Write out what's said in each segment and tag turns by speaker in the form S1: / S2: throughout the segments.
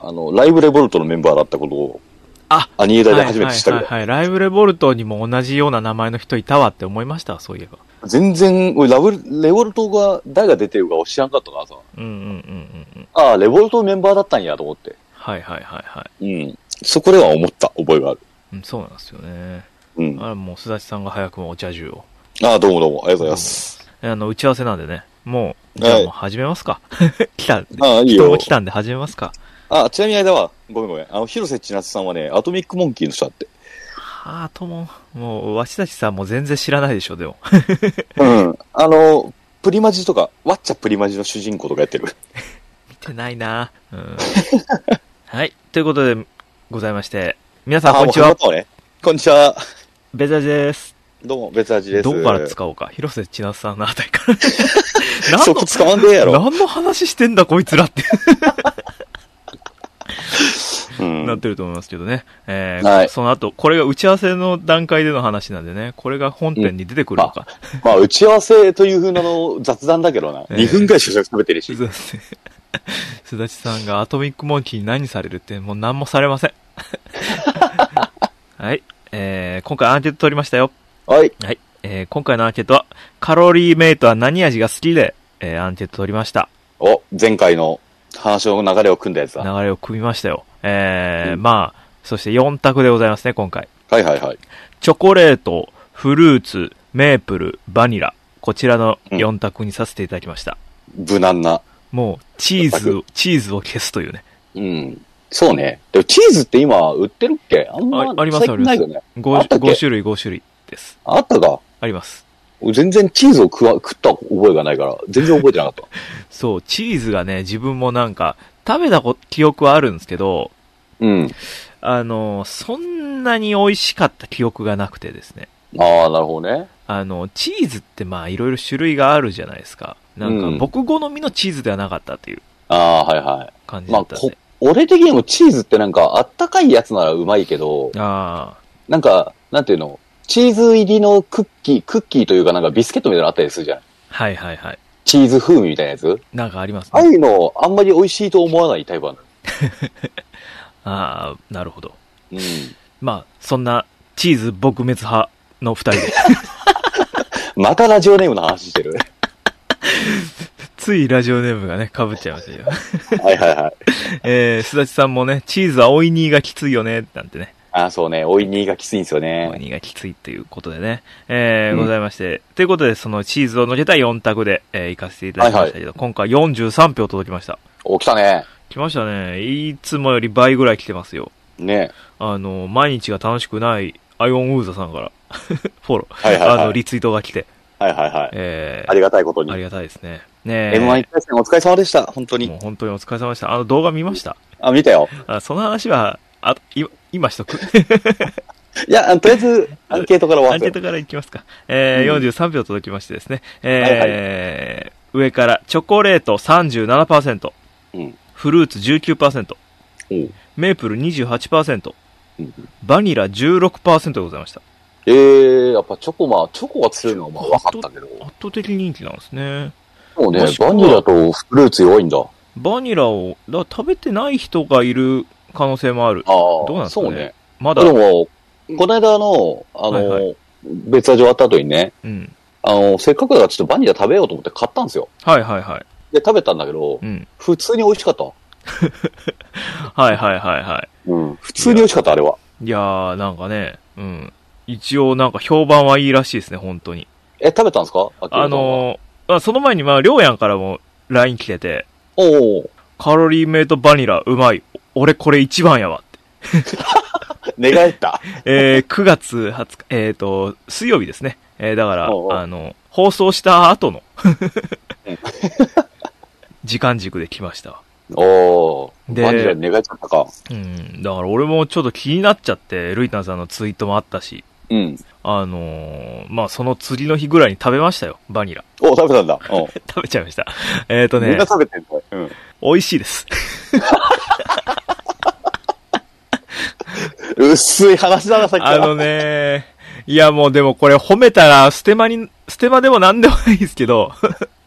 S1: あの、ライブレボルトのメンバーだったことを、
S2: あ
S1: アニエダで初めて知ったぐ
S2: は
S1: ら
S2: い
S1: い。
S2: はいはいライブレボルトにも同じような名前の人いたわって思いました、そういえば。
S1: 全然、俺、ラブ、レボルトが、誰が出てるか知らんかったからさ。
S2: うんうんうんうんうん。
S1: ああ、レボルトメンバーだったんやと思って。
S2: はいはいはいは
S1: うん。そこでは思った覚えがある。
S2: い。うん、そうなんですよね。
S1: うん。あ
S2: あもう、すだちさんが早くもお茶中を。
S1: あ、どうもどうも、ありがとうございます。
S2: あの、打ち合わせなんでね。もう、じゃあもう始めますか。 来た、
S1: ああ、いい
S2: 人も
S1: よ
S2: 来。たんで始めますか。
S1: あ、ちなみにあれだわ。ごめんごめん。あの、広瀬千夏さんはね、アトミックモンキーの人だって。
S2: はあ、とも、もう、わしたちさんも全然知らないでしょ、でも。
S1: うん。あの、プリマジとか、ワッチャプリマジの主人公とかやってる。
S2: 見てないな うん。はい。ということで、ございまして。皆さん、
S1: あ
S2: こんにちは。。
S1: もう始まったのねこんにちは。
S2: ベザジです。
S1: どうも、別味です。
S2: どこから使おうか。広瀬千奈さんのあた りから。何
S1: そこ捕まんねえやろ。
S2: の、何の話してんだ、こいつらって、
S1: うん
S2: なってると思いますけどね。えー
S1: はい
S2: その後、これが打ち合わせの段階での話なんでね、これが本編に出てくるの か。
S1: まあ、打ち合わせという風なの雑談だけどな。
S2: ええ
S1: 2分くらいしか喋ってるし
S2: そ。うですね。すだちさんがアトミックモンキーに何されるって、もう何もされ ません。はい。えー、今回アンケート取りましたよ。
S1: はい。
S2: はい。えー、今回のアンケートは、カロリーメイトは何味が好きで、えー、アンケート取りました。
S1: お、前回の話の流れを組んだやつ
S2: 流
S1: だ。
S2: れを組みましたよ。えー、
S1: うん
S2: まあ、そして4択でございますね、今回。
S1: はいはいはい。
S2: チョコレート、フルーツ、メープル、バニラ。こちらの4択にさせていただきました。
S1: 無難な。
S2: もう、チーズを、チーズを消すというね。
S1: うん。そうね。でもチーズって今売ってるっけあんま
S2: ああります
S1: 最近ないよね。あっ
S2: 5,
S1: たっけ
S2: 5種類、5種類です。
S1: あったか。
S2: あります。
S1: 俺全然チーズを食わ食った覚えがないから、全然覚えてなか った。
S2: そう、チーズがね、自分もなんか、食べたこ記憶はあるんですけど、
S1: うん。
S2: あの、そんなに美味しかった記憶がなくてですね。
S1: ああ、なるほどね。
S2: あの、チーズってまあ、いろいろ種類があるじゃないですか。なんか
S1: う、ん
S2: 僕好みのチーズではなかったっていう
S1: ああ、はいはい。
S2: 感じ
S1: ま
S2: だ
S1: あ、
S2: ったん
S1: こ
S2: で。
S1: 俺的にもチーズってなんかあったかいやつならうまいけど、
S2: あ
S1: なんか、なんていうの、チーズ入りのクッキー、クッキーというかなんかビスケットみたいなのあったりするじゃん。
S2: あ、はいはいはい。
S1: チーズ風味みたいなやつ。
S2: なんかあります
S1: ああ
S2: ね。
S1: いうのあんまり美味しいと思わないタイプなの。
S2: ああ、なるほど。
S1: うん。
S2: まあ、そんな、チーズ撲滅派の 二人で。
S1: またラジオネームの話してる。
S2: ついラジオネームがね、被っちゃいましたけど。
S1: はいはいはい。
S2: えー、すだちさんもね、チーズはおいにーがきついよね、なんてね、
S1: ああ、そうね。おいにがきついんですよ
S2: おい
S1: ね。
S2: にーがきついっていうことでね、え
S1: う
S2: ー、
S1: ん
S2: ございまして。ということで、そのチーズを乗けた4択で、えー、行かせていただきましたけど、今回43票届きました。
S1: お、来たね。
S2: 来ましたね。いつもより倍ぐらい来てますよ。
S1: ね。
S2: あの、毎日が楽しくない、アイオンウーザさんから、 フォロー、
S1: はいはいはい
S2: あの、リツイートが来て、
S1: はいはいはい。
S2: えー、
S1: ありがたいことに
S2: あ。りがたいですね。ねえ
S1: M1 一回戦お疲れ様でした。本当
S2: も
S1: に
S2: う。本当にお疲れ様でした。あの動画見ました
S1: あ、見たよ。
S2: あその話は、あ、い今しと く。
S1: いや、あのとりあえず、アンケートから終わ
S2: アンケー
S1: って
S2: ト。からいきますか。えー
S1: うん
S2: 43票届きましてですね。えー上から、チョコレート37%、
S1: うん。
S2: フルーツ19%、
S1: おう
S2: メープル28%、
S1: うん
S2: バニラ16%でございました。
S1: えー、やっぱチョコまあ、チョコが強いのはまあ分かったけど。
S2: 圧倒的人気なんですね。
S1: もうね
S2: もし、くは
S1: バニラとフルーツ弱いんだ。あ
S2: バニラを、だ食べてない人がいる可能性もある。
S1: あ、
S2: どうなんですかね
S1: そうね。
S2: まだ、
S1: でも、この間の、あの、
S2: はいは
S1: 別味終わった後にね、
S2: うん。
S1: あの、せっかくだからちょっとバニラ食べようと思って買ったんですよ。
S2: はいはいはい。
S1: で、食べたんだけど、
S2: うん。
S1: 普通に美味しかった。
S2: はいはいはいはい。
S1: うん。普通に美味しかった、あれは。
S2: いやー、なんかね、うん。一応なんか評判はいいらしいですね、本当に。
S1: え、食べたんですか
S2: あ、のーまあ、その前に、まあ、りょうやんからも LINE 来てて、
S1: 明らさんはおう
S2: カロリーメイトバニラうまい。俺これ一番やわって。
S1: 寝返った。
S2: えー、9月20日、えっ、と、水曜日ですね。えー、だから、
S1: おうおう
S2: あの、放送した後の時間軸 で来ましたわ。
S1: おー
S2: で
S1: バニラ寝返っちゃったか。
S2: うん。だから俺もちょっと気になっちゃって、ルイタンさんのツイートもあったし、
S1: うん。
S2: あのーまあ、その釣りの日ぐらいに食べましたよ、バニラ。
S1: お、食べたんだ。うん
S2: 食べちゃいました。えっ、と
S1: みん
S2: ね
S1: な、食べてんだ。うん。
S2: 美味しいです。
S1: 薄い話だな、さっきか
S2: あ
S1: ら。
S2: のね、いやもうでもこれ褒めたら、ステマに、ステマでもなんでもないですけど、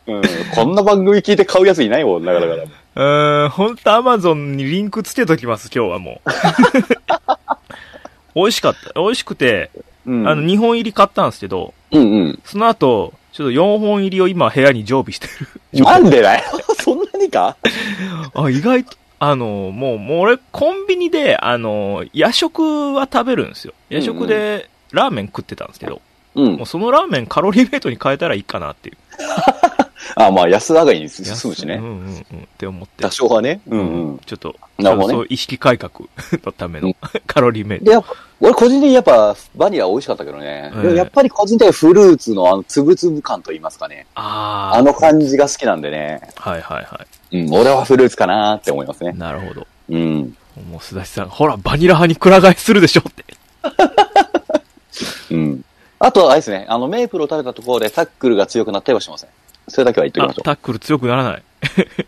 S1: うん。こんな番組聞いて買うやついないもん、なかなか。
S2: うーん、ほんとアマゾンにリンクつけときます、今日 はもう。美味しかった。美味しくて、
S1: うん。
S2: あの、2本入り買ったんですけど、
S1: うんうん。
S2: その後、ちょっと4本入りを今部屋に常 備してる。
S1: なんでだよ そんなにか
S2: あ、意外と、あの、もう、もう俺、コンビニで、あの、夜食は食べるんですよ。夜食で、ラーメン食ってたんですけど、
S1: う
S2: も
S1: ん
S2: う。そのラーメンカロリーメイトに変えたらいいかなっていう。
S1: あ、まあ、安上がりに進むし
S2: うん
S1: ね。
S2: うんうん。って思って
S1: 多。少はね。うんうん。
S2: ちょっと、
S1: なるほどね
S2: そうそう意識改革のため
S1: う
S2: の
S1: ん
S2: カロリーメイト。
S1: で、やっぱ俺個人的にやっぱバニラ美味しかったけどね。
S2: うん
S1: でもやっぱり個人的にフルーツのあのつぶつぶ感と言いますかね。
S2: あー
S1: あの感じが好きなんでね。
S2: はいはいは
S1: うん、俺はフルーツかなーって思います
S2: い。
S1: ね。
S2: なるほど。
S1: うん。
S2: もう、須田さん、ほら、バニラ派にくら替えするでしょって。
S1: うん。あと、あれですね、あの、メープルを食べたところでタックルが強くなったりはしません。それだけは言っておき
S2: あ
S1: ましょ
S2: タックル強くならない。
S1: う。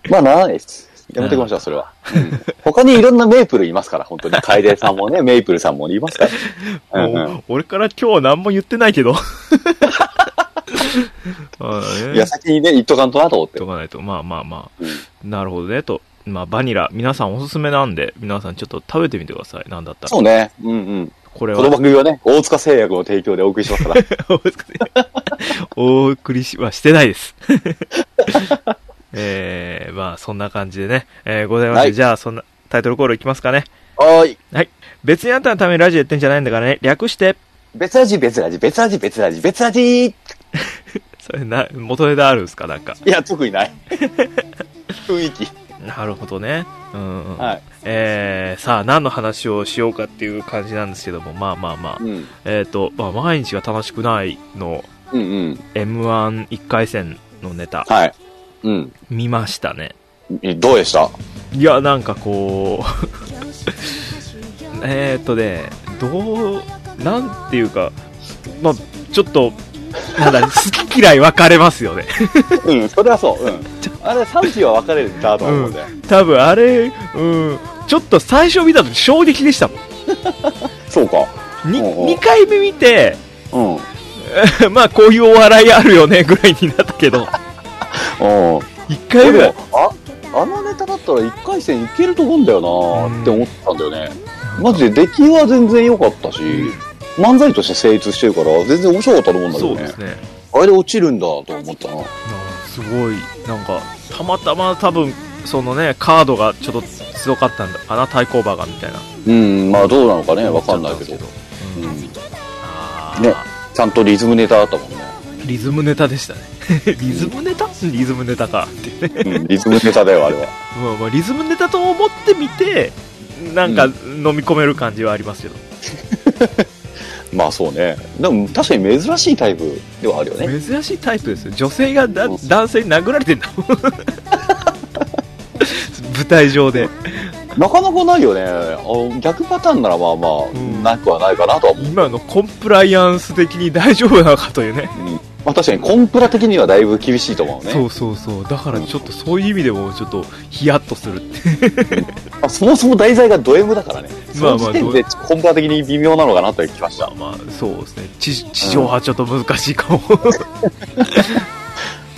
S1: まあ、ならないです。やめておきましょう、それは。うん他にいろんなメープルいますから、本当に。カエデさんもね、メイプルさんもいますから。うんうん
S2: もう俺から今日は何も言ってな いけど。まあね
S1: いや、先にね、言っとかんとなと思って
S2: 言っと。かないと。まあまあま
S1: うん
S2: あ。なるほどね、と。まあ、バニラ、皆さんおすすめなんで、皆さんちょっと食べてみてください。なんだった
S1: そ
S2: ら。
S1: うね。うんうん。
S2: これ
S1: この
S2: は、
S1: 番組はね、大塚製薬の提供でお送りしますから。
S2: お送りしはしてないです。 えー、まあ、そんな感じでね。えー、ございまして、
S1: はい
S2: じゃあ、そんな、タイトルコールいきますかね。
S1: はーい。
S2: 別にあんたのためにラジオやってんじゃないんだからね。略して、
S1: 別味、別味、別味、別味、別味い
S2: それな、元ネタあるんですかなんか。
S1: や、特にない。 雰囲気。
S2: なるほどね。うんうん。
S1: はい。
S2: えー、さあ、何の話をしようかっていう感じなんですけども、まあまあまあ。
S1: うん。
S2: えっ、と、まあ、毎日が楽しくないの、
S1: うんうん。
S2: M11 回戦のネタ、
S1: はい。うん。
S2: 見ましたね。
S1: いどうでした
S2: いや、なんかこう、えっとね、どう、なんていうか、まあ、ちょっと、なんだ、好き嫌い分かれますよね。
S1: うん、それはそう。うん。あれ、賛否は分かれるだと思うんだよ。
S2: 多分あれ、うん、ちょっと最初見たと衝撃でしたもん。
S1: そうか。
S2: に
S1: おうおう
S2: 2回目見て、
S1: うん。
S2: まあこういうお笑いあるよねぐらいになっ たけど、
S1: お
S2: 1回目
S1: で
S2: は
S1: も、あ、あのネタだったら1回戦いけると思うんだよなーって思ったんだよね。マジで出来は全然良かったし、漫才として成立してるから、全然面白かったと思うんだけ
S2: そ
S1: ど
S2: うで
S1: ね
S2: す。ね。
S1: あれで落ちるんだと思ったな。
S2: なんかすごい、なんか、たまたま多分、そのね、カードがちょっと強かったんだかな、対抗馬がみたいな。
S1: うん、まあどうなのかね、わかんないけど。
S2: 思っちゃった
S1: う
S2: んですけど。うん
S1: ん、
S2: あー
S1: ねちゃんとリズムネタだったもんね。
S2: リズムネタでしたね。 リズムネタリズムネタかっていうね。
S1: うん、リズムネタだよ、あれは。
S2: まあまあ、リズムネタと思ってみて、なんか
S1: う
S2: 飲み込める感じはありますけど。
S1: まあそうね。でも確かに珍しいタイプではあるよね。
S2: 珍しいタイプですよ女性がだ
S1: そう
S2: 男性に殴られてんだもん 舞台上で
S1: なかなかないよね。あの逆パターンならまあまあ、
S2: ん
S1: なくはないかなとは思う。
S2: 今のコンプライアンス的に大丈夫なのかというね
S1: うんまあ確かにコンプラ的にはだいぶ厳しいと思うね。
S2: そうそうそうだからちょっとそういう意味でもちょっとヒヤッとするって
S1: まあそもそも題材がド M だからね。
S2: まあまあ
S1: その時点でコンプラ的に微妙なのかなという気がした。
S2: まあそうですね地地上はちょっと難しいかも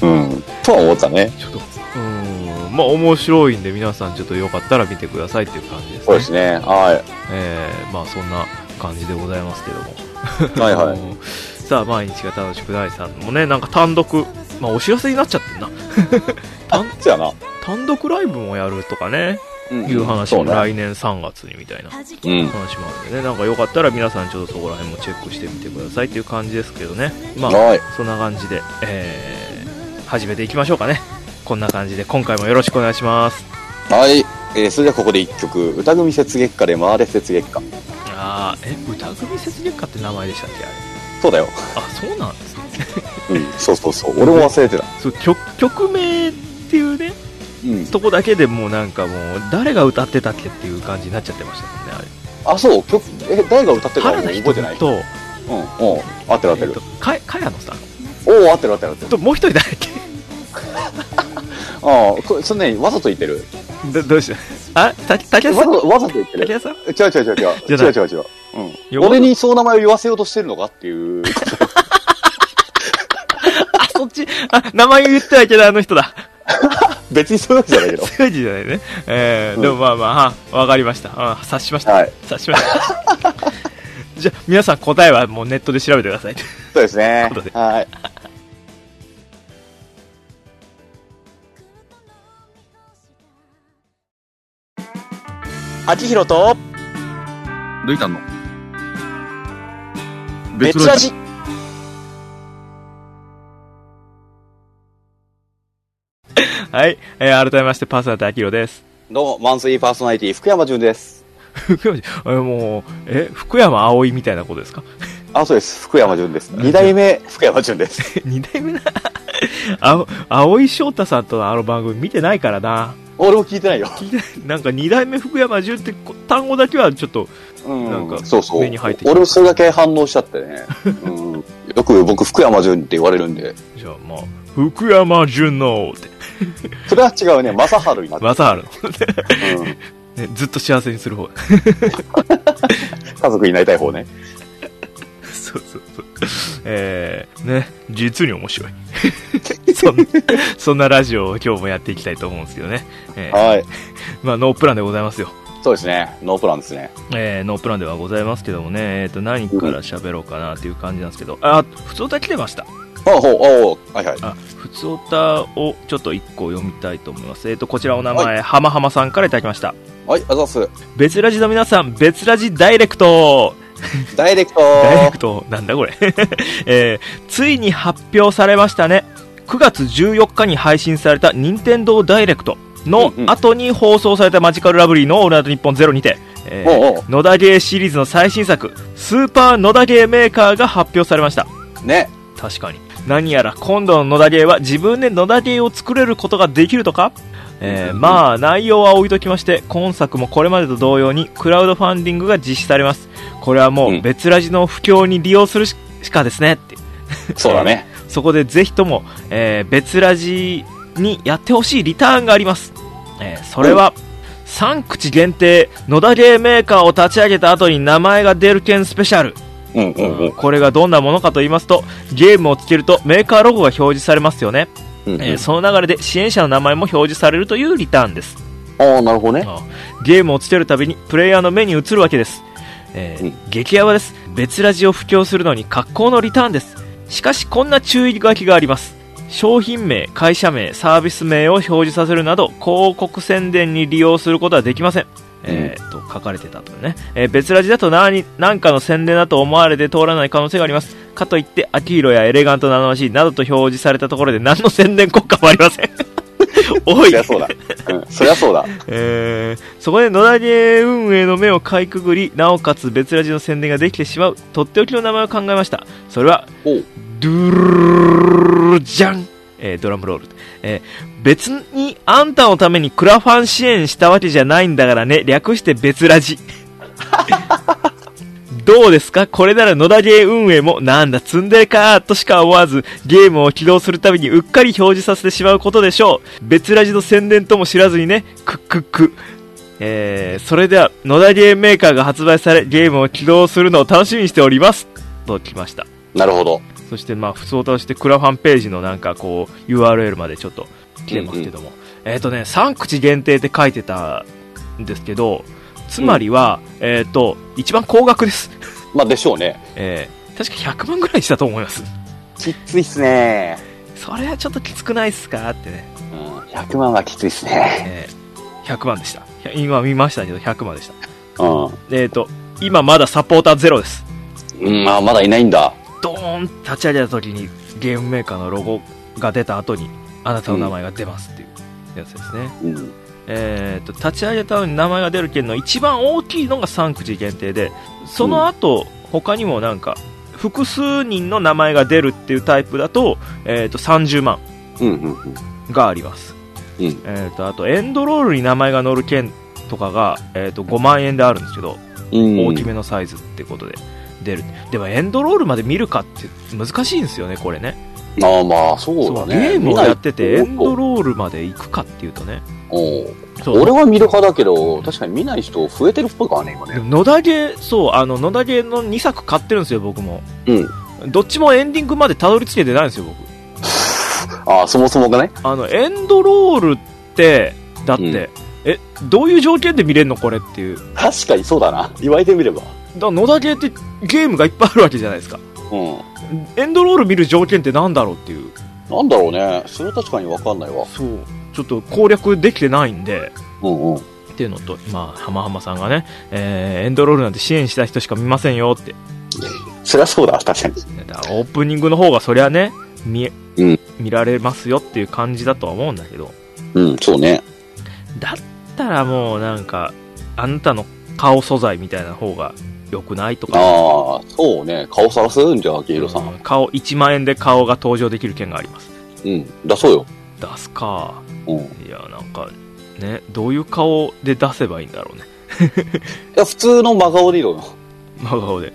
S1: うん。とは思ったね。
S2: ちょっとうんまあ面白いんで皆さんちょっとよかったら見てくださいっていう感じです
S1: そう
S2: ね
S1: ですね。は
S2: えーまあそんな感じでございますけども
S1: い。はいは
S2: あ
S1: い。
S2: のさあ毎日が楽しくないさんもねなんか単独まあお知らせになっちゃってんな単
S1: そやな。
S2: 単独ライブもやるとかね
S1: うん
S2: いう話
S1: そう
S2: も
S1: ね。
S2: 来年3月にみたい
S1: う
S2: な
S1: ん。
S2: 話もあるんでねなんかよかったら皆さんちょっとそこら辺もチェックしてみてくださいっていう感じですけどねまあ
S1: はい。
S2: そんな感じで、えー始めていきましょうかねこんな感じで今回もよろしくお願いします
S1: はい。えーそれではここで一曲。歌組雪月花で回れ雪月花。
S2: あーえ歌組節月花って名前でしたっけあれ
S1: そうだよ。
S2: あそうなんですね
S1: うん。そうそうそう。俺も忘れてた。
S2: そう曲曲名っていうね
S1: うん。
S2: とこだけでもうなんかもう誰が歌ってたっけっていう感じになっちゃってましたもんねあれ
S1: あ、そう。曲、え、誰が歌ってるかもう
S2: 原田
S1: 覚え
S2: ひと
S1: て
S2: み
S1: ない。
S2: と
S1: うん。うん。合ってる合って
S2: えっ
S1: る
S2: と。か茅野さん
S1: おお、合ってる合ってる合ってる。
S2: ともう一人誰だっけ
S1: ああ、これそれね、わざと言ってる。
S2: どどうしたあた竹
S1: わ
S2: 谷
S1: ざ
S2: さん
S1: と、わざと言って
S2: 竹
S1: る。
S2: 谷さん
S1: 違う違う違う違う。
S2: じゃな
S1: 違
S2: いう
S1: 違う違う。
S2: いうや
S1: ん。俺にそう名前を言わせようとしてるのかっていう。
S2: あそっちあ名前言ってはいけないあの人だ
S1: 別にそういうわけじゃないけ ど。
S2: 強い字じゃないね。え
S1: う
S2: ー
S1: ん
S2: でもまあまああ、わかりました。あ察しました。
S1: はい
S2: 察しました。 じゃあ、皆さん答えはもうネットで調べてください。
S1: そうですね
S2: そうだね。
S1: はい。あちひろと、
S3: ルイタンの。
S1: 別ラジ。
S2: はい。えー改めまして、パーソナリティアキロです。
S1: どうも、マンスリーパーソナリティ、福山潤です。
S2: 福山えーもう、え、福山葵みたいなことですか
S1: あ、そうです。福山潤です。二代目、福山潤です。
S2: 二代目な。 あ、葵翔太さんとのあの番組見てないからな。
S1: 俺も聞いてないよ。
S2: なんか二代目福山潤ってこ単語だけはちょっと、
S1: うん
S2: なんか
S1: そうそう。
S2: 目に入ってきた
S1: 俺もそれだけ反応しちゃって ね。うん、よく僕、福山潤って言われるんで、
S2: じゃあまあ、福山潤のって、
S1: それは違うね。正春になって
S2: まさはる
S1: る、うん
S2: ね、ずっと幸せにする方
S1: 家族になりたい方ね。
S2: そうそうそうえー、ね実に面白い そん なそんなラジオを今日もやっていきたいと思うんですけどね、えー
S1: はい。
S2: まあ、ノープランでございますよ、
S1: そうですね。ノープランですね。
S2: えー、ノープランではございますけどもね、えー、と何から喋ろうかなっていう感じなんですけどあ普通歌来てました
S1: あ、ほう、あほう、はいはい。
S2: あ普通歌をちょっと1個読みたいと思います、えー、とこちらお名前、はまはまさんからいただきました
S1: はい、あざっす。
S2: 別ラジの皆さん別ラジダイレクト
S1: ダイレクト
S2: ダイレクト、なんだこれ、 えーついに発表されましたね。9月14日に配信された任天堂ダイレクトの
S1: うんうん
S2: 後に放送されたマジカルラブリーのオールナイトニッポンゼロにて、えー
S1: おうお
S2: 野田ゲーシリーズの最新作、スーパー野田ゲーメーカーが発表されました。
S1: う。ね。
S2: 確かに。何やら今度の野田ゲーは自分で野田ゲーを作れることができるとかえーまあ内容は置いときまして今作もこれまでと同様にクラウドファンディングが実施されますこれはも
S1: う
S2: うん別ラジの不況に利用するししかですねって
S1: そうだね。
S2: そこでぜひとも、えー別ラジにやってほしいリターンがあります、えーそれは3口限定野田ゲーメーカーを立ち上げた後に名前が出る件スペシャル
S1: うんうんうん。
S2: これがどんなものかと言いますとゲームをつけるとメーカーロゴが表示されますよね、
S1: うん
S2: えーその流れで支援者の名前も表示されるというリターンです
S1: ああ、なるほどね。
S2: あゲームをつけるたびにプレイヤーの目に映るわけです、えー
S1: うん
S2: 激ヤバです別ラジを布教するのに格好のリターンですしかしこんな注意書きがあります商品名会社名サービス名を表示させるなど広告宣伝に利用することはできませんえー、と書かれてたとね、えー別ラジだと何何かの宣伝だと思われて通らない可能性がありますかといってアキーロやエレガントなのらしいなどと表示されたところで何の宣伝効果もありま せんお
S1: そ
S2: い
S1: りゃそうだ。うん。そりゃ そうだ。
S2: えーそこで野田家運営の目をかいくぐりなおかつ別ラジの宣伝ができてしまうとっておきの名前を考えましたそれは
S1: おう。
S2: ドゥルルジャン、えードラムロール、えー別にあんたのためにクラファン支援したわけじゃないんだからね略して別ラジどうですかこれなら野田ゲー運営もなんだツンデレかーとしか思わずゲームを起動するたびにうっかり表示させてしまうことでしょう別ラジの宣伝とも知らずにねクックックえーそれでは野田ゲーメーカーが発売されゲームを起動するのを楽しみにしておりますときました
S1: なるほど。
S2: そしてまあ普通歌としてクラファンページのなんかこう URL までちょっと来てますけども、えっ、とね3口限定って書いてたんですけどつまりは、えっ、と一番高額です、
S1: まあ、でしょうね。
S2: えー確か100万ぐらいしたと思います
S1: きついっすね。
S2: それはちょっときつくないっすかってね、
S1: うん。100万はきついっすね。
S2: えー100万でしたひゃ今見ましたけど100万でした
S1: うん。
S2: えっ、と今まだサポーターゼロです
S1: うん、まあ、まだいないんだ。
S2: ドーン立ち上げた時にゲームメーカーのロゴが出た後にあなたの名前が出ますっていうやつですね、
S1: うん。
S2: えー、と立ち上げたのに名前が出る件の一番大きいのが3口限定でその後、他にもなんか複数人の名前が出るっていうタイプだと,、えー、と30万
S1: うん、うん、うん。
S2: があります、
S1: うん
S2: えー、とあとエンドロールに名前が載る件とかが、えー、と5万円であるんですけど、
S1: うん。
S2: 大きめのサイズってことで出るでもエンドロールまで見るかって難しいんですよねこれね
S1: ああ、まあ、そうだね。
S2: ゲームをやっててエ
S1: 見な
S2: ン
S1: い
S2: ド
S1: 人
S2: ロールまで行くかっていうとね
S1: おう
S2: そう
S1: 俺は見る派だけど、確かに見ない人増えてるっぽいからね、今
S2: で
S1: ね。
S2: も野田ゲー、そう、あの、野田ゲーの2作買ってるんですよ、僕も。どっちもエンディングまでたどり着けてないんですよ、僕。
S1: ああ、そもそもがね。
S2: あの、エンドロールって、だって、
S1: うん
S2: え、どういう条件で見れるのこれっていう。だか
S1: 確かにそうだな。言われてみれば。
S2: ら野田ゲーってゲームがいっぱいあるわけじゃないですか。
S1: うん。
S2: エンドロール見る条件ってなんだろうっていう。
S1: なんだろうね。それは確かにわかんないわ。
S2: そう。ちょっと攻略できてないんで、
S1: うんうん。
S2: っていうのと、まあ、浜浜さんがね、えーエンドロールなんて支援した人しか見ませんよって。
S1: そりゃそうだ、確かに。
S2: だからオープニングの方がそりゃね、見え、
S1: うん
S2: 見られますよっていう感じだとは思うんだけど、
S1: うん、そうね。
S2: だったらもうなんか、あなたの顔素材みたいな方が良くないと
S1: ああ
S2: か、、
S1: そうね。顔さらすんじゃん、ゲイロさん。
S2: うん顔、1万円で顔が登場できる件があります。
S1: うん、出そうよ。
S2: 出すか。
S1: うん。い
S2: いや、なんか、ね、どういう顔で出せばいいんだろうね。
S1: や、普通の真顔でいいのよ。
S2: 真顔で。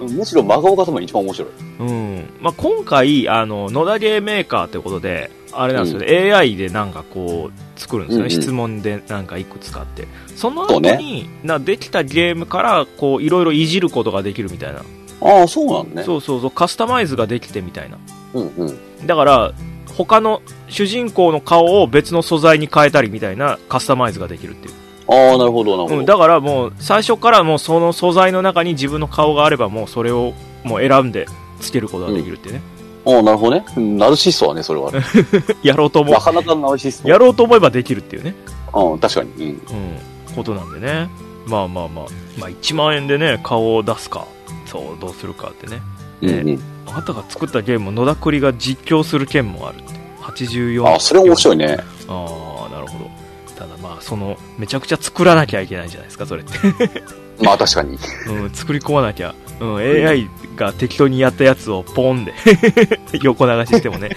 S2: うん。
S1: むしろ真顔が多分一番面白い。
S2: うんまあ、今回あの、野田ゲーメーカーということで、あれなんですよね、AI でなんかこう、作るんですよね、
S1: うんうん
S2: 質問でなんかいくつかあって、その
S1: そ
S2: 後
S1: う
S2: に、
S1: ね
S2: なできたゲームからこういろいろいじることができるみたいな、
S1: ああ、そうなんね。
S2: そうそうそう、カスタマイズができてみたいな、
S1: うんうん。
S2: だから、他の主人公の顔を別の素材に変えたりみたいなカスタマイズができるっていう、
S1: ああ、なるほど、なるほど。
S2: うん、だからもう、最初からもうその素材の中に自分の顔があれば、もうそれをもう選んでつけることができるっていうね、
S1: ああ、なるほどね。うんナルシストはね、それは。
S2: やろうと思う
S1: なかなかナルシスト。
S2: やろうと思えばできるっていうね、
S1: うん、確かに。うん。
S2: うん、ことなんでね。まあまあまあ、まあ1万円でね、顔を出すか、そう、どうするかってね。ね
S1: うんうん
S2: あなたが作ったゲームを野田栗が実況する件もあるって。84。
S1: ああ、それ面白
S2: い。
S1: いね。
S2: ああ、なるほど。ただまあ、その、めちゃくちゃ作らなきゃいけないじゃないですか、それって。
S1: まあ確かに。
S2: うん、作り込まなきゃ。うん、AI が適当にやったやつをポンで 横流ししてもね、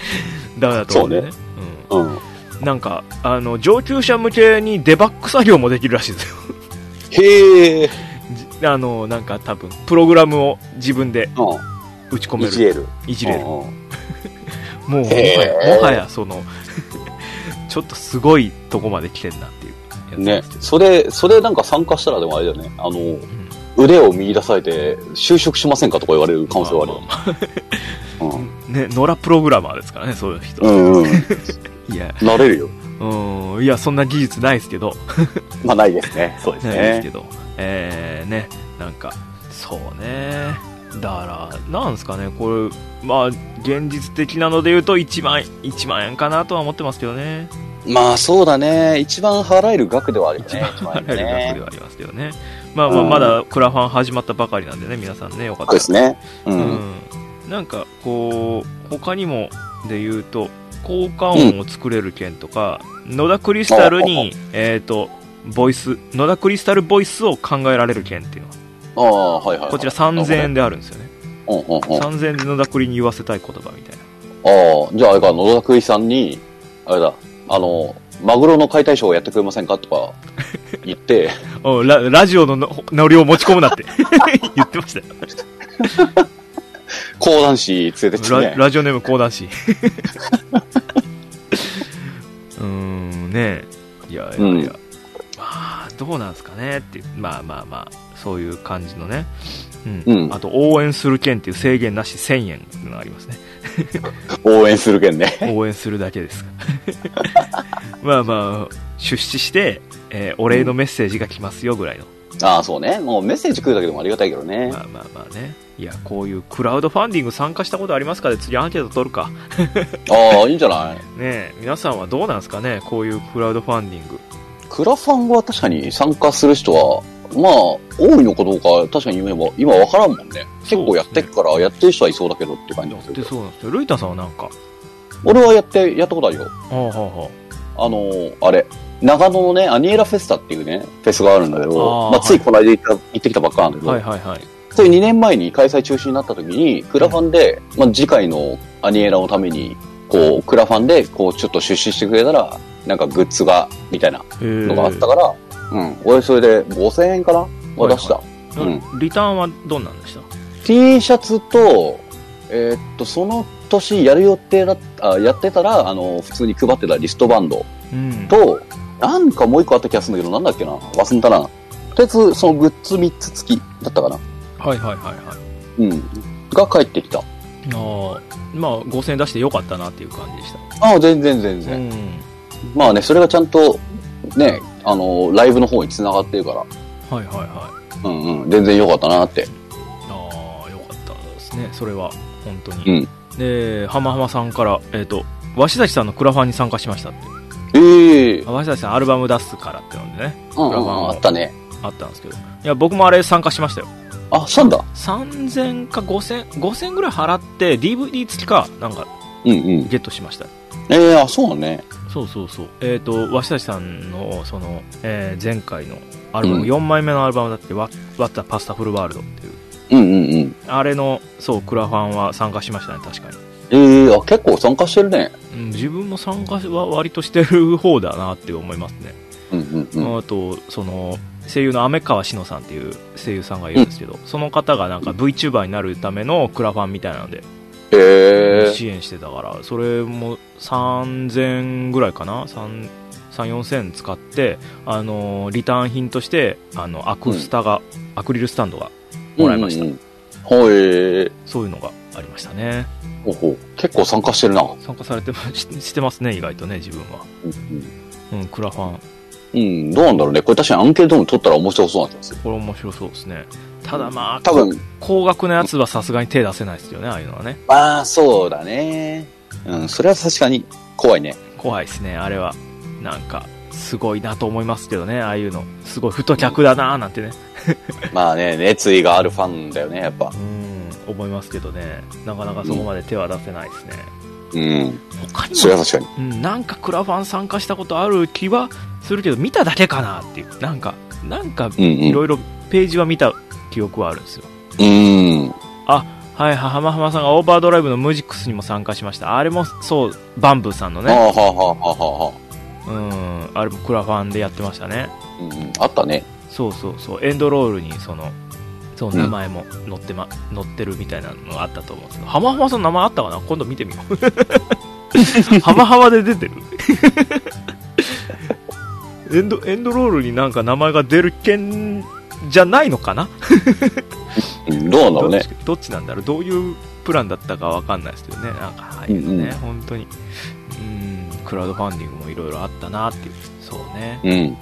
S2: ダメだと思うんでね。うん
S1: うん。
S2: なんか、あの、上級者向けにデバッグ作業もできるらしいですよ。
S1: へえ。
S2: じあの、なんか多分、プログラムを自分で
S1: う
S2: 打ち込
S1: ん。
S2: め
S1: い
S2: る。
S1: じれる。
S2: いじれる。も
S1: うん
S2: う、もは
S1: へ
S2: や、
S1: ー
S2: もはやその、 ちょっとすごいとこまで来てんなっていう
S1: うん
S2: や
S1: ね
S2: つなん。です
S1: それ、それなんか参加したらでもあれだよね。あの、
S2: けど。うん
S1: 腕を見出されて、就職しませんかとか言われる可能性はあるよ。
S2: まあまあまあね、野良プログラマーですからね、そういう人。
S1: うんうん。
S2: いや、
S1: なれるよ。
S2: うん、いや、そんな技術ないですけど、
S1: まあないです ね。そうです
S2: ないですけ
S1: ね。
S2: ど、えー、ね、なんか、そうね、だから、なんですかね、これ、まあ、現実的なので言うと1万、1万円かなとは思ってますけどね、
S1: まあそうだね。一番払える額ではあるよね。 一
S2: 一番
S1: 番
S2: 払える額で
S1: ね。
S2: はありますけどね、まあまあ、
S1: うん
S2: まだクラファン始まったばかりなんでね、皆さんね、よか
S1: そう
S2: ったら
S1: ですね。う。
S2: うんん、なんか、こう、他にもで言うと、効果音を作れる件とか、野田クリスタルに、えっ、と、ボイス、野田クリスタルボイスを考えられる件っていうのは
S1: ああ、はいはいはい。
S2: こちら3000円であるんですよね。
S1: うんうんうん。あ
S2: 3000円で野田栗に言わせたい言葉みたいな。
S1: あ、じゃああれか、野田クイさんに、あれだ、あの、マグロの解体ショーをやってくれませんかと か言って、
S2: おうララジオののノリを持ち込むな って言ってましたよ。
S1: 講談師連れてって
S2: ラ
S1: ね。
S2: ラジオネーム講談師。う ーん、ねえ。いやいやいや。
S1: うん
S2: まあ、どうなんですかねっていう。まあまあまあ、そういう感じのね。うん。
S1: うん
S2: あと、応援する券っていう制限なし1000円っていうのがありますね。
S1: 応援するけんね。
S2: 応援するだけです。 まあまあ、出資して、えーお礼のメッセージが来ますよぐらいの。
S1: ああ、そうね。もうメッセージ来るだけでもありがたいけどね。
S2: まあまあまあね。いや、こういうクラウドファンディング参加したことありますかで次アンケート取るか。
S1: ああ、いいんじゃない
S2: ねえ、皆さんはどうなんですかねこういうクラウドファンディング。
S1: クラファンは確かに参加する人は、まあ、多いのかどうか確かに言えば、今わからんもんね。結構やってっから、やってる人はいそうだけどって感じ
S2: や
S1: が
S2: っ
S1: する
S2: て
S1: けど。
S2: そうなんですよ。ルイタさんはなんか。
S1: 俺はやって、やったことあるよ。
S2: はあはあは
S1: あのーあれ、長野のね、アニエラフェスタっていうね、フェスがあるんだけど、
S2: あー
S1: まあ、ついこの間行った行ってきたばっかなんだけ
S2: あ。
S1: ど、
S2: はいはいはい。
S1: それ2年前に開催中止になった時に、クラファンで、まあ、次回のアニエラのために、こう、クラファンで、こう、ちょっと出資してくれたら、なんかグッズが、みたいな
S2: えー
S1: のがあったから、うん、俺それで5000円かなは出した。うん
S2: リターンはどんなんでした
S1: T シャツと、えーっと、その年やる予定だった、あやってたら、あの、普通に配ってたリストバンド
S2: うん。
S1: と、なんかもう一個あった気がするんだけど、なんだっけな忘れたな。とりあえず、そのグッズ3つ付きだったかな
S2: はいはいはいはい。
S1: うん。が帰ってきた。
S2: ああ、まあ5000円出してよかったなっていう感じでした。
S1: ああ、全然全然。
S2: ん。
S1: まあね、それがちゃんと、ね、あの、ライブの方に繋がってるか
S2: はいはいはい
S1: ら、うんうん、全然良かったなって。
S2: ああよかったですねそれは本当
S1: う
S2: に、
S1: ん。
S2: で浜浜さんからえっ、と鷲崎さんのクラファンに参加しましたって
S1: ええ
S2: あ鷲崎さんアルバム出すからってのでね
S1: うんうん
S2: クラファン
S1: うん、
S2: を
S1: あったね。
S2: あったんですけどいや僕もあれ参加しましたよ
S1: あ、したんだ。
S2: 3000か5000 5000ぐらい払って DVD 付きかなんか
S1: うんうん。
S2: ゲットしました
S1: ええあ、そうなんね。
S2: そうそうそうえっ、と鷲崎さんのその、えー前回のアルバム、
S1: うん
S2: 4枚目のアルバムだって「わわったパスタフルワールド」っていう
S1: うんうんうん。
S2: あれのそうクラファンは参加しましたね確かに
S1: ええあ、結構参加してるね。
S2: うん自分も参加は割としてる方だなって思いますね、
S1: うんうんうん。
S2: あとその声優の雨川志乃さんっていう声優さんがいるんですけど、その方がなんか VTuber になるためのクラファンみたいなので
S1: ええ
S2: 支援してたからそれも3000ぐらいかな34000使ってあのリターン品としてあのアクスタが、アクリルスタンドがもらいまし
S1: う
S2: た、
S1: んうんうんはい、
S2: そういうのがありましたね
S1: ほうほう。結構参加してるな。う
S2: 参加されてま ししてますね意外とね自分は、
S1: んうん
S2: うん、クラファン
S1: うん、どうなんだろうね。これ確かにアンケートも取ったら面白そうな気がする。
S2: これ面白そうですねただまあ
S1: 多分、
S2: 高額なやつはさすがに手出せないですよねああいうのはね
S1: まあ、そうだね。うん、それは確かに怖いね。
S2: 怖いですねあれはなんかすごいなと思いますけどねああいうのすごい太客だなーなんてね
S1: まあね、熱意があるファンだよね、やっぱ。
S2: うん思いますけどねなかなかそこまで手は出せないですね、
S1: うん、
S2: 他に
S1: それは
S2: も、
S1: 確かに。
S2: うん、なんかクラファン参加したことある気はするけど見ただけかなっていうなんかなんか
S1: うん、うん
S2: い。ろいろページは見た記憶はあるんですよ
S1: うん。
S2: はい浜浜さんがオーバードライブのムジックスにも参加しましたあれもそうバンブーさんの
S1: ああ、
S2: ね
S1: はあ、はあ、はあ、は
S2: うんあれもクラファンでやってましたね
S1: あ。うんうん、あったね。
S2: そうそうそうエンドロールにそのそう
S1: うん
S2: 名前も載って,、ま載ってるみたいなのがあったと思うんですけど浜浜さんの名前あったかな今度見てみよ う浜浜で出てるエンドエンドロールになんか名前が出る件じゃないのかな
S1: うん、どうなんだろう
S2: どっ
S1: ね
S2: ち。どっちなんだろうどういうプランだったかわかんないですけどねなんかああいうのね、
S1: うんうん
S2: 本当にうんクラウドファンディングもいろいろあったなっていうそうね、
S1: うん、
S2: うん、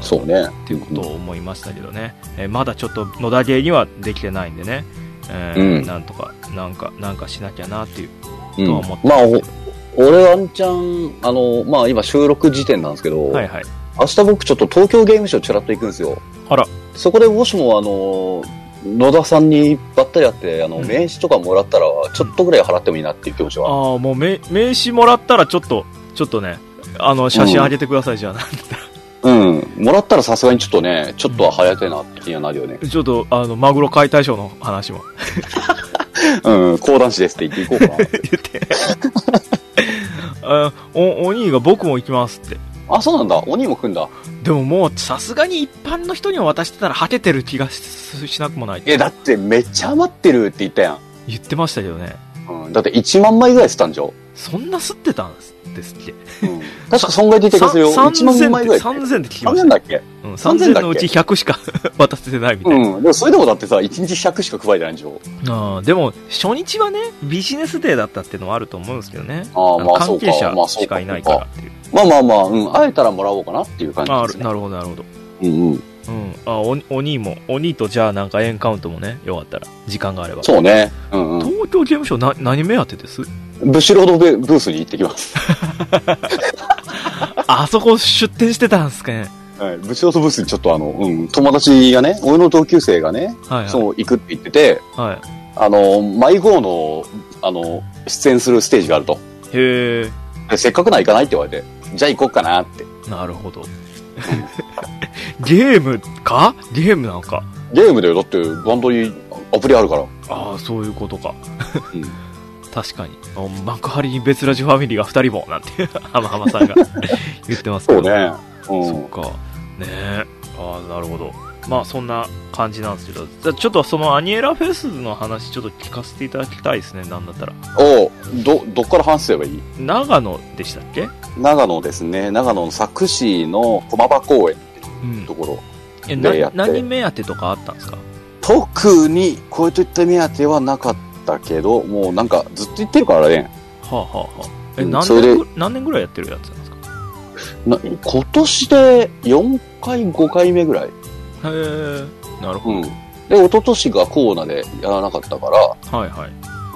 S1: そうね。
S2: っていうことを思いましたけどね、えーまだちょっと野田芸にはできてないんでね、えー
S1: うん
S2: なんとかなんかなんかしなきゃなっていう
S1: う
S2: と
S1: ん
S2: は思っ、て
S1: ま
S2: ま
S1: あ、
S2: すけ
S1: お
S2: ど、
S1: 俺はあんちゃん、あの、まあ今収録時点なんですけど、
S2: はいはい
S1: 明日僕ちょっと東京ゲームショウちらっと行くんですよ。
S2: あら
S1: そこでもしもあの、野田さんにばったり会って、あの、
S2: うん
S1: 名刺とかもらったら、ちょっとぐらい払ってもいいなっていう気持ちは。
S2: ああもう名名刺もらったらちょっとちょっとねあの写真あげてくださいじゃあ、
S1: うん。もらったらさすがにちょっとね、ちょっとは早いなって気にはなるよね。
S2: ちょっとあのマグロ解体ショーの話も
S1: うん、講談師ですって言っていこうか
S2: 言ってあおお兄が僕も行きますって
S1: な。あ、そうなんだ。鬼も組んだ。
S2: でももうさすがに一般の人には渡してたら果ててる気がししなくもない
S1: え、だってめっちゃ余ってるって言ったやん。
S2: 言ってましたけどね
S1: うん、だって1万枚ぐらいしたんじゃん。うん。
S2: そんな吸ってたんですですっけ
S1: 確か損害出てまするよ。
S2: さん
S1: 1万枚ぐらい。
S2: 3000って聞きまし
S1: 3000
S2: た。
S1: だっけ
S2: う
S1: 3000だ
S2: ん
S1: っけ
S2: 3000のうち100しか 渡せてないみたいな。
S1: うん。でもそれでもだってさ、1日100しか配れてないんじゃん。
S2: あーでも、初日はね、ビジネスデーだったっていうのはあると思うんですけどね。
S1: あーまあ
S2: 関
S1: そう
S2: 係者
S1: かまあそうか
S2: しかいないからっていう。
S1: まあまあまあ、うん、会えたらもらおうかなっていう感じ
S2: あ
S1: で
S2: ー
S1: すね。
S2: なるほど、なるほど。
S1: うんうん。
S2: うん。あ、お鬼も、鬼とじゃあなんかエンカウントもね、よかったら、時間があれば。
S1: そうね。うんうん。
S2: 東京刑務所な、何目当てです
S1: ブシロードブブースに行ってきます。
S2: あそこ出店してたんですかね。
S1: はい。ブシロードブースにちょっとあの、うん、友達がね、俺の同級生がね、
S2: はい、はい。
S1: そう、行くって言ってて、
S2: は
S1: あの、マイゴーの、あの、出演するステージがあると。
S2: い。へえ。
S1: でせっかくなら行かないって言われて、じゃあ行こうかなって。
S2: なるほど。 ゲームかゲームなんか。
S1: ゲームだよ。だって、バンドにアプリあるから。
S2: ああそういうことか、
S1: うん
S2: 確かにあ幕張に別ラジファミリーが2人もなんて 浜 浜さんが言ってますけ
S1: そう
S2: ど
S1: ね。
S2: そっ
S1: う
S2: かねえああなるほどまあそんな感じなんですけどじゃあちょっとそのアニエラフェスの話ちょっと聞かせていただきたいですねなんだったら
S1: ん。を、ど、どっから話せばいい
S2: 長野でしたっけ
S1: 長野ですね。長野の佐久市の駒場公園って
S2: う
S1: いうんところ。
S2: えな
S1: でやって
S2: 何目当てとかあったんですか
S1: 特に、こういった目当てはなかったけど、もうなんかずっと言ってるからね。
S2: はあはあはあえ、
S1: うん
S2: 何
S1: それ
S2: 年
S1: で
S2: ぐ何年ぐらいやってるやつなん
S1: え
S2: ですか
S1: な今年で4回、5回目ぐらい。
S2: へえなるほ
S1: うん。で、一昨年がコーナでやらなかったから、
S2: どはいはい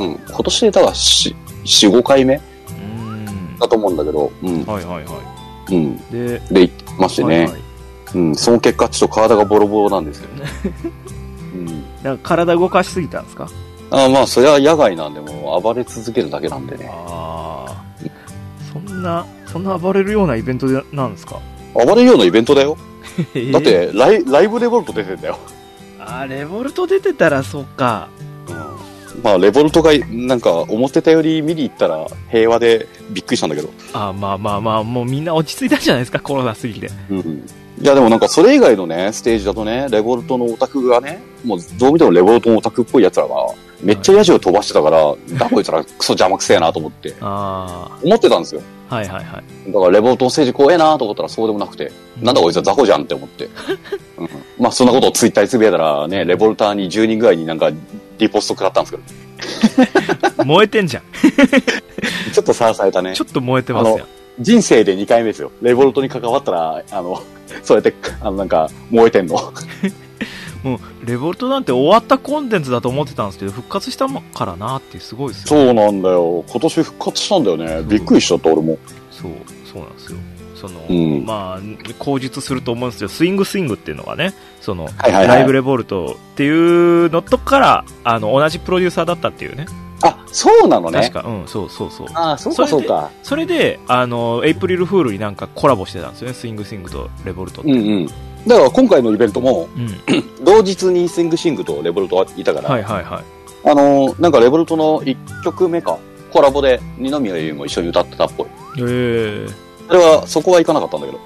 S1: うん。今年でだから4、4 5回目
S2: うーん
S1: だと思うんだけど、うん。
S2: はいはいは
S1: うん。
S2: いで
S1: で、行ってましてね、
S2: はいはい
S1: うん。その結果、ちょっと体がボロボロなんですよ ね。うん。
S2: なんか体動かしすぎたんですか
S1: あまあ、それは野外なんで、もう暴れ続けるだけなんでね。
S2: ああそんなそんな暴れるようなイベントでなんですか
S1: 暴れるようなイベントだよ。だっ
S2: え
S1: てライ、ライブレボルト出てんだよ。
S2: ーあーレボルト出てたらそっか
S1: うん。まあ、レボルトが、なんか、思ってたより見に行ったら平和でびっくりしたんだけど。
S2: あーまあまあまあもうみんな落ち着いたんじゃないですかコロナ過ぎて
S1: うん。いや、でもなんか、それ以外のね、ステージだとね、レボルトのオタクがね、もう、どう見てもレボルトのオタクっぽい奴らが、めっちゃヤジを飛ばしてたから、だこいつらクソ邪魔くせえなと思って、
S2: あ
S1: 思ってたんですよ。
S2: あはいはいはい
S1: だから、レボルトのステージ怖えなと思ったらそうでもなくて、なんだこいつは雑魚じゃんって思って。うん、まあそんなことをツイッターにつぶやいたらね、レボルターに10人ぐらいになんかリポスト食らったんですけ
S2: 燃えてんじゃん
S1: ど、ちょっとさらされたね
S2: ち。ょっと燃えてますよ
S1: 人生で2回目ですよ。レボルトに関わったら、あの、 そうやって、あのなんか燃えてんの。
S2: もうレボルトなんて終わったコンテンツだと思ってたんですけど復活したからなってすごいですよ
S1: そうなんだよ。今年復活したんだよね。びっくりしちゃった俺も。
S2: そうそうなんですよその、
S1: うん
S2: まあ口述すると思うんですけどスイングスイングっていうのがねその、
S1: はいはいはい
S2: ライブレボルトっていうのとからあの同じプロデューサーだったっていうね
S1: あ、そうなの
S2: 確
S1: ね。
S2: かうんそうそうそう
S1: あ、そうかそ
S2: それ
S1: う
S2: で
S1: か。
S2: それであのエイプリルフールになんかコラボしてたんですよねスイングスイングとレボルトって
S1: うんうん。だから今回のイベントも、
S2: うん
S1: 同日にスイングシングとレボルトがいたから、
S2: はいはいはい
S1: あの、なんかレボルトの1曲目か、コラボで二宮優も一緒に歌ってたっぽい。
S2: えー
S1: それは、そこは行かなかったんだけど。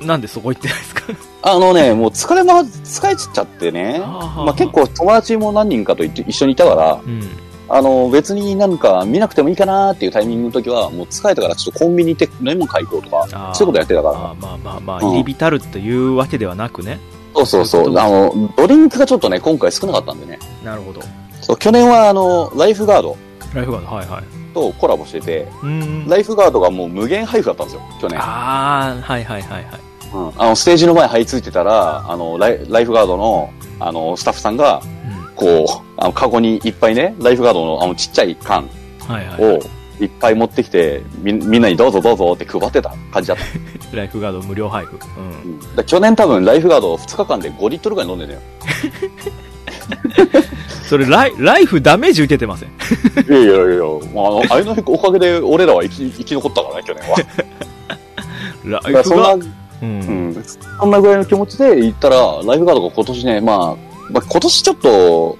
S2: ななんでそこ行ってないですか
S1: あのね、もう疲れま、疲れちゃってね。 まあ結、構友達も何人かといって一緒にいたから、
S2: うん、
S1: あの別になんか見なくてもいいかなっていうタイミングの時は、もう疲れたからちょっとコンビニ行って飲み物買い行こうと
S2: あ
S1: か
S2: ー、
S1: そういうことやってたから。
S2: あーまあまあまあ
S1: うん
S2: 入り浸るというわけではなくね、
S1: そうそう
S2: そ
S1: そう。
S2: いうこと
S1: あの、ドリンクがちょっとね、今回少なかったんでね。
S2: なるほど
S1: そう、去年はあの、ライフガード
S2: ライフガードはいはい
S1: とコラボしてて、
S2: うん
S1: ライフガードがもう無限配布だったんですよ、去年。
S2: ああはいはいはいはい
S1: うんあの、ステージの前張り付いてたら、あの、ライライフガードの、あの、スタッフさんが、
S2: うん
S1: こう、あの、カゴにいっぱいね、ライフガードのあの、ちっちゃい缶
S2: はいはいは
S1: をいっぱい持ってきて、み、みんなにどうぞどうぞって配ってた感じだった。
S2: いライフガード無料配布うん
S1: うんだから去年多分、ライフガード2日間で5リットルぐらい飲んでんだよ。
S2: それライライフダメージ受けてません
S1: いやいやいやいや、まあ、あの、あれのおかげで俺らは生き、生き残ったからね、去年は。
S2: ラ
S1: だか
S2: イ
S1: ら
S2: フ
S1: そん
S2: ガ
S1: な
S2: ー、ドう
S1: うんん、そんなぐらいの気持ちで行ったら、ライフガードが今年ね、まあ、まあ、今年ちょっと、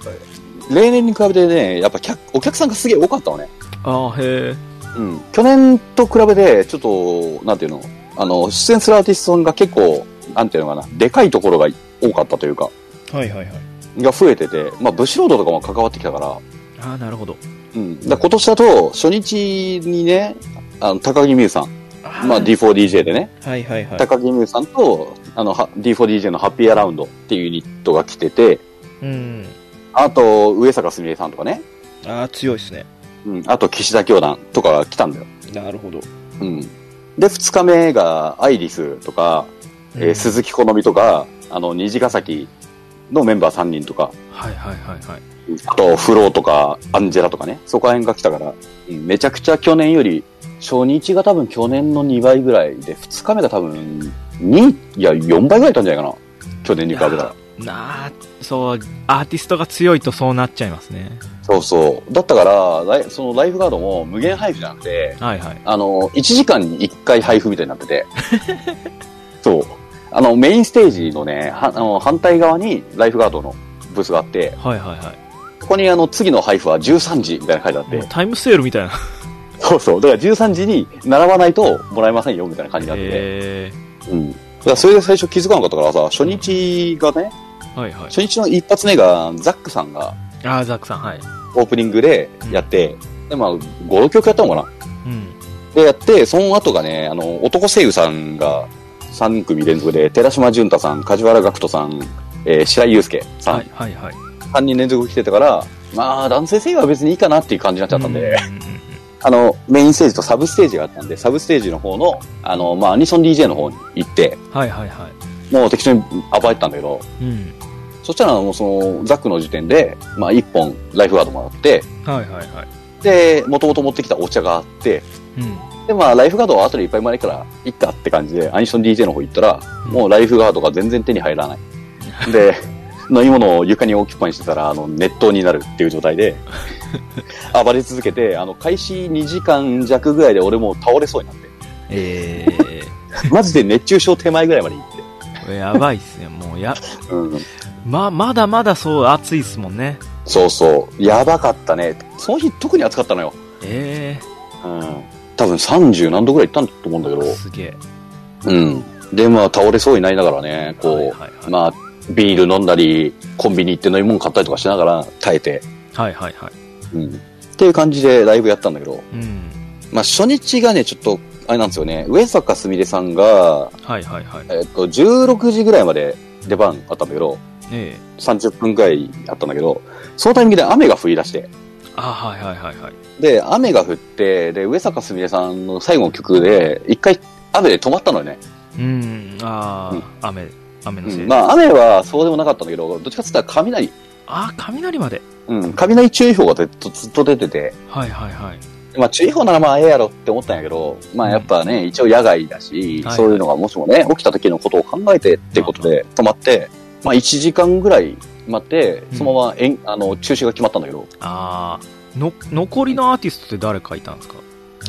S1: 例年に比べてね、やっぱ客、お客さんがすげえ多かったのね。
S2: ああへえ
S1: うん、去年と比べて、ちょっと、なんていうの、あの、出演するアーティストさんが結構、なんていうのかな、でかいところが多かったというか、
S2: はいはいはい
S1: が増えてて、まあ、ブシロードとかも関わってきたから、
S2: ああなるほど
S1: うん。だから今年だと、初日にね、あの、高木美優さん、まあ、D4DJ でね、
S2: はいはいはい
S1: 高木美優さんと、あの、は D4DJ のハッピーアラウンドっていうユニットが来てて、
S2: うん
S1: あと、上坂すみれさんとかね、
S2: ああ強いですね
S1: うん、あと、岸田教団とかが来たんだよ。
S2: なるほど
S1: うん。で、二日目が、アイリスとか、えー鈴木好みとか、あの、虹ヶ崎のメンバー3人とか、
S2: はいはいはいはい
S1: あと、フローとか、アンジェラとかね、そこら辺が来たから、うんめちゃくちゃ去年より、初日が多分去年の2倍ぐらいで、2日目が多分2、いや、4倍ぐらいいたんじゃないかな。去年に比べたら。
S2: なあそうアーティストが強いとそうなっちゃいますね
S1: そうそう。だったから、ライそのライフガードも無限配布じゃなくて、
S2: はいはい
S1: あの、1時間に1回配布みたいになってて。そう。あの、メインステージのね、はあの反対側にライフガードのブースがあって、
S2: はいはいはい
S1: ここにあの次の配布は13時みたいな書いてあって、
S2: もうタイムセールみたいな
S1: そうそう、だから13時に並ばないともらえませんよみたいな感じになってて、
S2: え
S1: うん、だからそれで最初気づかなかったからさ、初日がね、
S2: ー、はいはい
S1: 初日の一発目がザックさんが
S2: ああザックさんはい
S1: オープニングでやって、でまあ、5、6曲やったのかな。
S2: うん
S1: で、やって、その後がね、あの、男声優さんが3組連続で、寺島純太さん、梶原学人さん、えー白井祐介さん、
S2: はいはいはい
S1: 3人連続来てたから、まあ、男性声優は別にいいかなっていう感じになっちゃったんで、
S2: うんうんうん
S1: あの、メインステージとサブステージがあったんで、サブステージの方の、あの、まあ、アニソン DJ の方に行って、
S2: はいはいはい。
S1: もう適当に暴れてたんだけど、
S2: うん。
S1: そしたらもうその、ザックの時点で、まあ、一本ライフガードもらって、
S2: はいはいはい。
S1: で、もともと持ってきたお茶があって、
S2: うん。
S1: で、まあ、ライフガードは後でいっぱいもらえるから、いっかって感じで、アニソン DJ の方行ったら、もうライフガードが全然手に入らない。で、飲み物を床に置きっぱにしてたら、あの、熱湯になるっていう状態で、暴れ続けて、あの、開始2時間弱ぐらいで俺もう倒れそうになって、
S2: え
S1: マジで熱中症手前ぐらいまで行って。
S2: ー、やばいっすね。もうや、
S1: うん。
S2: ま、まだまだそう暑いっすもんね。
S1: そうそう。やばかったね。その日特に暑かったのよ。
S2: え
S1: うん。多分30何度ぐらい行ったんだと思うんだけ
S2: ー、
S1: ど。
S2: すげえ。
S1: うん。で、まあ、倒れそうになりながらね、こう、
S2: はいはいはい。
S1: まあ、ビール飲んだり、コンビニ行って飲み物買ったりとかしながら耐えて、
S2: はいはいはい。
S1: うん。っていう感じでライブやったんだけど、
S2: うん。
S1: まあ、初日がね、ちょっと、あれなんですよね、上坂すみれさんが、
S2: はいはいはい。
S1: えっと、16時ぐらいまで出番あったんだけど、
S2: え
S1: 30分ぐらいあったんだけど、そのタイミングで雨が降り出して、
S2: ー、あ、はいはいはいはい。
S1: で、雨が降って、で、上坂すみれさんの最後の曲で、一回雨で止まったのよね。
S2: うん、あー、雨、雨の
S1: う
S2: せいで。
S1: ん、まあ、雨はそうでもなかったんだけど、どっちかって言ったら雷、
S2: あー、雷まで。
S1: うん、雷注意報がずっとずっと出てて、
S2: はいはいはい。
S1: まあ、注意報ならまあええやろって思ったんやけど、まあやっぱね、一応野外だし、
S2: はい
S1: そういうのがもしもね、起きた時のことを考えてっていうことで止まって、まあ1時間ぐらい待って、そのままえん、あの、中止が決まったんだけど、
S2: あー、の、残りのアーティストって誰かいたんですか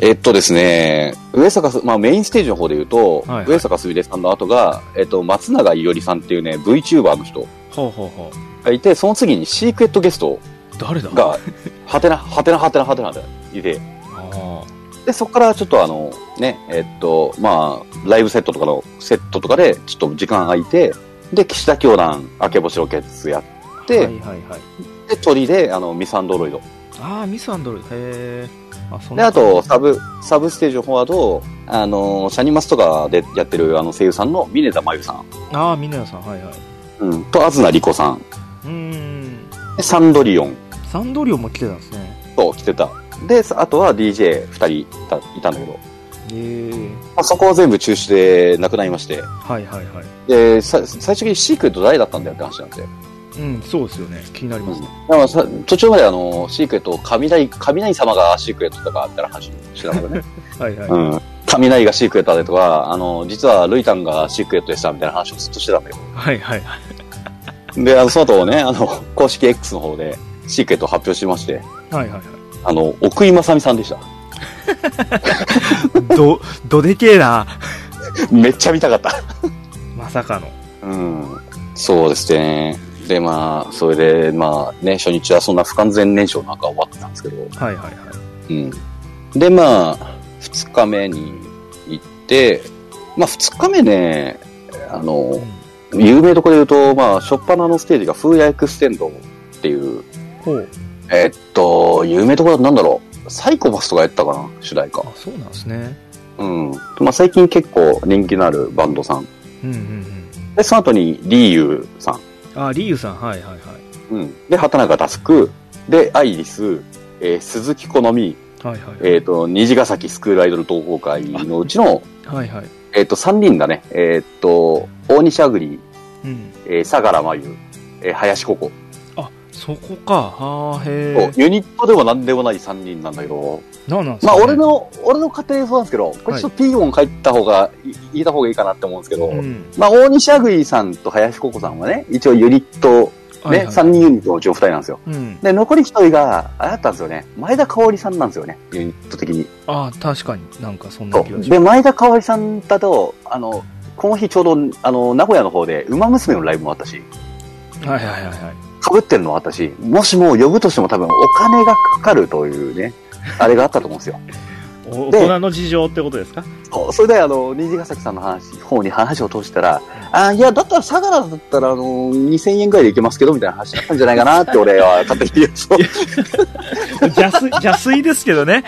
S1: えっとですね、上坂す、まあメインステージの方で言うと、
S2: はいはい
S1: 上坂すみれさんの後が、えっと、松永いおりさんっていうね、VTuber の人
S2: ほうほうほう。
S1: がいて、その次にシークレットゲスト
S2: 誰だ
S1: が、はてな、はてなはてなはてなでいて、
S2: あ
S1: で、そこからちょっとあの、ね、えっと、まあ、ライブセットとかのセットとかで、ちょっと時間空いて、で、岸田教団、明け星ロケッツやっ
S2: ー
S1: で
S2: はいはいはい。
S1: て、鳥で、あの、ミサンドロイド。
S2: あー、ミスアンドル。へえ。あ、そん
S1: で、
S2: な
S1: あと、サブ、サブステージの方だと、あの、シャニマスとかでやってる、あの、声優さんの、ミネタマユさん、
S2: あー、ミネヤさん、はいはい。
S1: うん、と、アズナリコさん、
S2: うーん。
S1: でサンドリオン
S2: サンドリオも来てたんですね。
S1: と来てた。で、あとは DJ2 人いたいたんだけど、ま
S2: ええ。
S1: あ、そこは全部中止でなくなりまして、
S2: はいはいはい。
S1: で、さ最終的にシークレット誰だったんだよって話なんで。
S2: うん、そうですよね。気になりますね。
S1: だからさ途中まであのシークレットを雷雷様がシークレットとかあったら話してたんだけどね、
S2: はいはい。
S1: うん、雷がシークレットだとかあの実はルイタンがシークレットでしたみたいな話をずっとしてたんだよ
S2: はいはいはい。
S1: であのその後ねあの公式 X の方でシークレットを発表しまして
S2: はいはいは
S1: あの奥井正美さんでした
S2: い。ど、どでけえな。
S1: めっちゃ見たかった
S2: まさかの。
S1: うんそうですねでまあそれでまあね初日はそんな不完全燃焼なんか終わってたんですけど
S2: はいはいはい。
S1: うん。で、まあ、二日目に行って、まあ、二日目ね、あの、有名どころで言うと、まあ、初っ端のステージが、フーヤエクステンドっていう、
S2: ほう。
S1: えっと、有名どころだとなんだろう、サイコパスとかやったかな、主題歌
S2: あ。、そうなんですね。
S1: うん。まあ、最近結構人気のあるバンドさん。
S2: うんうんうん。
S1: で、その後に、リーユーさん。
S2: あ、リーユさん、はいはいはい。
S1: うん。で、畑中タスク。で、アイリス。えー鈴木好み。
S2: はいはいはい。
S1: えっ、と、虹ヶ崎スクールアイドル同好会のうちの、
S2: はいはい。
S1: えっ、と、3人だね。えっ、と、大西あぐり、
S2: うん。
S1: えー、相良真由、えー、林ここ、
S2: あ、そこか。はあ、へえ。
S1: ユニットでも何でもない3人なんだけど、
S2: なんなんす
S1: ま
S2: か
S1: あ、
S2: ね
S1: 俺。の、俺の家庭そうなんですけど、これちょっとピー音書いた方が、い、言えた方がいいかなって思うんですけど、
S2: うん。
S1: まあ、大西あぐりさんと林ここさんはね、一応ユニット、
S2: はい
S1: ね、
S2: はい
S1: 三3人ユニットのうちの2人なんですよ。
S2: うん。
S1: で、残り1人が、あれだったんですよね、前田香織さんなんですよね、ユニット的に。
S2: あ、確かになんかそんな
S1: そ
S2: 気が
S1: う。
S2: しま
S1: で、前田香織さんだと、あの、この日ちょうど、あの、名古屋の方で、馬娘のライブもあったし、
S2: す。はいはいはいはい。
S1: かぶってるのはあったし、もしも呼ぶとしても多分お金がかかるというね、あれがあったと思うんです よ。
S2: お
S1: で
S2: 大人の事情ってことです か
S1: そうそれであの、虹ヶ崎さんの話、方に話を通したら、あいや、だったら相良だったらあの、2000円ぐらいでいけますけど、みたいな話だったんじゃないかなって俺は勝手に言う。そう
S2: 邪水、邪水ですけどね。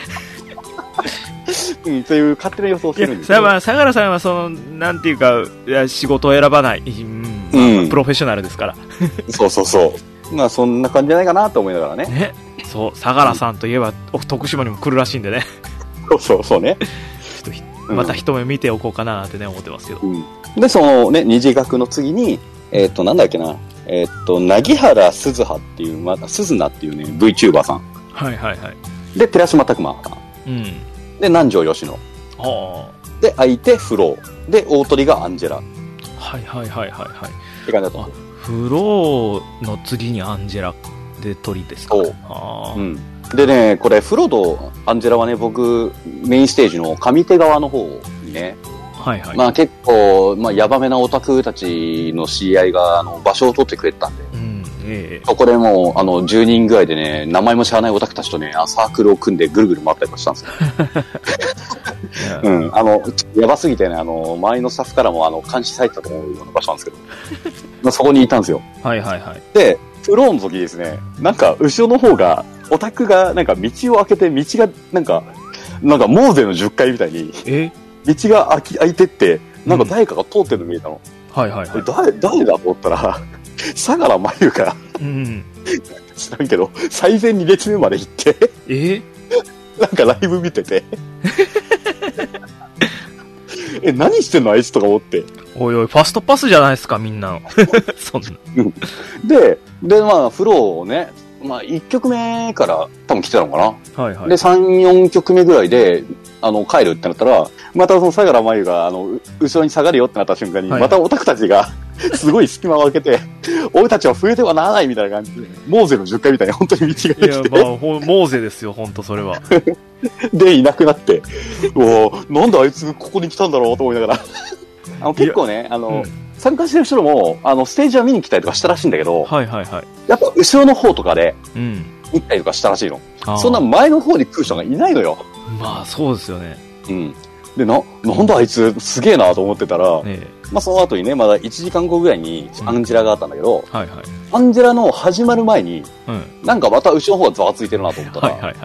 S1: うんという勝手な予想をし
S2: い
S1: てるん
S2: や、
S1: です
S2: それ
S1: よ。
S2: は、相良さんは、その、なんていうか、いや仕事を選ばない、うん
S1: うん
S2: プロフェッショナルですから。
S1: そうそうそう。まあそんな感じじゃないかなと思いながらね。
S2: ね。そう、相良さんといえば、お徳島にも来るらしいんでね、
S1: そうそうそうね。
S2: ちょっとひ
S1: うん
S2: また一目見ておこうかなってね、思ってますけど。
S1: で、そのね、二次学の次に、えっ、と、なんだっけな、えっ、と、薙原鈴葉っていう、また、鈴菜っていうね、VTuber さん。
S2: はいはいはい。
S1: で、寺島拓磨さん。
S2: うん。
S1: で、南條吉野。
S2: は
S1: で、相手、フロー。で、大鳥がアンジェラ。っ
S2: あ。はいはいはいはいはい。
S1: て感じだと思
S2: フローの次にアンジェラで鳥ですか。
S1: そう
S2: あ
S1: う。
S2: ー
S1: うん。でね、これ、フローとアンジェラはね、僕、メインステージの上手側の方にね、
S2: はいはい。
S1: まあ結構、まあ、ヤバめなオタクたちの知り合いが、あの、場所を取ってくれてたんで、
S2: うん、ええ
S1: そこでもう、あの、10人ぐらいでね、名前も知らないオタクたちとね、あサークルを組んでぐるぐる回ったりもしたんですよ。
S2: い
S1: う
S2: や
S1: ん。あの、やばすぎてね、あの、周りのスタッフからも、あの、監視されてたと思うような場所なん ですけど、まあそこにいたんですよ。
S2: はいはいはい。
S1: で、フローの時ですね、なんか、後ろの方が、オタクが、なんか、道を開けて、道が、なんか、なんか、モーゼの10階みたいに、
S2: え
S1: 道が開き開いてって、なんか誰かが通ってるの見えたの。
S2: はいはいはい
S1: で。誰、誰だと思ったら、相良真由が、
S2: うん。
S1: 知らんけど、最前2列目まで行って、
S2: え
S1: なんかライブ見て て。え、何してんのあいつとか思って。
S2: おいおい、ファストパスじゃないですか、みんな。そんな。
S1: で、で、まあ、フローをね、まあ、1曲目から多分来てたのかな。
S2: はいは
S1: で、
S2: い。
S1: 3、4曲目ぐらいで、あの、帰るってなったら、またその相良真由が、あの、う後ろに下がるよってなった瞬間に、
S2: はい
S1: またオタクたちが、 すごい隙間を開けて、俺たちは増えてはならないみたいな感じで、モーゼの10回みたいに本当に道が
S2: い
S1: で
S2: や
S1: き、て、
S2: まあ、ほモーゼですよ、ほんと、それは。
S1: で、いなくなって、うわなんであいつここに来たんだろうと思いながら。あの結構ね、あの、
S2: うん
S1: 参加してる人も、あの、ステージは見に来たりとかしたらしいんだけど、
S2: はいはいはい。
S1: やっぱ後ろの方とかで
S2: うん。
S1: 行ったりとかしたらしいの。
S2: あー
S1: そんな前の方に来る人がいないのよ。
S2: まあ、そうですよね。
S1: うん。で、な、なんだあいつすげえなと思ってたら、
S2: え
S1: まあその後にね、まだ1時間後ぐらいに
S2: うん
S1: アンジェラがあったんだけど、
S2: えはいはい。
S1: アンジェラの始まる前に、
S2: うん。
S1: なんかまた後ろの方がざわついてるなと思ったら、
S2: はいはい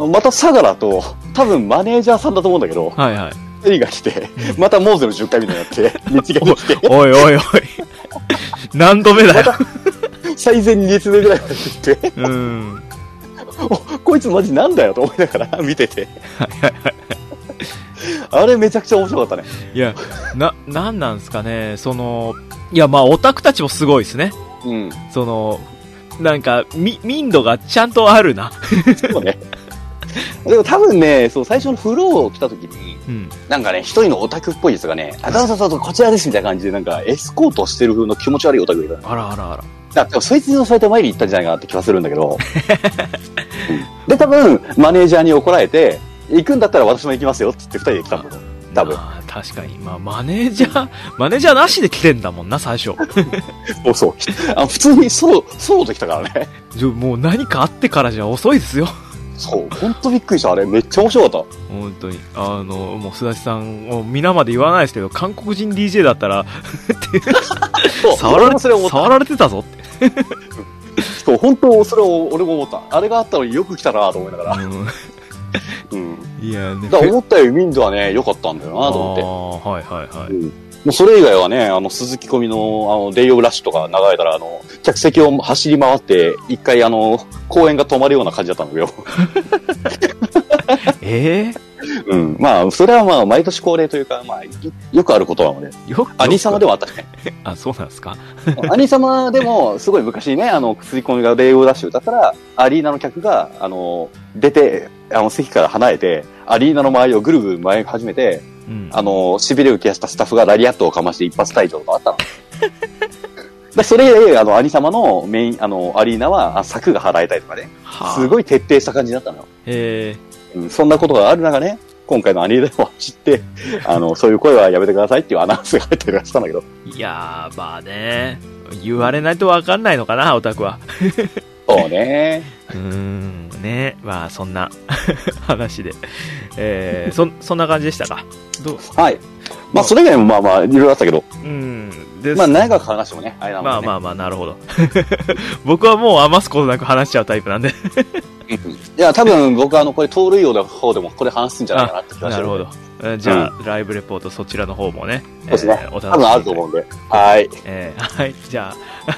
S2: はい。
S1: また相良と、多分マネージャーさんだと思うんだけど、
S2: はいはい。
S1: 二人が来て、またモーゼの10回みたいになって、 道が来て、
S2: おいおいおい。 何度目だよ。
S1: 最前2列目ぐらいまで行って、
S2: うん。は
S1: おこいつマジなんだよと思いながら見てて、
S2: いはいは
S1: あれめちゃくちゃ面白かったね。
S2: い。いや、な、なんなんですかね、その、いや、まあ、オタクたちもすごいですね。
S1: うん。
S2: その、なんか、み、民度がちゃんとあるな。
S1: そうね。でも多分ね、そう、最初のフロー来た時に、
S2: うん。
S1: なんかね、一人のオタクっぽいやつがね、あ、どうぞどうぞ、こちらですみたいな感じで、なんかエスコートしてる風の気持ち悪いオタクがいたの
S2: あらあらあら。
S1: だからそいつに襲われて前に行ったんじゃないかなって気はするんだけ ど。うんで、多分、マネージャーに怒られて、行くんだったら私も行きますよって言って二人で来たんだと思う。多分。
S2: まあ、確かに。まあ、マネージャー、マネージャーなしで来てんだもんな、最初。
S1: そうそう。あの普通にソロ、ソロできたからね。
S2: じゃもう何かあってからじゃ遅いですよ。
S1: そう。ほんとびっくりした。あれ、めっちゃ面白かっ
S2: 本当に。あの、もう、すだちさん、もう皆まで言わないですけど、韓国人 DJ だったら、
S1: た。そう。
S2: 触ら
S1: 俺
S2: れ
S1: もそれ思った。
S2: 触られてたぞ って。
S1: そう、本当、それを俺も思った。あれがあったのによく来たなと思いながら。
S2: う
S1: うん。
S2: んいやね。
S1: だから思ったよりウィンドはね、良かったんだよなと思って。
S2: あーはいはいはい。
S1: もうそれ以外はね、あの、鈴木込みの、あの、デイオブラッシュとか流れたら、あの、客席を走り回って、一回、あの、公園が止まるような感じだったんだけど。
S2: え
S1: うん。まあ、それはまあ、毎年恒例というか、まあ、いよくあることなので。
S2: ー、よく。
S1: 兄様で
S2: も。
S1: もあったしね。
S2: あ、そうなんですか
S1: 兄様でも、すごい昔ね、あの、鈴木込みがデイオブラッシュ歌ったら、アリーナの客が、あの、出て、あの、席から離れて、アリーナの周りをぐるぐる回り始めて、
S2: うん。
S1: あの、痺れを切らしたスタッフがラリアットをかまして一発退場とかあ ったの。でそれ以来、あの、兄様のメイン、あの、アリーナは、あ柵が払えたりとかね、す
S2: い。
S1: ごい徹底した感じだったのよ。
S2: え
S1: うん、そんなことがある中ね、今回のアリーナを走って、あの、そういう声はやめてくださいっていうアナウンスが入ったりはしたんだけど、
S2: ー、いやー、まあね。言われないとわかんないのかな、オタク は。
S1: そうね。
S2: うーん、ね。まあ、そんな 話で。えー、そ、そんな感じでしたか。どう
S1: はい。まあ、それ以外もまあまあ、いろいろあったけど、
S2: うん。です
S1: まあ、長く話してもね、あれなので、ね。
S2: まあまあまあ、なるほど。僕はもう余すことなく話しちゃうタイプなんで。
S1: うんいや、多分僕はあの、これ盗塁王の方でもこれ話すんじゃないかなって気が
S2: な
S1: す
S2: る
S1: る。
S2: ほど。えーじゃあ、ライブレポートそちらの方もね、
S1: そうですね
S2: えーお楽しみ
S1: 多分あると思うんで。はい。
S2: えーはい、じゃ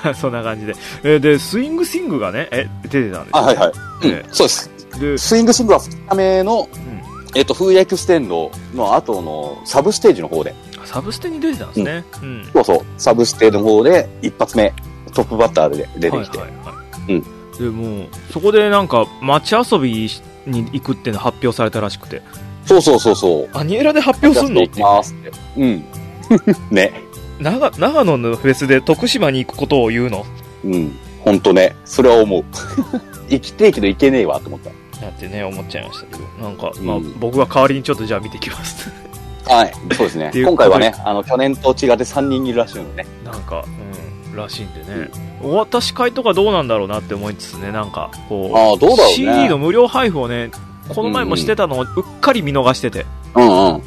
S2: あ、 そんな感じで。えーで、スイングシングがね、え、出てたんです
S1: あ、はいはい。うん
S2: え
S1: そうです。
S2: い。で、
S1: スイングシングは2日目の、えっと、風薬ステンドの後のサブステージの方で、
S2: うん、サブステに出てたんですね。うん。
S1: そうそう、サブステの方で、一発目、トップバッターで出てきて、
S2: はいはいはいでもうそこでなんか街遊びに行くっていうの発表されたらしくて
S1: そうそうそうそう、
S2: アニエラで発表すんのっ
S1: 行
S2: て
S1: きますって。うん。 ね。
S2: 長長野のフェスで徳島に行くことを言うの
S1: うん。ほんとね。それは思う。 生きてえけどいけねえわ、と思った。
S2: なんてね思っちゃいましたけどなんか、まあ
S1: うん、
S2: 僕は代わりにちょっとじゃあ見てきます
S1: はい。そうですね
S2: っ。ていう
S1: 今
S2: ことで
S1: 回はね、あの、去年と違って3人いるらしいのでね。
S2: なんかうんらしいんでね、私会とかどうなんだろうなって思いつつねなんかこう
S1: ああ、どうだろうね。
S2: CD の無料配布をねこの前もしてたのをうっかり見逃してて
S1: うん
S2: うん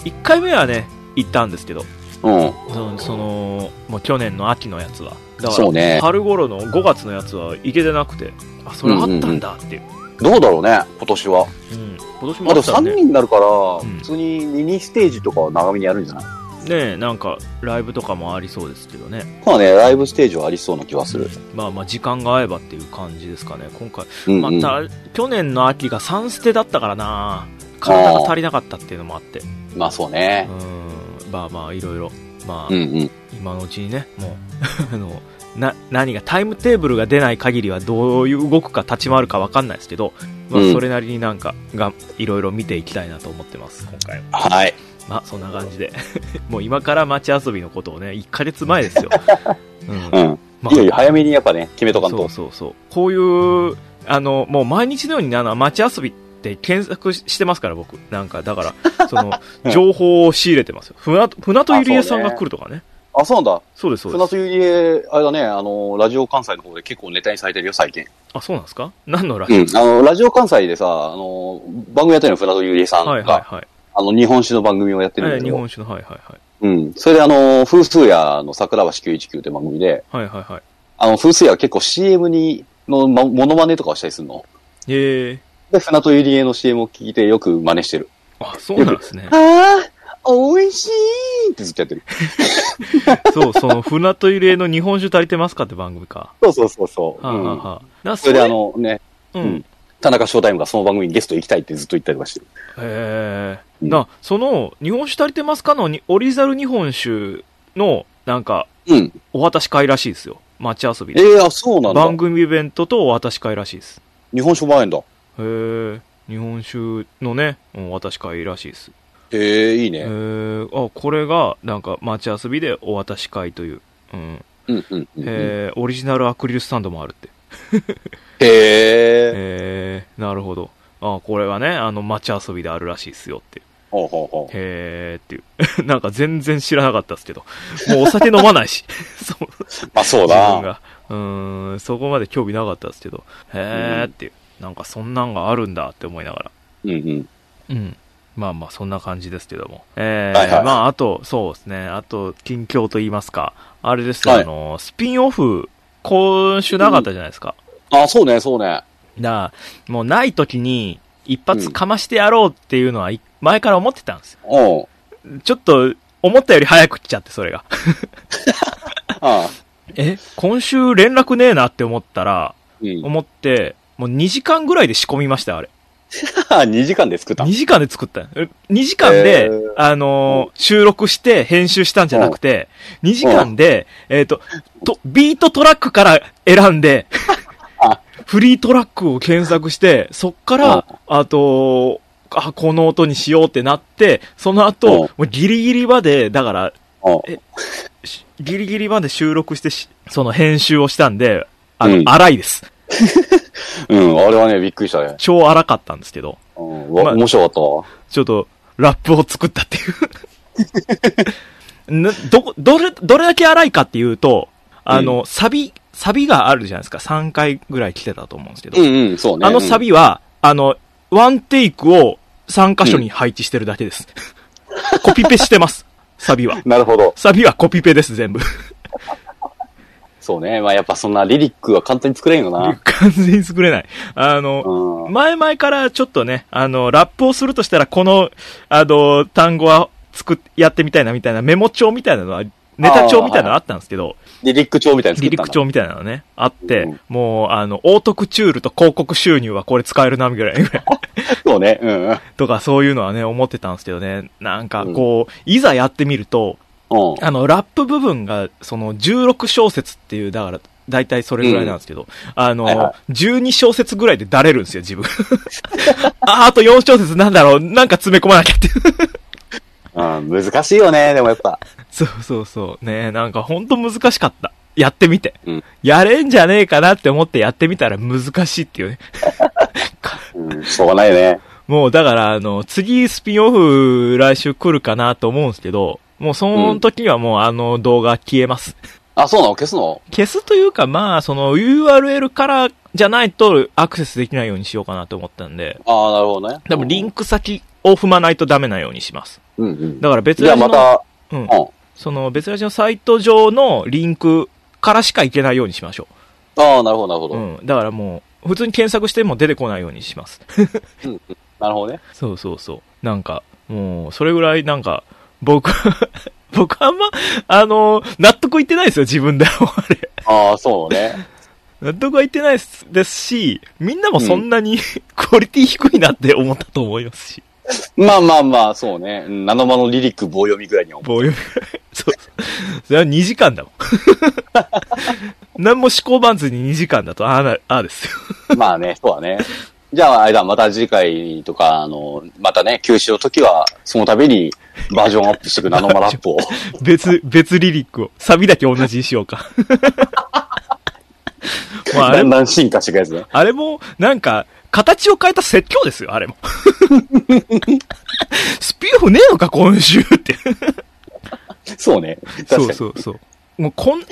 S2: 1回目はね行ったんですけど
S1: うん。うん。
S2: そそのもう去年の秋のやつはだか
S1: そう
S2: ら
S1: ね
S2: 春頃の5月のやつは行けてなくてあそれあったんだっていう、
S1: どうだろうね、今年は。
S2: うん今年も
S1: ま
S2: あ
S1: だ
S2: った
S1: 3
S2: んで、
S1: 人
S2: ね
S1: になるから、
S2: ん
S1: 普通にミニステージとかは長めにやるんじゃない
S2: えなんかライブとかもありそうですけどね
S1: まあね、ライブステージはありそうな気はする。
S2: まあまあ時間が合えばっていう感じですかね今回
S1: うん、
S2: ま
S1: うん。
S2: た、去年の秋が3捨てだったからな体が足りなかったっていうのもあって
S1: まあそうね。
S2: うんまあまあいろいろまあ、
S1: うんうん。
S2: 今のうち にねもうあのな何がタイムテーブルが出ない限りはどういう動くか立ち回るか分かんないですけど、まあ
S1: うん
S2: それなりになんかがいろいろ見ていきたいなと思ってます今回は
S1: はい。
S2: まあそんな感じで もう今から街遊びのことをね1ヶ月 前ですよ、うん
S1: うん。
S2: ま
S1: いよいよ早めにやっぱね、決めとかん
S2: そう
S1: と。
S2: そうそうこういうあのもう毎日のようにあの街遊びって検索ししてますから僕なんかだか らその情報を仕入れてますよ船船戸ゆりえさんが来るとかね
S1: あ、そうなんだ。
S2: そうですそうで
S1: 船
S2: す
S1: 津ゆりえ、あれだね、あの、ラジオ関西の方で結構ネタにされてるよ、最近。
S2: あ、そうなんですか何のラジ
S1: うん。あの、ラジオ関西でさ、あの、番組やってるの、船津ゆりえさん
S2: オ
S1: が、
S2: はいはいはい。
S1: あの、日本史の番組をやってるん
S2: え
S1: だ
S2: ー
S1: け
S2: 日
S1: ど、
S2: 本酒の、はいはいはい。
S1: うん。それであの、風数屋の桜橋919って番組で、
S2: はいはいはい。
S1: あの、風水屋は結構 CM に、の、ま、モノマネとかをしたりするの。
S2: ええ
S1: で、船戸ゆりえの CM を聞いてよく真似してる。
S2: あ、そうなん ですね。
S1: ああ、美味しいってずっとやってる。
S2: そう、その、船とゆりえの日本酒足りてますかって番組か。
S1: そうそうそうそう。
S2: はあ、は
S1: うん
S2: あはあ、な
S1: それであ、のね、
S2: う。
S1: うん
S2: へ
S1: ん田中翔太郎がその番組にゲスト行きたいってずっと言ったりとかしてる。
S2: え。
S1: うん
S2: な、その、日本酒足りてますかのにオリジナル日本酒の、なんか、
S1: うん。
S2: お渡し会らしいですよ。街遊び
S1: え
S2: で。
S1: えあ、そうなんだ
S2: 番。組イベントとお渡し会らしいです。
S1: 日本酒もあるんだ。
S2: へえ。日本酒のね、うんお渡し会らしいです。
S1: ええいい
S2: え
S1: ね。
S2: ー、あこれがなんか街遊びでお渡し会という、うん
S1: うんうんうんうん。へ
S2: えーオリジナルアクリルスタンドもあるって、
S1: え。
S2: えー、なるほどあこれがねあの街遊びであるらしいですよって
S1: ほうほうほう。
S2: へえっていう なんか全然知らなかったですけどもうお酒飲まないし そう
S1: まあそう
S2: 自
S1: だ。
S2: 分がうーんそこまで興味なかったですけどへえっていうなんかそんなんがあるんだって思いながら
S1: うんうん。
S2: うん。まあまあ、そんな感じですけども。えー
S1: はいはい
S2: まあ、あと、そうですね。あと、近況と言いますか。あれですよ、
S1: はい
S2: あの、スピンオフ、今週なかったじゃないですか。
S1: あ、そうね、そうね。
S2: なあ、もうない時に、一発かましてやろうっていうのは、い前から思ってたんですよ。
S1: うん。
S2: ちょっと、思ったより早く来ちゃって、それが。
S1: あ
S2: え、今週連絡ねえなって思ったら、
S1: うん。
S2: 思って、もう2時間ぐらいで仕込みました、あれ。
S1: 2時間で作った
S2: 2。時間で作った2時間で、
S1: えー
S2: あのー収録して編集したんじゃなくて、2時間で、えっ、と、と、ビートトラックから選んで
S1: あ、
S2: フリートラックを検索して、そっから、あと、あ、この音にしようってなって、その
S1: うん
S2: 後、もうギリギリまで、だから、
S1: うん
S2: しギリギリまで収録してし、その編集をしたんで、あの、
S1: うん
S2: 荒いです。
S1: うん、あれはね、びっくりしたね。
S2: 超荒かったんですけど。
S1: うん、わ
S2: まあ
S1: 面白かったわ。
S2: ちょっと、ラップを作ったっていう。 などこ、どれ、どれだけ荒いかっていうと、あの、サビ、サビがあるじゃないですか。3回ぐらい来てたと思うんですけど。
S1: うんうん、そうね。
S2: あのサ
S1: ビ、
S2: ビは、あの、ワンテイクを3箇所に配置してるだけ です。コピペしてます。サビは。
S1: なるほど。
S2: サビはコピペです、全部。
S1: そうね。まあやっぱそんなリリックは簡単に作れんよな。
S2: 完全に作れない。あの、
S1: うん。
S2: 前々からちょっとね、あの、ラップをするとしたら、この、あの、単語は作っ、やってみたいなみたいな、メモ帳みたいなのは、ネタ帳みたいなのあったんですけど、
S1: リリック帳みたいなの
S2: 離
S1: 作ったんだ
S2: 陸帳みたいなのね、あって、
S1: うん
S2: もう、あの、オートクチュールと広告収入はこれ使えるな、みたいな、
S1: そうね。うん。うん。
S2: とかそういうのはね、思ってたんですけどね、なんかこう、いざやってみると、あの、ラップ部分が、その、16小節っていう、だから、だいたいそれぐらいなんですけど、あの、
S1: はいは
S2: 12小節ぐらいでだれるんですよ、自分。 あ、あと4小節なんだろう、なんか詰め込まなきゃっていう。
S1: うん。難しいよね、でもやっぱ。
S2: そうそうそう。ねなんかほんと難しかった。やってみて。
S1: うん
S2: やれんじゃねえかなって思ってやってみたら難しいっていうね。
S1: うん。しょうがないね。
S2: もうだから、あの、次スピンオフ来週来るかなと思うんですけど、もうその時にはもうあの動画消えます。
S1: あ、そうなの消すの
S2: 消すというか、まあ、その URL からじゃないとアクセスできないようにしようかなと思ったんで、
S1: ああ、なるほどね。
S2: 多分リンク先を踏まないとダメなようにします。
S1: うんうん。
S2: だから別
S1: じゃ
S2: ラ
S1: あ
S2: ジ
S1: ま
S2: の、
S1: た、
S2: うん
S1: うん。
S2: その別ラジのサイト上のリンクからしか行けないようにしましょ
S1: ああ、なるほど、なるほ
S2: う。
S1: ど。
S2: うん。だからもう、普通に検索しても出てこないようにします。
S1: なるほどね。
S2: そうそうそう。なんか、もう、それぐらいなんか、僕 は、僕はあんま、あの、納得いってないですよ、自分で。あれ。
S1: ああ、そうね。
S2: 納得はいってないですですし、みんなもそんなに、 クオリティ低いなって思ったと思いますし。
S1: まあまあまあ、そうね。うんナノマのリリック棒読みぐらいには思う。
S2: 棒読みぐらい。 そうそう。それは2時間だもん。 何も思考版図に2時間だと、ああな、ああですよ。
S1: まあね、そうだね。じゃあ、あれだ、また次回とか、あの、またね、休止の時は、その度にバージョンアップしていくナノマラップを。
S2: 別、別リリックを。サビだけ同じにしようか。 まあ、あ
S1: だ
S2: れ
S1: ん
S2: も、
S1: だん進化していくやつね。
S2: あれも、なんか、形を変えた説教ですよ、あれも。 スピンオフねえのか、今週って。
S1: そうね。確かに。
S2: そうそうそう。もうこん、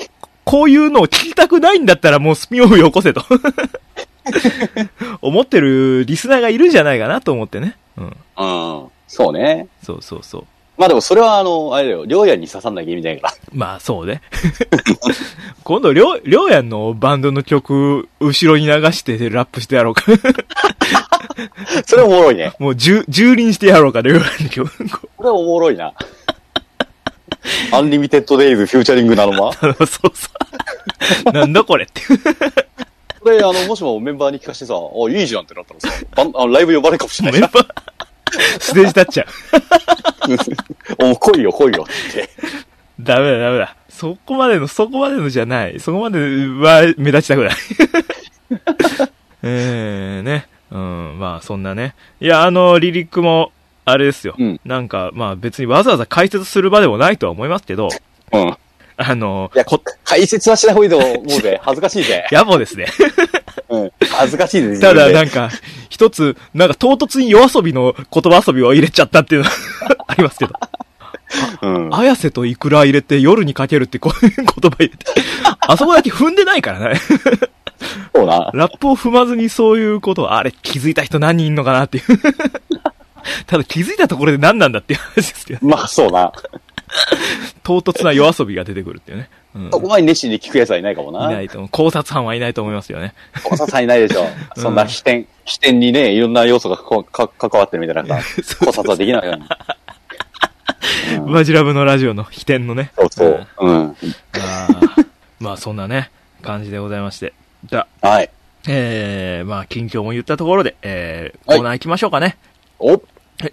S2: こういうのを聞きたくないんだったらもうスピンオフよこせと。 思ってるリスナーがいるんじゃないかなと思ってね。うん。
S1: うん。そうね。
S2: そうそうそう。
S1: まあでも、それは、あの、あれだよ、りょうやに刺さんなきゃ意味ないから。
S2: まあそうね。 今度、りょう、りょうやんのバンドの曲、後ろに流してラップしてやろうか。
S1: それおもろいね。
S2: もう、蹂蹂躙してやろうか、りょうやんの曲。
S1: これおもろいな。アンリミテッドデイズフューチャリングナノマ
S2: あのそうそう。 なんだこれって。
S1: これ、あの、もしもメンバーに聞かしてさ、あ、いいじゃんってなったらさ、バンあのライブ呼ばれるかもしれ
S2: メ
S1: ない
S2: ンバ
S1: な。
S2: ー、ステージ立っちゃう。
S1: お、来いよ、来いよって。
S2: ダメだ、ダメだ。そこまでの、そこまでのじゃない。そこまでは目立ちたくない。 えーね。うん、まあそんなね。いや、あの、リリックも、あれですよ。
S1: うん
S2: なんか、まあ別にわざわざ解説する場でもないとは思います けど、
S1: うん。い
S2: あの、
S1: や、
S2: こ
S1: 解説はしない方がいいと思う ぜ。恥ずかしいぜ。
S2: 野暮ですね。
S1: うん。恥ずかしいぜ。
S2: た
S1: 自
S2: だ、
S1: 分
S2: な
S1: で
S2: んか、一つ、なんか唐突に夜遊びの言葉遊びを入れちゃったっていうのは あります けど。
S1: うん。
S2: 綾瀬とイクラ入れて夜にかけるってこういう言葉入れて。あそこだけ踏んでないからね。
S1: そうな。
S2: ラップを踏まずにそういうことを、あれ気づいた人何人いんのかなっていう。 ただ気づいたところで何なんだっていう話ですけど、
S1: まあ、そうな。
S2: 唐突な夜遊びが出てくるっていうね。うん。
S1: そこまで熱心に聞くやつはいないかも
S2: い
S1: な。
S2: ないと思う。考察班はいないと思いますよね。
S1: おささんいないでしょ。そんな視点、視点にね、いろんな要素がこか関わってるみたいなさ、考察はできないように。うん
S2: バジラブのラジオの秘伝のね。
S1: そうそう。うん。
S2: まあ、 まあそんなね、感じでございまして。じゃあ、
S1: はい。
S2: えー、まあ近況も言ったところで、えー、
S1: は
S2: コ
S1: い
S2: ーナー行きましょうかね。
S1: お、
S2: はい、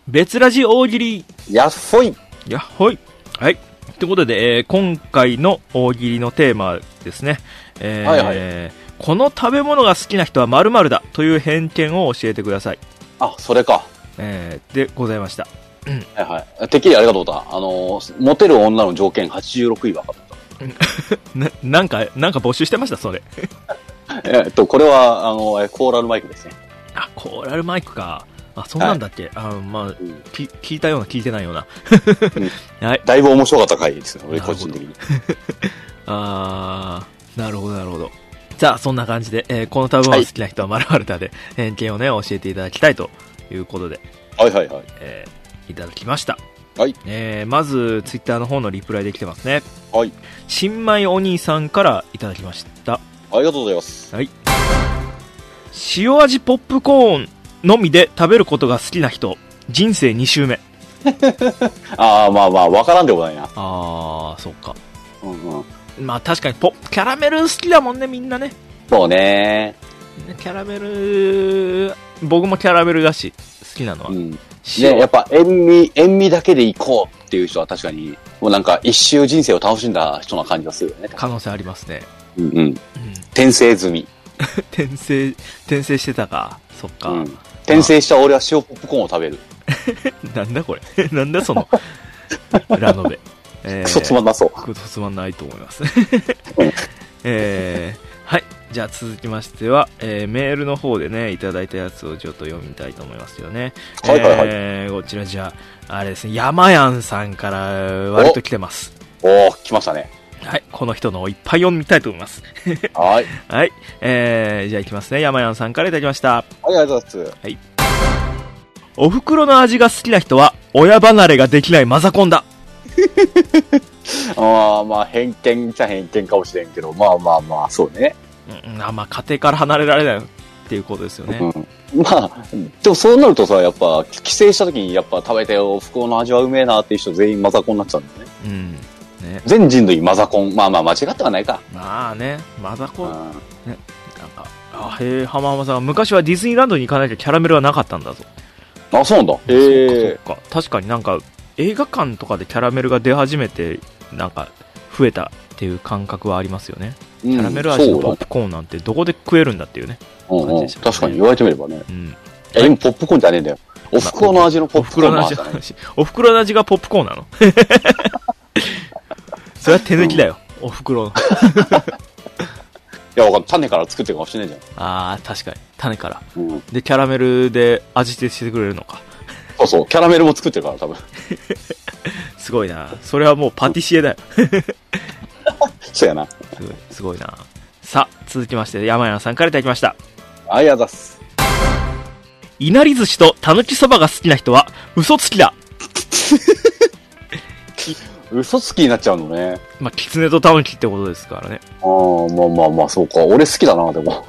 S2: 別ラジ大喜利
S1: やっほい。
S2: やっほい。はい。ということで、えー今回の大喜利のテーマですね。えー
S1: はいは
S2: この食べ物が好きな人は〇〇だという偏見を教えてください。
S1: あ、それか。
S2: えーでございました。
S1: はいはい。てっきりあれかと思った。あのー、モテる女の条件86位分かった。
S2: な、なんか、なんか募集してました、それ。
S1: えっと、これは、あの、えコーラルマイクですね。
S2: あ、コーラルマイクか。あ、そうなんだっけ。あ、まあ、
S1: うん
S2: き聞いたような聞いてないような。
S1: だいぶ面白かった回ですね、俺
S2: な
S1: 個
S2: るほど
S1: 人的に。
S2: あー、なるほど、なるほど。じゃあ、そんな感じで、えーこの食べ物が好きな人は〇〇だで、偏見をね、教えていただきたいということで、
S1: はいはいはい。
S2: えーいただきました。
S1: はい
S2: えーまずツイッターの方のリプライできてますね
S1: はい
S2: 新米お兄さんからいただきました
S1: ありがとうございます。
S2: 塩味ポップコーンのみで食べることが好きな人人生2周目
S1: ああ、まあまあ、わからんでもないな。
S2: あーそうか
S1: うんうん。
S2: まあ確かにポッキャラメル好きだもんねみんなね
S1: そうね。
S2: キャラメル僕もキャラメルだし好きなのは、
S1: うん。ね、
S2: 塩
S1: やっぱ塩味、塩味だけでいこうっていう人は確かに、もうなんか一周人生を楽しんだ人な感じがするよね。
S2: 可能性ありますね、
S1: うんうん。
S2: うん、
S1: 転生済み。
S2: 転生転生してたかそっか、
S1: うん。転生した俺は塩ポップコーンを食べる。
S2: なんだこれなんだその ラノベ、えー
S1: クソつまんなそう。
S2: クソつまんないと思います
S1: うん
S2: えーはいじゃあ続きましては、えーメールの方でねいただいたやつをちょっと読みたいと思いますよね
S1: はいはいはい
S2: えーこちらじゃああれですね山やんさんから割と来てます
S1: おー、来ましたね。
S2: はいこの人のをいっぱい読みたいと思います
S1: はい。
S2: はい、えー、じゃあいきますね山やんさんからいただきました
S1: はい、ありがとうございます。
S2: お袋の味が好きな人は親離れができないマザコンだ
S1: ああ、まあ、偏見じゃ偏見かもしれんけど、まあまあまあ、そうね。
S2: うん、あまあ家庭から離れられないっていうことですよね、
S1: うん、まあ、でもそうなるとさ、やっぱ、帰省した時にやっぱ食べてお不幸の味はうめえなっていう人全員マザコンになっちゃうんだよね。
S2: うんね、
S1: 全人類マザコン。まあまあ、間違ってはないか。
S2: まあねマザコ
S1: う
S2: ン
S1: ん
S2: なんかあへえ浜浜さんが昔はディズニーランドに行かなきゃキャラメルはなかったんだぞ
S1: あ、そうなんだ。へ
S2: そっ
S1: え。
S2: かそっか確かになんか映画館とかでキャラメルが出始めてなんか増えたっていう感覚はありますよね、
S1: キ
S2: キャラメル味のポップコーンなんてどこで食えるんだっていうね、
S1: うんうん、確かに言われてみればね。
S2: うん、
S1: え、でもポップコーンじゃねえんだよ。おふくろの味のポ
S2: お
S1: ップ
S2: ふ
S1: コ
S2: く
S1: ー
S2: ろ
S1: ン
S2: の
S1: の
S2: 味
S1: 味
S2: の
S1: だね。
S2: 話 おふくろの味がポップコーンなの それは手抜きだよ、おふくろ
S1: い
S2: の
S1: や、わかんない。種から作ってるかもしれないじ
S2: ああ確かに種から
S1: ゃん。うん。
S2: でキャラメルで味付けしてくれるのか
S1: そうそう。キャラメルも作ってるから、多分。
S2: すごいなそれはもうパティシエだよ
S1: そうやな。
S2: すごいすごいなさあ続きまして山谷さんからいただきました
S1: ありがとうございます。
S2: いなり寿司とたぬきそばが好きな人は嘘つきだ
S1: 嘘つきになっちゃうのね。
S2: まあ、キツネとタヌキってことですからね。
S1: ああ、まあまあまあ、そうか。俺好きだな、でも。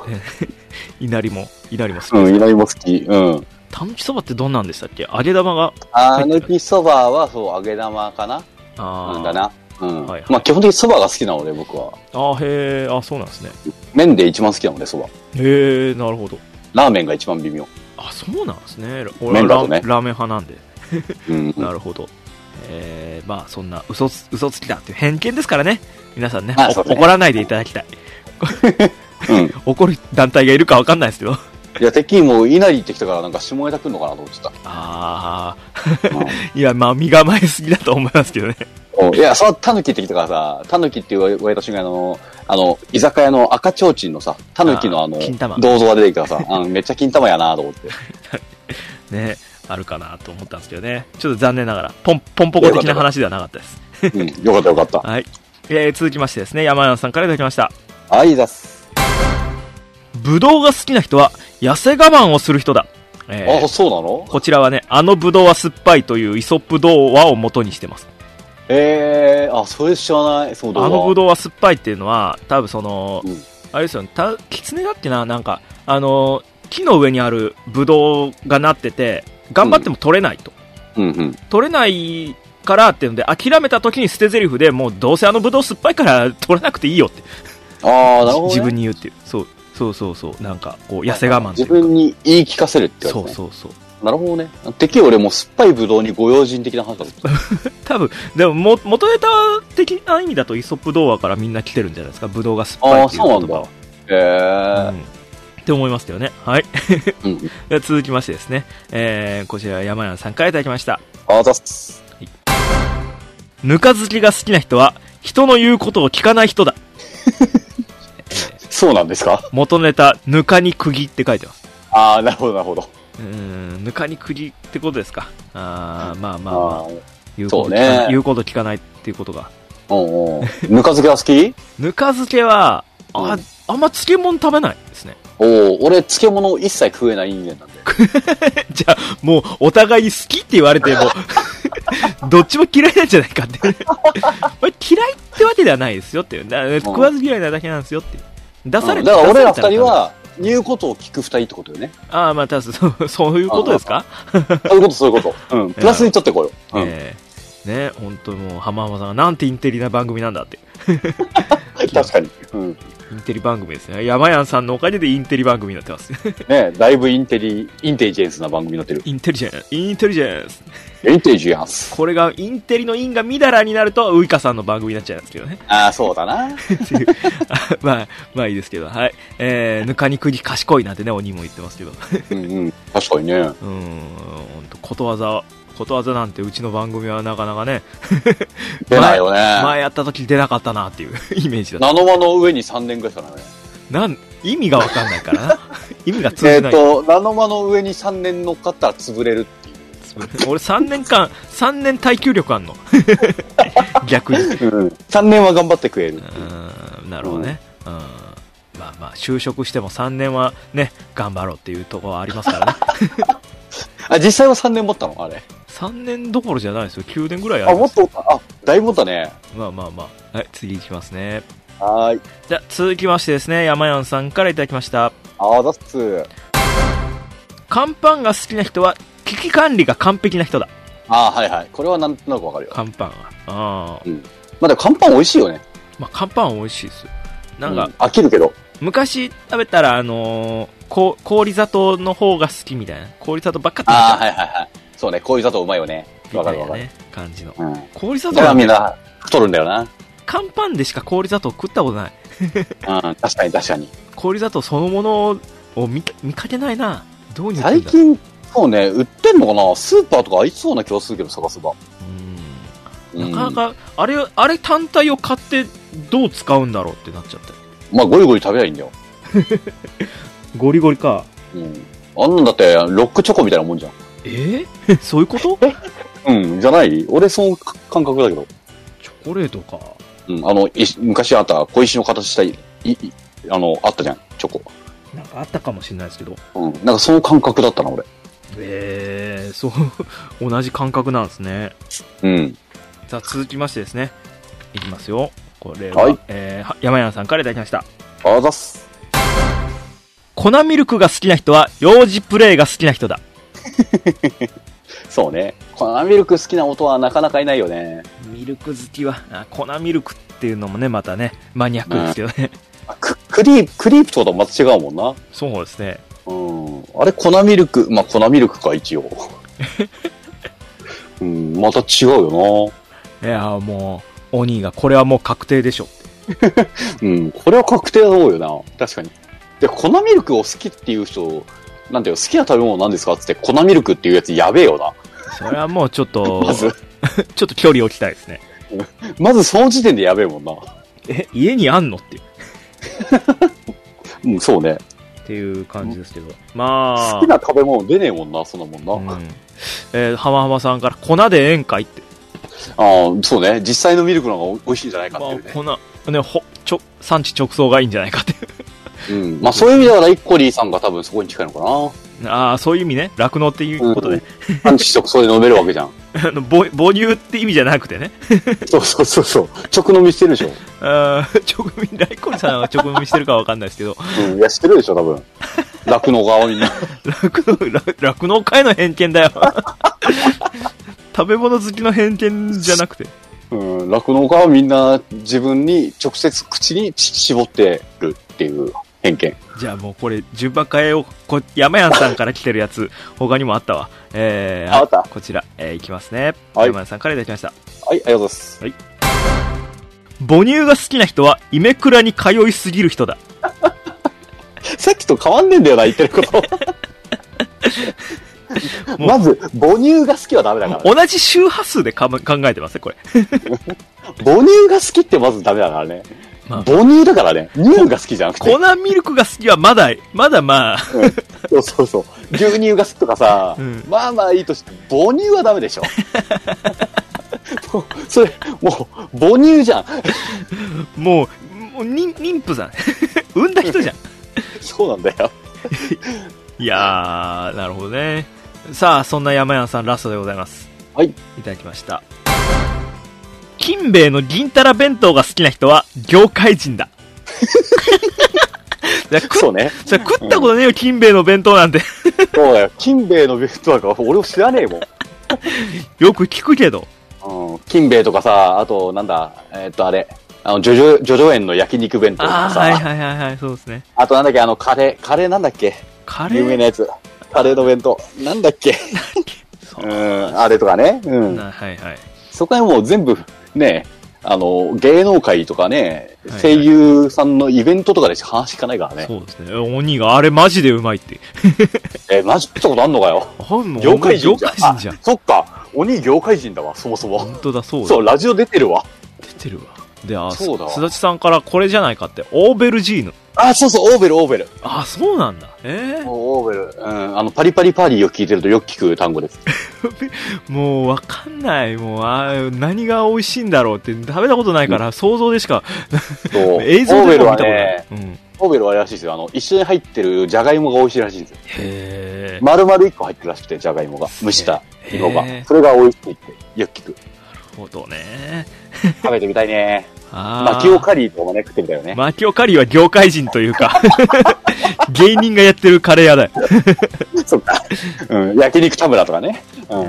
S2: いなりも、いなりも好き
S1: う
S2: です。
S1: ん、稲荷も好き。うん。
S2: タヌキそばってどんなんでしたっけ揚げ玉が。
S1: あのピそばは、そう、揚げ玉かな
S2: あ
S1: なん
S2: ー
S1: だな。うん。
S2: はいはい
S1: まあ、基本的にそばが好きなので、僕は。
S2: あー、へえ、あ、そうなんですね。
S1: 麺で一番好きなので、そば。
S2: へえ、なるほど。
S1: ラーメンが一番微妙。
S2: あ、そうなんですね。俺
S1: 麺だ
S2: はラ,、
S1: とね
S2: ラーメン派なんで。
S1: うん。
S2: なるほど。えー、まあそんな嘘つ嘘つきだっていう偏見ですからね。皆さんね
S1: まあ
S2: お
S1: そうね
S2: 怒らないでいただきたい。
S1: うん。
S2: 怒る団体がいるかわかんないですけど。
S1: いや、てっきりもう、稲荷ってきたから、なんか下ネタ来るのかなと思ってた。
S2: あー、 いや、まあ身構えすぎだと思いますけどね。
S1: うんいや、そのタヌキってきたからさ、タヌキって言われた瞬間の、あの、居酒屋の赤ちょうちんのさ、タヌキのあの
S2: あー金玉、
S1: 銅像が出てきた からさ、うんめっちゃ金玉やなと思って。
S2: ね、あるかなと思ったんですけどね。ちょっと残念ながら、ポン、ポンポコ的な話ではなかったです。
S1: うん、よかったよ かった。
S2: はい。えー、続きましてですね、山山さんからいただきました。
S1: あいだす。
S2: ブドウが好きな人は、痩せ我慢をする人だ。えー
S1: あ、そうなの
S2: こちらはね、あのブドウは酸っぱいというイソップ童話を元にしてます。
S1: えー、あ、それ知らない、その動画。
S2: あのブドウは酸っぱいっていうのは、多分その、
S1: うん
S2: あれですよね、たキツネだっけな、なんか、あの、木の上にあるブドウがなってて、頑張っても取れないと。
S1: うんうん。
S2: 取れないからっていうので、諦めた時に捨て台詞でもうどうせあのブドウ酸っぱいから取れなくていいよって、
S1: ああ、なるほど、ね。
S2: 自分に言うっていう。そう、そうそうそう、なんか、こう、痩せ我慢ってい
S1: 自
S2: うか。
S1: 分に言い聞かせるってやつ、ね。
S2: そうそうそう。
S1: なるほどね。てっきり俺もう酸っぱいブドウにご用心的な話だと思っ
S2: 多分、でもも、元ネタ的な意味だとイソップ童話からみんな来てるんじゃないですか、ブドウが酸っぱいっていう言葉は。
S1: た。へ
S2: うんって思いますけどね。はい。
S1: えー。うん。
S2: では続きましてですね、えー、こちら山谷さんからいただきました。
S1: あざっす。
S2: ぬか好きが好きな人は、人の言うことを聞かない人だ。
S1: そうなんですか
S2: 元ネタ、ぬかに釘って書いてます。
S1: ああ、なるほど、なるほど。
S2: うーん、ぬかに釘ってことですか。あー、まあまあまあ
S1: あ、
S2: 言うこ
S1: そう
S2: と聞か
S1: ね
S2: 言うこと聞かないっていうことが。
S1: あ、うんうん。ぬか漬けは好き
S2: ぬか漬けは、あ
S1: う、
S2: あんま漬物食べないですね。
S1: おお俺、漬物を一切食えない人間なんで。
S2: じゃあ、もう、お互い好きって言われても、どっちも嫌いなんじゃないかって。 まあ嫌いってわけではないですよっていう。な食わず嫌いなだけなんですよっていう。出され
S1: うん
S2: て
S1: だから俺ら
S2: 出さ
S1: 二
S2: れ
S1: 人
S2: たら
S1: は、言うことを聞く二人ってことよね。
S2: ああ、まあ、ただそう、 そういうことですか
S1: そういうこと、そういうこと。 うん。プラスに取ってこよう。うん。
S2: ええね本当もう、浜浜さんがなんてインテリな番組なんだって。
S1: 確かに。うん。
S2: インテリ番組ですね。山やんさんのおかげでインテリ番組になって ます。
S1: ねだいぶインテリ、インテリジェンスな番組になってる。
S2: インテリジェンス。インテリジェンス。
S1: インテリジェンス。
S2: これが、インテリのインがみだらになると、ウイカさんの番組になっちゃうんですけどね。
S1: ああ、そうだな。
S2: っていうあ まあ、まあいいですけど。はい。えー、ぬかにくぎ賢いなんてね、鬼も言ってま すけど。
S1: うんうん。確かに ね。
S2: うーん、ほんと、ことわざ、ことわざなんてうちの番組はなかなかね、
S1: 出ないよね。
S2: 前やった時出なかったなっていう イメージだっ
S1: ナノマの上に3年ぐらいしかないよね。
S2: た。なん、意味がわかんない からな。意味が通
S1: え
S2: じ
S1: っ、
S2: ない。
S1: と、ナノマの上に3年乗っかったら潰れるっていう。
S2: 俺3年間、3年耐久力あんの。 逆に。う
S1: うん、3年は頑張って食える。
S2: ーん、なるほどね。うーん。まあまあ、就職しても3年はね、頑張ろうっていうところはありますからね。
S1: あ、実際は3年持ったのあれ。
S2: 3年どころじゃないですよ。9年ぐらいあ
S1: あ、
S2: り
S1: も
S2: ま
S1: っ
S2: す。
S1: と、あ、だいぶ持ったね。
S2: まあまあまあ。はい、次行きますね。
S1: はーい。
S2: じゃあ、続きましてですね、山山さんからいただきました。
S1: あざっす。
S2: 乾パンが好きな人は危機管理が完璧な人だ
S1: あーはいはい。これはなんとなくわかるよ。
S2: 乾パンはああ
S1: まあでも、乾パン美味しいよね。
S2: まあ乾パンは美味しいですよなん
S1: う
S2: か、
S1: 飽きるけど。
S2: 昔食べたらあのーこ氷砂糖の方が好きみたいな氷砂糖ばっか食べ
S1: ああ、
S2: た
S1: はいはいはい。そうね、こういう砂糖うまいよね。わ
S2: み
S1: か
S2: た
S1: るわ
S2: いな
S1: かる。
S2: ね感じの
S1: うん。
S2: 氷砂
S1: だから
S2: 糖
S1: みんな、太るんだよな。
S2: 乾パンでしか氷砂糖食ったことない
S1: うん、確かに確かに。
S2: 氷砂糖そのものを見か見かけないなどうに
S1: 最近、そうね、売ってんのかなスーパーとかありそうな気がするけど、探せば。う
S2: なんかなかあれあれ単体を買ってどう使うんだろうってなっちゃった
S1: まあ、ゴリゴリ食べりゃいいんだよ。
S2: ゴリゴリか
S1: うん。あんなんだって、ロックチョコみたいなもんじゃん。
S2: え ー、そういうこと
S1: うん、じゃない俺、その感覚だけど。
S2: チョコレートか
S1: うん、あの、い昔あった小石の形したい、い、いあの、あったじゃん、チョコ。
S2: なんかあったかもしれないですけど
S1: うん、なんかその感覚だったな、俺。
S2: えー、そう 同じ感覚なんですね
S1: うん。
S2: さあ続きましてですねいきますよこれは、
S1: はい
S2: えーは山柳さんからいただきました
S1: あざっす。
S2: 粉ミルクが好きな人は幼児プレイが好きな人だ
S1: そうね。粉ミルク好きな音はなかなかいないよね。
S2: ミルク好きはあ粉ミルクっていうのもねまたねマニアックですけどね、
S1: あククリープ、クリープとかとまた違うもんな。
S2: そうですね
S1: うん。あれ、粉ミルク、まあ、粉ミルクか、 一応。うん、また違うよ
S2: いやーもう鬼がこれはもう確定でしょ
S1: な。うん、これは確定だと思うよな。確かに。で、粉ミルクを好きっていう人、なんていうの好きな食べ物なんですかっつって、粉ミルクっていうやつやべえよな。
S2: それはもうちょっと
S1: まず、
S2: ちょっと距離置きたいですね
S1: まずその時点でやべえもんな。
S2: え家にあんのっていう
S1: うん、そうね。
S2: っていう感じですけど。まあ、
S1: 好きな食べ物出ねえもんな、そんなも
S2: うん
S1: な。
S2: ん、えー、浜浜さんから、粉で宴会って。
S1: ああ、そうね。実際のミルクの方が美味しいんじゃないかっていうね。
S2: まあ、粉、ね、ほ、ちょ、産地直送がいいんじゃないかって。
S1: うん。まあそういう意味では、イッコリーさんが多分そこに近いのかな。
S2: ああ、そういう意味ね。酪農っていうことね。
S1: 産地直送で飲めるわけじゃん。
S2: あの母母乳って意味じゃなくてね。
S1: そうそうそうそう。直飲みしてるでしょ。
S2: あー 直飲み、大根さんは直飲みしてるかわかんないですけど、
S1: うん。いや、してるでしょ、多分。酪農側みんな。
S2: 酪農、ら酪農界の偏見だよ。 食べ物好きの偏見じゃなくて。
S1: うん。酪農側はみんな自分に直接口に絞ってるっていう偏見。
S2: じゃあもうこれ、順番変えよう。こ、山やんさんから来てるやつ、他にもあったわ。えー、
S1: ああった
S2: こちら、えーいきますね。
S1: はい
S2: 山やんさんからいただきました。
S1: はい、ありがとうございます。
S2: 母乳が好きな人は、イメクラに通いすぎる人だ。
S1: さっきと変わんねえんだよな、言ってること。
S2: も う
S1: まず、母乳が好きはダメだからね。
S2: 同じ周波数でかま考えてますね、これ。
S1: 母乳が好きってまずダメだからね。
S2: まあ
S1: 母乳だからね。乳が好きじゃなくて。
S2: 粉ミルクが好きはまだ、まだまあ、
S1: そうそうそう。牛乳が好きとかさ、
S2: うん
S1: まあまあいいとして、母乳はダメでしょ。もうそれ、もう、母乳じゃん。
S2: もう、もう妊妊婦さん。 産んだ人じゃん。
S1: そうなんだよ。
S2: いやー、なるほどね。さあ、そんな山やんさんラストでございます。
S1: はい
S2: いただきました金兵衛の銀たら弁当が好きな人は業界 人だいや食っ
S1: そうね。
S2: それ食ったことねえよ、金兵衛の弁当なんて
S1: そうだよ。金兵衛のベストなんか俺も知らねえもん。
S2: よく聞くけど
S1: うん、金兵衛とかさ、あと、なんだ、えーっと、あれ、あの、ジョジョ、ジョジョ園の焼肉弁当と
S2: あ
S1: か
S2: あ
S1: さ、
S2: はいはいはいはいそうですね
S1: あとなんだっけ、あの、カレー、カレーなんだっけ、
S2: カレ
S1: 有名
S2: ー
S1: なやつ。カレーの弁当。なんだっけ、、
S2: そううん
S1: あれとかね。うん。
S2: なはいはい
S1: そこはもう全部、ね、あの、芸能界とかね、
S2: はいはい
S1: 声優さんのイベントとかでしか話聞かないからね。
S2: そうですね鬼があれマジでうまいって
S1: え、マジ食ったことあんのかよ。
S2: あんの
S1: 業界人
S2: 業
S1: じゃん
S2: 界。人じゃん
S1: あそっか、鬼業界人だわ、そもそも。
S2: 本当だそうだ
S1: そう、ラジオ出てるわ。
S2: 出てるわであす
S1: そうだわ
S2: すだちさんからこれじゃないかってオーベルジーヌ
S1: あ、そうそう、オーベル、オーベル。
S2: あそうなんだえー、
S1: オーベル。うん、あの、パリパリパーリーを聞いてるとよく聞く単語です。
S2: もうわかんないもうあー何が美味しいんだろうって食べたことないから、想像でしか
S1: そう
S2: 映像でも見た
S1: は
S2: ことない、
S1: ね、
S2: うん、へ
S1: オーベルはあれらしいですよ。あの、一緒に入ってるジャガイモが美味しいらしいんですよ。
S2: え
S1: 丸々一個入ってるらしくて、ジャガイモが。蒸した芋が
S2: へえ。
S1: それが美味しいってよく聞く。
S2: なるほどね
S1: 食べてみたいね。
S2: あー
S1: マキオカリーとかね、食ってみたいよね。
S2: マキオカリーは業界人という か芸人がやってるカレー屋だよ、
S1: そっか。うん、焼肉田村とかね。うん。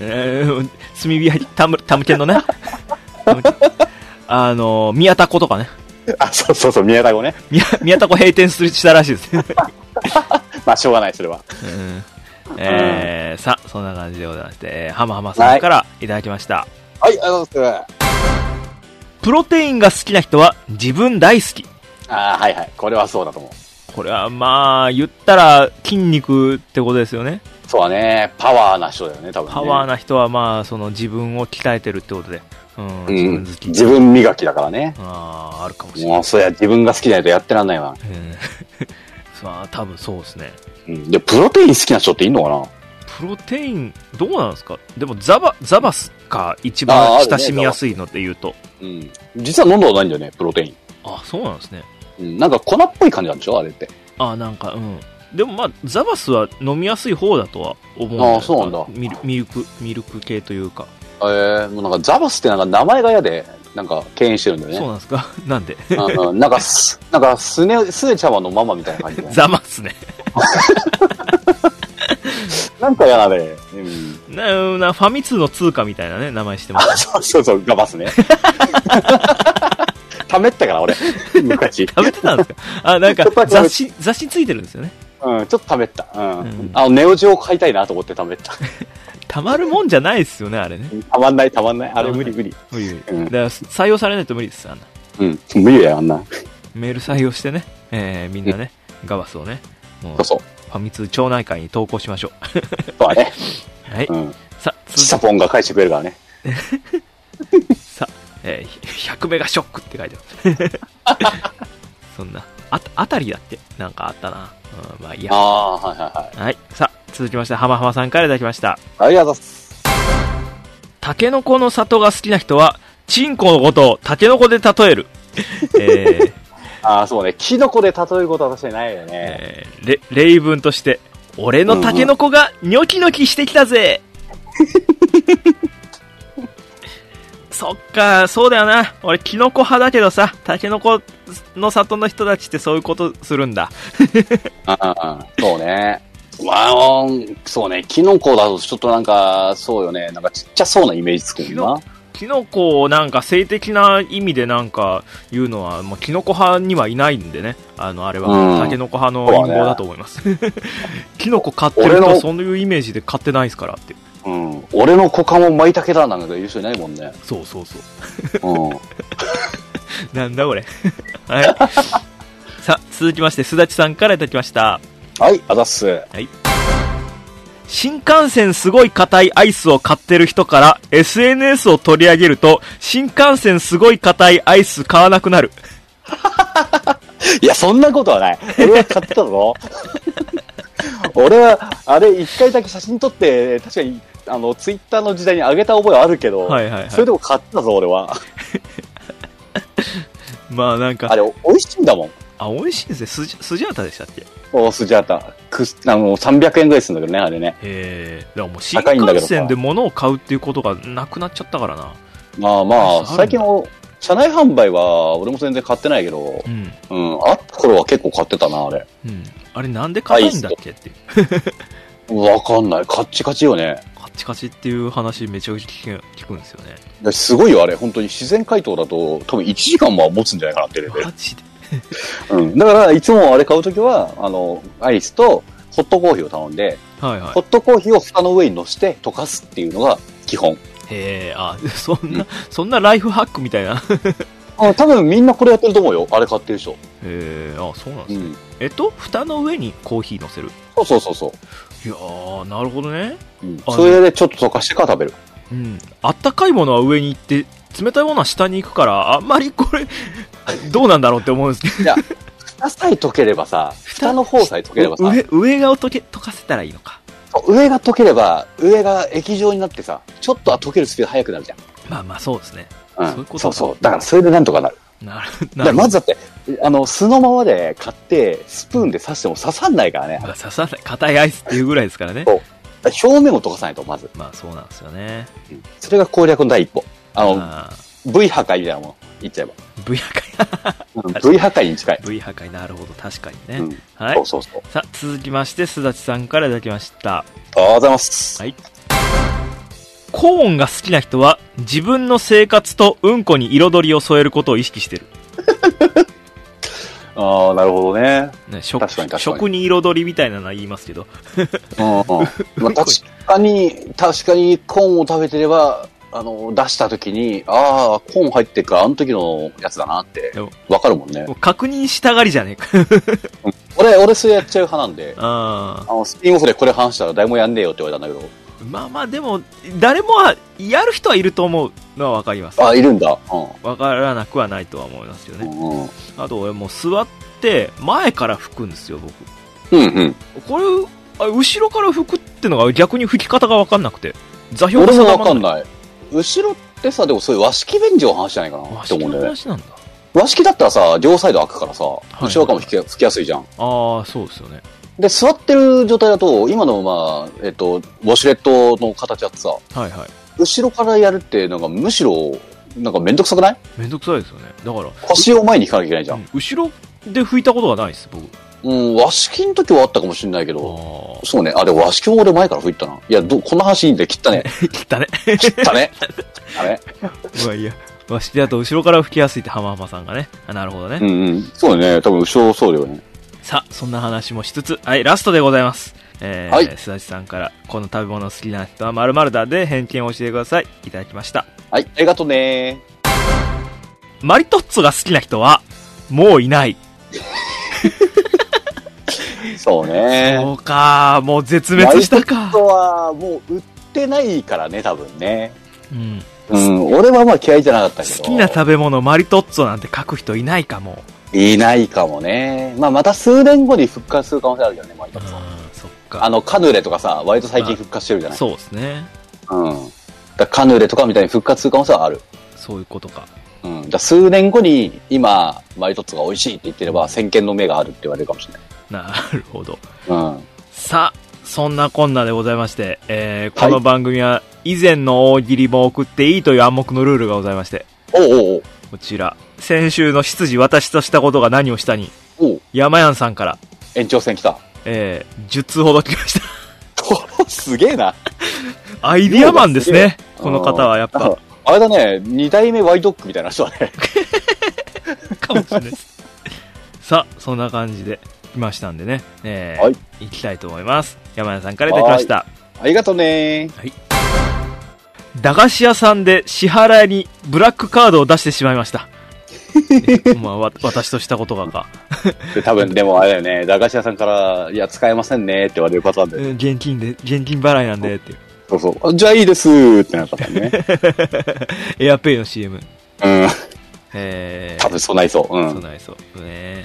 S2: えー、炭火焼きタムタムケン のねタムケンあの宮田子とかね
S1: あ、そうそうそう、宮田語ね。
S2: 宮宮田子閉店するしたらしいですね
S1: まあ、しょうがない、それは。
S2: うんえーさあそんな感じでございまして、えー、ハマハマさんからいただきました、
S1: はい、ありがとうございます。
S2: プロテインが好きな人は自分大好き
S1: あーはいはい。これはそうだと思う。
S2: これはまあ言ったら筋肉ってことですよね
S1: そうだね。パワーな人だよね、多分、ね。
S2: パワーな人はまあその自分を鍛えてるってことで、うん、自
S1: うん
S2: 分好き、
S1: 自分磨きだからね。
S2: あああるかもしれな
S1: も、
S2: いう
S1: そりゃ自分が好きじゃないとやってらんないわ。
S2: うん さあ多分そうですね
S1: うん。で、プロテイン好きな人っていんのかな
S2: プロテインどうなんですかでもザバザバスか一
S1: あーあ
S2: 番
S1: るね
S2: 親しみやすいのって言うと
S1: うん。実は飲んだことないんだよね、プロテイン。
S2: あそうなんですね
S1: うん。なんか粉っぽい感じなんでしょあれって。
S2: あなんかうんでもまあザバスは飲みやすい方だとは思うんだ
S1: あーそうなんだ
S2: ミルミルクミルク系というか、
S1: えー、もうなんかザバスってなんか名前が嫌で、なんか敬遠してるんだ
S2: そう
S1: よ
S2: なんですか なんで
S1: ね。あのなんか す、なんかすね、すねちゃまのママみたいな感じで。
S2: ザバスね
S1: なんか嫌だね。うん。
S2: ななファミ通の通貨みたいなね名前してま
S1: あ
S2: す、
S1: そうそうそう、ザバスね。 ためったから、俺。昔。
S2: 食べてたんですかあなん か
S1: ちょっとだけ
S2: 雑誌雑誌ついてるんですよね
S1: うん、ちょっとためった。うん。
S2: うん
S1: あの、ネオジオ買いたいなと思ってためった。
S2: たまるもんじゃないですよねあれね
S1: たまんない、たまんない。あれ無理無理。
S2: 無理無理
S1: うん
S2: だから採用されないと無理ですあんな
S1: うん、無理だよ、あんな。
S2: メール採用してね、えーみんなねガバスをねもう
S1: そうそ
S2: フ
S1: う。
S2: ァミ通町内会に投稿しましょ
S1: そうだね。
S2: うはい
S1: うん。
S2: さあ
S1: チ
S2: 続
S1: サポンが返してくれるからね。
S2: さ、えー100メガショックって書いてある。そんな、あ、あたりだって、なんかあったな。うん、まあいいや。
S1: ああー、はいはいはい。
S2: はい。さ、続きまして、浜浜さんからいただきました。
S1: ありがとうございます。
S2: タケノコの里が好きな人は、チンコのことをタケノコで例える。えー
S1: ああ、そうね。キノコで例えることは確かにないよね。
S2: えーレ、例文として、俺のタケノコがニョキニョキしてきたぜ そっか、そうだよな。俺、キノコ派だけどさ、タケノコの里の人たちってそういうことするんだ。
S1: ああ、そうね。まあ、そうね。キノコだとちょっとなんか、そうよね。なんかちっちゃそうなイメージつく
S2: キ
S1: ん
S2: ノ
S1: な。
S2: キノコをなんか性的な意味でなんか言うのは、もうキノコ派にはいないんでね。あの、あれ
S1: う
S2: は、
S1: ん
S2: タケノコ派の陰謀だと思います。 キノコ買ってる
S1: 俺
S2: と
S1: の
S2: そういうイメージで買ってないですからって。
S1: うん。俺の股間も舞茸だなんか言う人いないもんね。
S2: そうそうそ
S1: う
S2: う。
S1: ん。
S2: なんだこれ。 はい。さあ、続きまして、すだちさんからいただきました。
S1: はい、あざっす。
S2: 新幹線すごい硬いアイスを買ってる人から SNS を取り上げると、新幹線すごい硬いアイス買わなくなる。
S1: いや、そんなことはない。俺は買ってたぞ。 俺は、あれ、一回だけ写真撮って、確かに、あの、ツイッターの時代に上げた覚えはあるけど、
S2: はいはいはい
S1: それでも買ってたぞ、俺は。
S2: まあなんか、
S1: あれ、美味しいんだもん。
S2: あ、美味しいですね。スジスジャータでしたっけへ
S1: おスジャータ。くすあの、300円ぐらいするんだけどね、あれね。
S2: え。だからもう新
S1: 高いんだけどさ
S2: 幹線で物を買うっていうことがなくなっちゃったからな。
S1: まあまあ、
S2: そうなんだ
S1: 最近は、車内販売は、俺も全然買ってないけど
S2: う、ん。
S1: うん、あった頃は結構買ってたな、あれ。
S2: うん。あれなんで硬いんだっけっていう。
S1: わかんない。カッチカチよね。
S2: カチカチっていう話めちゃくちゃ聞く聞くんですよね。
S1: だしすごいよ、あれ。本当に自然解凍だと、多分1時間も持つんじゃないかなってレベル
S2: マジで。
S1: うん。だから、いつもあれ買うときは、あの、アイスとホットコーヒーを頼んで、
S2: はいはい
S1: ホ。ットコーヒーを蓋の上に乗せて溶かすっていうのが基本。
S2: へえ、あ、 そんな、そんなライフハックみたいな。 へ
S1: あ多分みんなこれやってると思うよ。あれ買ってる人。
S2: え、あ、そうなん
S1: う
S2: ですね。
S1: ん。
S2: えっと、蓋の上にコーヒー乗せる。
S1: そうそうそうそ
S2: いやー、なるほどね。
S1: う。うん
S2: あの
S1: それでちょっと溶かしてから食べる。
S2: うん。あったかいものは上に行って、冷たいものは下に行くから、あんまりこ れ、どうなんだろうって思うんですけど。
S1: 蓋さえ溶ければさ、 蓋の方さえ溶ければさ、
S2: 上、上側を溶け、溶かせたらいいのか。
S1: 上が溶ければ、上が液状になってさ、ちょっとは溶けるスピード速くなるじ
S2: まあまあ、そうですね。
S1: ゃん。
S2: そういうこと
S1: そうそう。だからそれでなんとかなる。
S2: なる、
S1: だ
S2: な
S1: か
S2: る
S1: らまずだって、あの、素のままで買って、スプーンで刺しても刺さんないからね。
S2: まあ刺さない、硬いアイスっていうぐらいですからね。
S1: 表面を溶かさないと、まず。
S2: まあ、そうなんですよね。
S1: それが攻略の第一歩。あの、
S2: まあ
S1: V 破壊みたいなもん、言っちゃえば。
S2: V 破壊、
S1: うん V 破壊に近い。
S2: V 破壊、なるほど、確かにね。
S1: うん
S2: はい
S1: そう。そうそう。
S2: さあ、続きまして、すだちさんからいただきました。
S1: ありがとうございます。
S2: はいコーンが好きな人は、自分の生活とうんこに彩りを添えることを意識してる。
S1: ああ、なるほどね。
S2: ね、食
S1: 確かに確かに
S2: 食に彩りみたいなのは言いますけど。
S1: うん。まあ、 確かに、確かにコーンを食べてれば、あの、出した時に、ああ、コーン入ってるから、あの時のやつだなって
S2: でも、
S1: わかるもんね
S2: も。う確認したがりじゃねえか。
S1: 俺、俺それやっちゃう派なんで、
S2: あ
S1: あの、スピンオフでこれ話したら誰もやんねえよって言われたんだけ
S2: ーまあまあでも、誰もは、やる人はいると思うのはわかります。
S1: ど、あ、
S2: わ
S1: いるんだ。う
S2: からなくはないとは思いますよ
S1: ん。
S2: ね。
S1: うん。
S2: あと俺もう座って、前から吹くんですよ、僕。
S1: うんうん。
S2: これ、あ後ろから吹くってのが逆に吹き方がわかんなくて。座標が
S1: 俺も
S2: 定
S1: わ
S2: ま
S1: かん
S2: い。
S1: ない。後ろってさ、でもそういう和式便所の話じゃないかな
S2: 和
S1: って
S2: 式
S1: 思うんだ
S2: の
S1: よね。
S2: 話なんだ。
S1: 和式だったらさ、両サイド開くからさ、
S2: い
S1: 後ろからも引き吹きやすいじゃん。
S2: ああ、そうですよね。
S1: で、座ってる状態だと、今の、まあ、えっと、ウォシュレットの形だってさ、
S2: はいはい。
S1: 後ろからやるって、なんかむしろ、なんかめんどくさくない
S2: めんどくさいですよね。だから、
S1: 腰を前に引かなきゃいけないじゃ
S2: うん
S1: ん。
S2: 後ろで吹いたことがないです、僕。
S1: うん、和式の時はあったかもしれないけど、
S2: あ
S1: そうね、あれ和式も俺前から吹いたな。いや、どこんな話いいんで切った ね。
S2: あ。切ったね。
S1: 切ったね。あれ
S2: うわ、いや。わしだと後ろから吹きやすいって浜浜さんがね。あなるほどね。
S1: うんうん。そうね、多分後ろそうだよね。
S2: さあ、そんな話もしつつ、はい、ラストでございます。えー、
S1: はい
S2: すだちさんから、この食べ物好きな人は〇〇だで偏見を教えてください。いただきました。
S1: はい、ありがとうね
S2: マリトッツォが好きな人は、もういない。
S1: そうね
S2: そうか、もう絶滅した
S1: マリトッ
S2: か
S1: ツ。ォはもう売ってないからね、多分ね。
S2: うん。
S1: うん、俺はまあ嫌いじゃなかったけど。
S2: 好きな食べ物、マリトッツォなんて書く人いないかも。
S1: いないかもね。まあまた数年後に復活する可能性あるけどね、マリ
S2: う
S1: ト
S2: ん
S1: ッツォ、
S2: そっか。
S1: あの、カヌレとかさ、割と最近復活してるじゃない
S2: そうですね。
S1: うん。だからカヌレとかみたいに復活する可能性はある。
S2: そういうことか。
S1: うん。だから数年後に、今、マリトッツォが美味しいって言ってれば、先見の目があるって言われるかもしれない。
S2: なるほど。
S1: うん。
S2: さあ、そんなこんなでございまして、えー、この番組は以前の大喜利も送っていいという暗黙のルールがございまして、
S1: おうおう
S2: こちら、先週の執事私としたことが何をしたに、
S1: おうおう
S2: 山やんさんから、
S1: 延長戦来た。
S2: えー、10通ほど来ました。
S1: すげえな。
S2: アイディアマンですね。
S1: すげ
S2: こ
S1: え
S2: の方はやっ
S1: なん
S2: ぱ
S1: か、あれだね、二代目ワイドックみたいな人だね。
S2: かもしれないです。さあ、そんな感じで来ましたんでね、えー、
S1: はい
S2: い、きたいと思います。山やんさんからいただきました。
S1: ありがとうね
S2: 駄菓子屋さんで支払いにブラックカードを出してしまい ました。えまあ、わ私としたことがか。
S1: で多分、でもあれだよね、駄菓子屋さんから、いや、使えませんねって言われるパターンで、
S2: うん現金で、現金払いなんでっていう。
S1: そうそう、あじゃあいいですーってなったんだよ ね。
S2: エアペイの CM。
S1: うん、
S2: えー、
S1: 多分そうなりそう。う。
S2: そうんなりそう。ね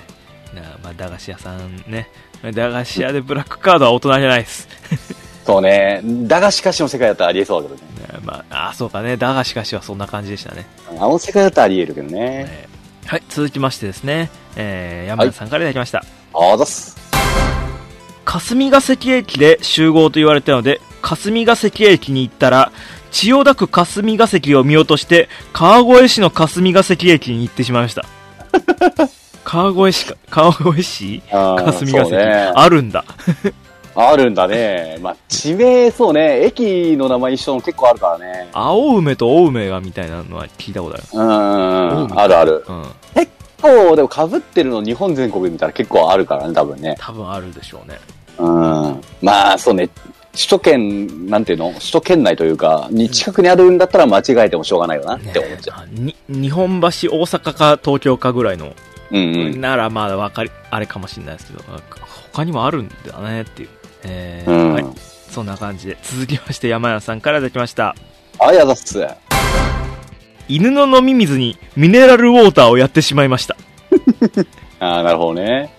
S2: なあまあ、駄菓子屋さんね。駄菓子屋でブラックカードは大人じゃないです。
S1: そうね、駄菓子菓子の世界だったらありえそうだけどね。
S2: なあまあ、あ、そうかね。駄菓子菓子はそんな感じでしたね。
S1: あの世界だったらありえるけどね。
S2: ねはい、続きましてですね。えー、山田さんからいただきました。
S1: あざっす。
S2: 霞ヶ関駅で集合と言われたので霞ヶ関駅に行ったら千代田区霞ヶ関を見落として川越市の霞ヶ関駅に行ってしまいました 川越市か川越市
S1: あー
S2: 霞ヶ
S1: そ
S2: 関、
S1: うね
S2: あるんだ
S1: あるんだね。まあ、地名、そうね。駅の名前一緒の結構あるからね。
S2: 青梅と青梅がみたいなのは聞いたことある
S1: うんうんう
S2: うん
S1: ん。あるある。
S2: うん
S1: そう、でも被ってるの日本全国で見たら結構あるからね、多分ね。
S2: 多分あるでしょうね
S1: うん。まあ、そうね。首都圏、なんていうの首都圏内というか、に近くにあるんだったら間違えてもしょうがないよなっ
S2: ね
S1: て思っちゃ
S2: あに日本橋大阪か東京かぐらいの、
S1: う。うんうん。
S2: ならまだわかりあれかもしれないですけど他にもあるんだねっていう、えー
S1: うん。
S2: はいそんな感じで続きまして山谷さんからいただきました
S1: あやだっす。
S2: 犬の飲み水にミネラルウォーターをやってしまいました
S1: ああ、なるほどね。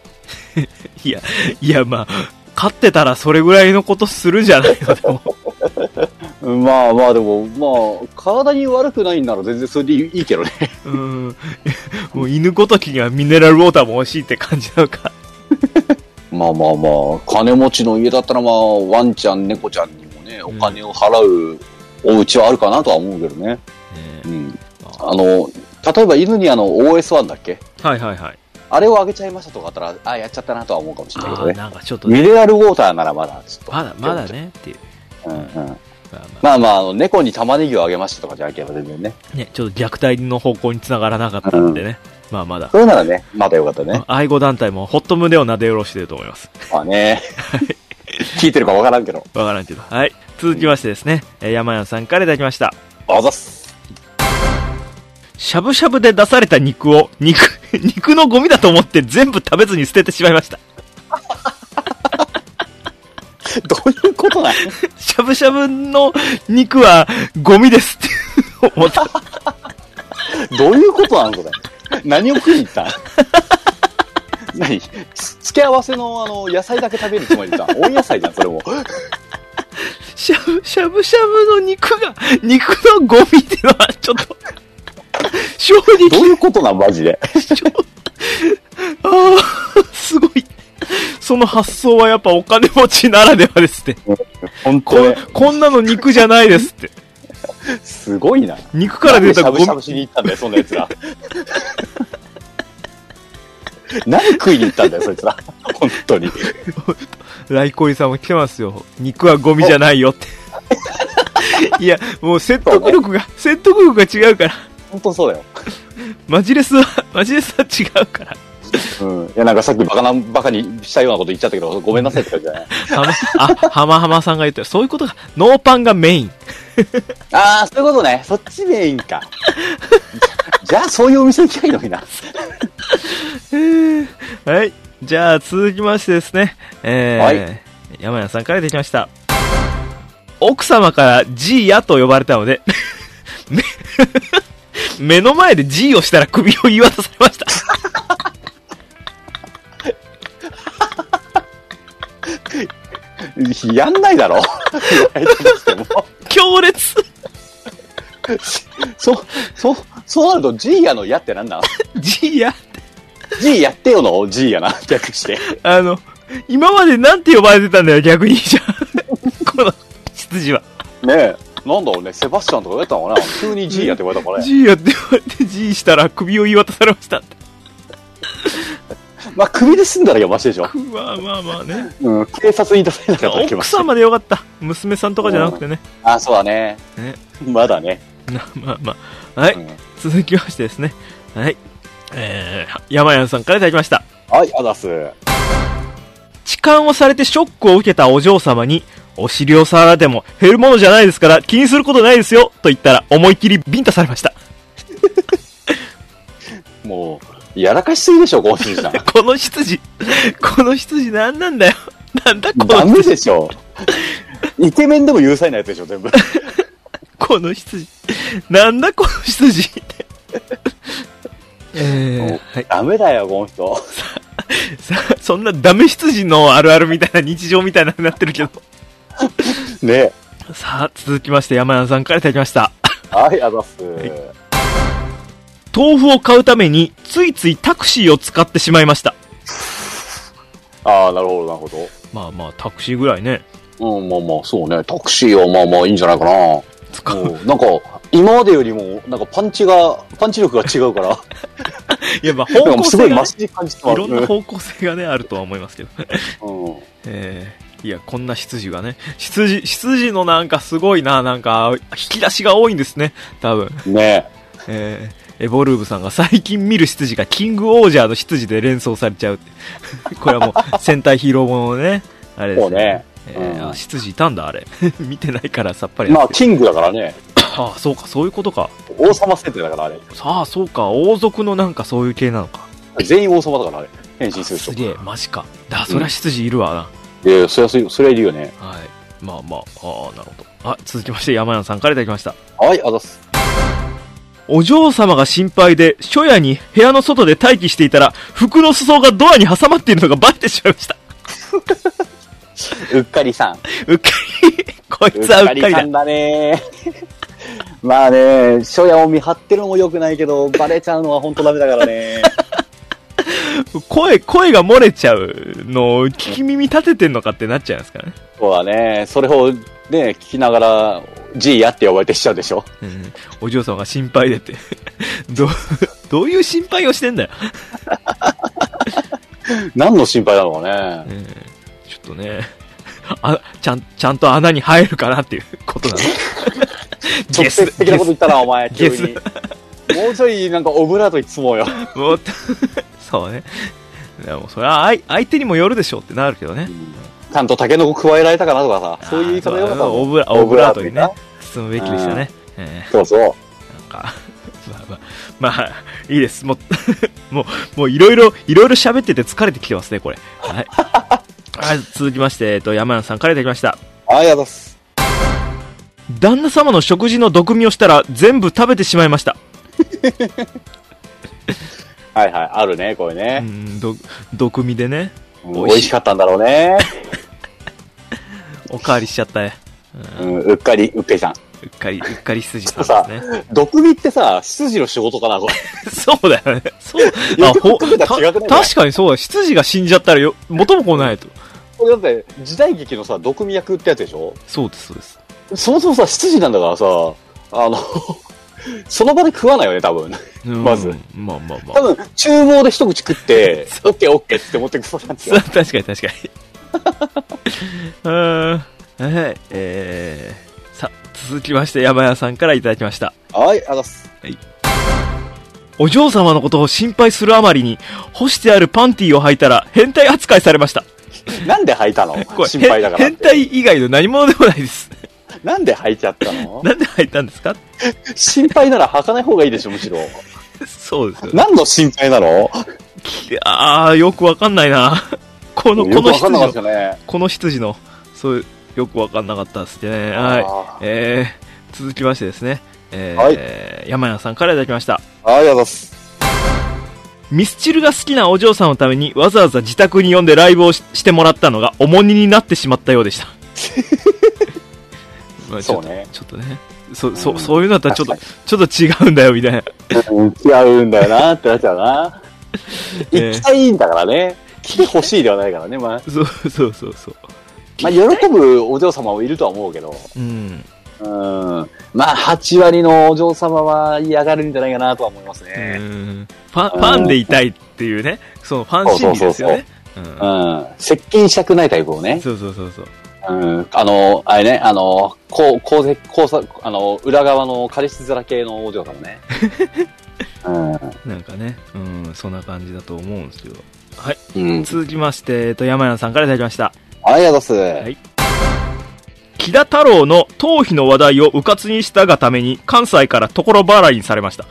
S2: いやいやまあ飼ってたらそれぐらいのことするんじゃないのでも
S1: まあまあ、でも、まあ、体に悪くないんなら全然それでいいけどね。
S2: うーんもう犬ごときにはミネラルウォーターも欲しいって感じなのか
S1: まあまあまあ、金持ちの家だったらまあ、ワンちゃん、猫ちゃんにもね、お金を払うお家はあるかなとは思うけどね。
S2: ね
S1: うん。
S2: あ
S1: あの、例えば犬にあの、OS1 だっけ
S2: はいはいはい
S1: あれをあげちゃいましたとかあったら、あやっちゃったなとは思うかもしれないけ
S2: あ
S1: ど
S2: あ
S1: ね。
S2: なんかちょっと
S1: ミネラルウォーターならまだ、ちょっと。
S2: まだまだ。ねっていう、
S1: うんうん。
S2: まあま
S1: まあまああの、猫に玉ねぎをあげましたとかじゃあけば全然ね。
S2: あね、ちょっと虐待の方向につながらなかったんでね、まあまだ
S1: それならね、まだよかったね
S2: ま。あ 愛護団体もほっと胸をなで下ろしてると思います
S1: まあね。聞いてるかわからんけど。
S2: わからんけどはい続きましてですね、えー山谷さんからいただきました
S1: あざっす。
S2: しゃぶしゃぶで出された肉を肉 肉のゴミだと思って全部食べずに捨ててしまいました
S1: どういうことなの
S2: しゃぶしゃぶの肉はゴミですって 思った
S1: どういうことなのそれ。何を食いに行った何つ付け合わせのあの野菜だけ食べるつもりだ。温野菜じゃん、それも。
S2: しゃぶしゃぶしゃぶの肉が肉のゴミっていうのはちょっと正
S1: ど
S2: 直
S1: ういうことなん、マジで。
S2: ああすごいその発想はやっぱお金持ちならではですね
S1: 本
S2: こ
S1: 当ね
S2: こんなの肉じゃないですって
S1: すごいな。
S2: 肉から出た
S1: なん
S2: ゴ
S1: で
S2: ミ
S1: しゃぶしゃぶしに行ったんだよ、そんな奴ら。何食いに行ったんだよ、そいつら。本当に。
S2: ライコイさんも来てますよ。肉はゴミじゃないよ って。いや、もう説得力が、説得力が違うから。
S1: 本当そうだよ。
S2: マジレスは、マジレスは違 うから。
S1: うん。いや、なんかさっきバカな、バカにしたようなこと言っちゃったけど、ごめんなさいって感じじゃない。
S2: はま、あ、はまはまさんが言ったそういうことが、ノーパンがメイン。
S1: あー、そういうことね。そっちメインか。じゃあ、そういうお店行きゃいいのにな。
S2: はい。じゃあ、続きましてですね。えー、
S1: はい
S2: 山谷さんからできました。奥様からジーヤと呼ばれたので、 目、目の前で G をしたら首を言い渡されました。
S1: やんないだろ。言われたとしても
S2: 強烈
S1: そ、そ、そうなると、ジーヤの矢ってなんだ
S2: G や
S1: ジーやってよのジーヤな、略して。
S2: あの、今までなんて呼ばれてたんだよ、逆にじゃあこの羊は。
S1: ねえ。なんだろうね、セバスチャンとか言われたのかな急にジーヤって言われたからね。
S2: G やって言われて G したら首を言い渡されましたって。
S1: まあ、首で済んだらやばしでしょ。
S2: まあまあまあね。
S1: うん、警察に出されなかったっけ
S2: 奥様でよかった。娘さんとかじゃなくてね。
S1: あ、そうだね。
S2: ね
S1: まだね。
S2: なまあまあ。は
S1: う
S2: い、
S1: ん
S2: 続きましてですね。はい。えー、山谷さんからいただきました。
S1: はい、あざっす。
S2: 痴漢をされてショックを受けたお嬢様に、お尻を触られても減るものじゃないですから気にすることないですよと言ったら思いっきりビンタされました。
S1: もう、やらかしすぎでしょ、ゴンシー さん。
S2: この羊、この羊何なんだよ。なんだこ
S1: ダ
S2: の
S1: メでしょ。イケメンでも有罪なやつでしょ、全部。
S2: この羊。なんだこの羊って。えー、はい。
S1: ダメだよ、この人。
S2: さそんなダメ羊のあるあるみたいな日常みたいなのになってるけど。
S1: ね
S2: さあ、続きまして山田さんからいただきました。
S1: はい、あざっす。
S2: い豆腐を買うためについついタクシーを使ってしまいました
S1: ああ、なるほど、なるほ
S2: まあまあタクシーぐらいね
S1: ど。うん、まあまあ、そうね。タクシーはまあまあいいんじゃないかな。
S2: 使う
S1: うんなんか、今までよりも、なんかパンチが、パンチ力が違うから、
S2: いやまあ方
S1: なんかも
S2: 向
S1: うす
S2: 性
S1: ごい
S2: が、ね
S1: マ、シに感じて
S2: い
S1: ます。
S2: ろんな方向性がねあるとは思いますけど
S1: うん。
S2: えーいやこんな羊がね羊羊のなんかすごいななんか引き出しが多いんですね多分
S1: うんね
S2: えーエボルーブさんが最近見る執事がキングオージャーの執事で連想されちゃうって これはもう戦隊ヒーローものねあれですね
S1: そうね
S2: えー
S1: うん
S2: あ執事いたんだあれ 見てないからさっぱり
S1: ま
S2: なん
S1: あ、
S2: です
S1: キングだからね。
S2: けど、ああそうかそういうことか
S1: 王様設定だから、あれ。
S2: さあそうか王族のなんかそういう系なのか
S1: 全員王様だから、あれ。変身する人。
S2: すげえマジかだそりゃ執事いるわな、
S1: ええ、そりゃそうい、そりゃいるよね。
S2: はいまあまあああなるほどあ続きまして山山さんからいただきました
S1: はい、あざっす。
S2: お嬢様が心配で、初夜に部屋の外で待機していたら、服の裾がドアに挟まっているのがバレてしまいました。
S1: うっかりさん。
S2: うっかり、こいつはうっかりだ。
S1: だね。 まあね、初夜を見張ってるのも良くないけど、バレちゃうのは本当ダメだからね。
S2: 声、声が漏れちゃうのを聞き耳立ててんのかってなっちゃいますからね。
S1: そうだね。それをね、聞きながら、じいやって呼ばれてしちゃうでし ょ。
S2: うん、お嬢様が心配でって。どう、どういう心配をしてんだよ。
S1: 何の心配なのか
S2: う
S1: ね。
S2: んちょっとね、あ、ちゃん、ちゃんと穴に入るかなっていうことなの。
S1: 直接的なこと言ったな、お前、急
S2: ゲス
S1: に。もうちょい、なんか、オブラートに包もう よ。
S2: もう そうね。でもそれは相相手にもよるでしょうってなるけどね。
S1: ちゃんとタケノコ加えられたかなとかさ、そういう言い方がよかったも
S2: オ
S1: ん
S2: ブラオブラートにね、包むべきでしたね。え
S1: そうそう。
S2: ーなんか、 まあまあ、まあ、いいです。もう、 もう、もういろいろ、いろいろ喋ってて疲れてきてますね、これ。はい。 はい続きまして、えっと、山田さんからいただきました。
S1: あやだっす。
S2: 旦那様の食事の毒味をしたら全部食べてしまいました。
S1: はいはい、あるね、これ
S2: う
S1: ね。
S2: ん、毒毒味でね、
S1: うん美味しかったんだろうね。
S2: おかわりしちゃったね。うん
S1: うん、うっかり、うっかり さん。
S2: うっかり、うっかり筋さんですね。
S1: 毒味ってさ、執事の仕事かな、これ。
S2: そうだよね。そう。
S1: よく考えたら
S2: た
S1: 違くない
S2: 確かにそうだ。執事が死んじゃったらよ、元も子もないと。
S1: これだって、時代劇のさ、毒味役ってやつでしょ
S2: そうです、そうです。
S1: そもそもさ、執事なんだからさ、あの、 その場で食わないよね、多分。
S2: うん
S1: まず。
S2: まあまあま
S1: 多
S2: あ。
S1: 分、厨房で一口食って、オッケーオッケーって持ってくそうなんです
S2: そう
S1: よ。
S2: 確かに確かに。 うーん。はい。えー、さ、続きまして山屋さんからいただきました。
S1: はい、あざっす。
S2: お嬢様のことを心配するあまりに、干してあるパンティーを履いたら変態扱いされました。
S1: なんで履いた の
S2: これ
S1: 心配だからっ
S2: 変
S1: て。
S2: 態以外の何者でもないです。
S1: なんで履いちゃったの
S2: なんで履いたんですか
S1: 心配なら履かない方がいいでしょ、むしろ。
S2: そうですよね
S1: 何の心配なの
S2: いやー、よくわかんないな。 この、こ
S1: よく
S2: の
S1: わか
S2: 羊
S1: んなかっ
S2: の
S1: た、よね。
S2: この羊の、そういう、よくわかんなかったですね。はい。
S1: い。
S2: えー、続きましてですね。え
S1: は
S2: ー、山谷さんからいただきました。
S1: ありがとうございます。
S2: ミスチルが好きなお嬢さんのためにわざわざ自宅に呼んでライブをししてもらったのが重荷になってしまったよ うでした。まあち
S1: そ
S2: ょっ
S1: う
S2: と
S1: ね。
S2: ちょっとね。そ、そ、
S1: うん
S2: そういうのだったらちょっと、ちょっと違うんだよ、みたいな。
S1: うん違うんだよなってなっちゃうな。
S2: え
S1: 行きたいんだからね。来てほしいではないからね。まあ、
S2: そうそうそうそう。
S1: まあ、喜ぶお嬢様もいるとは思うけど。
S2: うん。
S1: うん。まあ、8割のお嬢様は嫌がるんじゃないかなとは思います
S2: う
S1: ね。
S2: んファンファンでいたいっていうね、そのファン心理ですよね。うん
S1: うん。接近したくないタイプをね。
S2: そうそうそうそう。
S1: うん。あの、あれね、あの、こう、こうぜ、こうさ、あの、裏側の彼氏面系のお嬢様 ね。う
S2: なんかね、うん、そんな感じだと思うんですけど。
S1: ん。うん。
S2: 続きまして、えっと、山谷さんからいただきました。
S1: ありがとうござい
S2: は
S1: ま
S2: い木田太郎の頭皮の話題を迂闊にしたがために、関西から所払いにされました。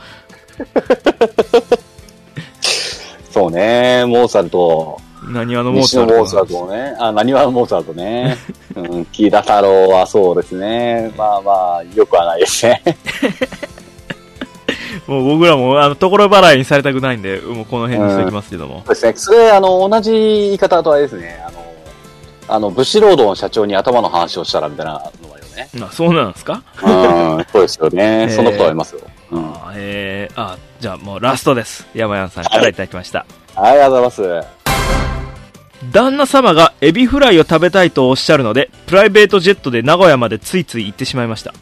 S1: す。そうね、モーツァルト。
S2: 何話のモー
S1: 西
S2: ツ
S1: の
S2: ァルトの
S1: モー
S2: 話
S1: ツァルトね。あ、何はモーツァルトね。うん、木田太郎はそうですね。まあまあ、よくはないですね。
S2: もう僕らも、あの、所払いにされたくないんで、もうこの辺にしておきますけども。
S1: そうですね。それ、あの、同じ言い方とあれですね。あの、あの、武士労働の社長に頭の話をしたらみたいなのはよね。
S2: あ、そうなんですか
S1: うん、そうですよね
S2: え。ー
S1: そんなことありますよ。うん。
S2: あーえー、あ、じゃあもうラストです。山山さんからいただきました。
S1: ありがとうございます。
S2: 旦那様がエビフライを食べたいとおっしゃるので、プライベートジェットで名古屋までついつい行ってしまいました。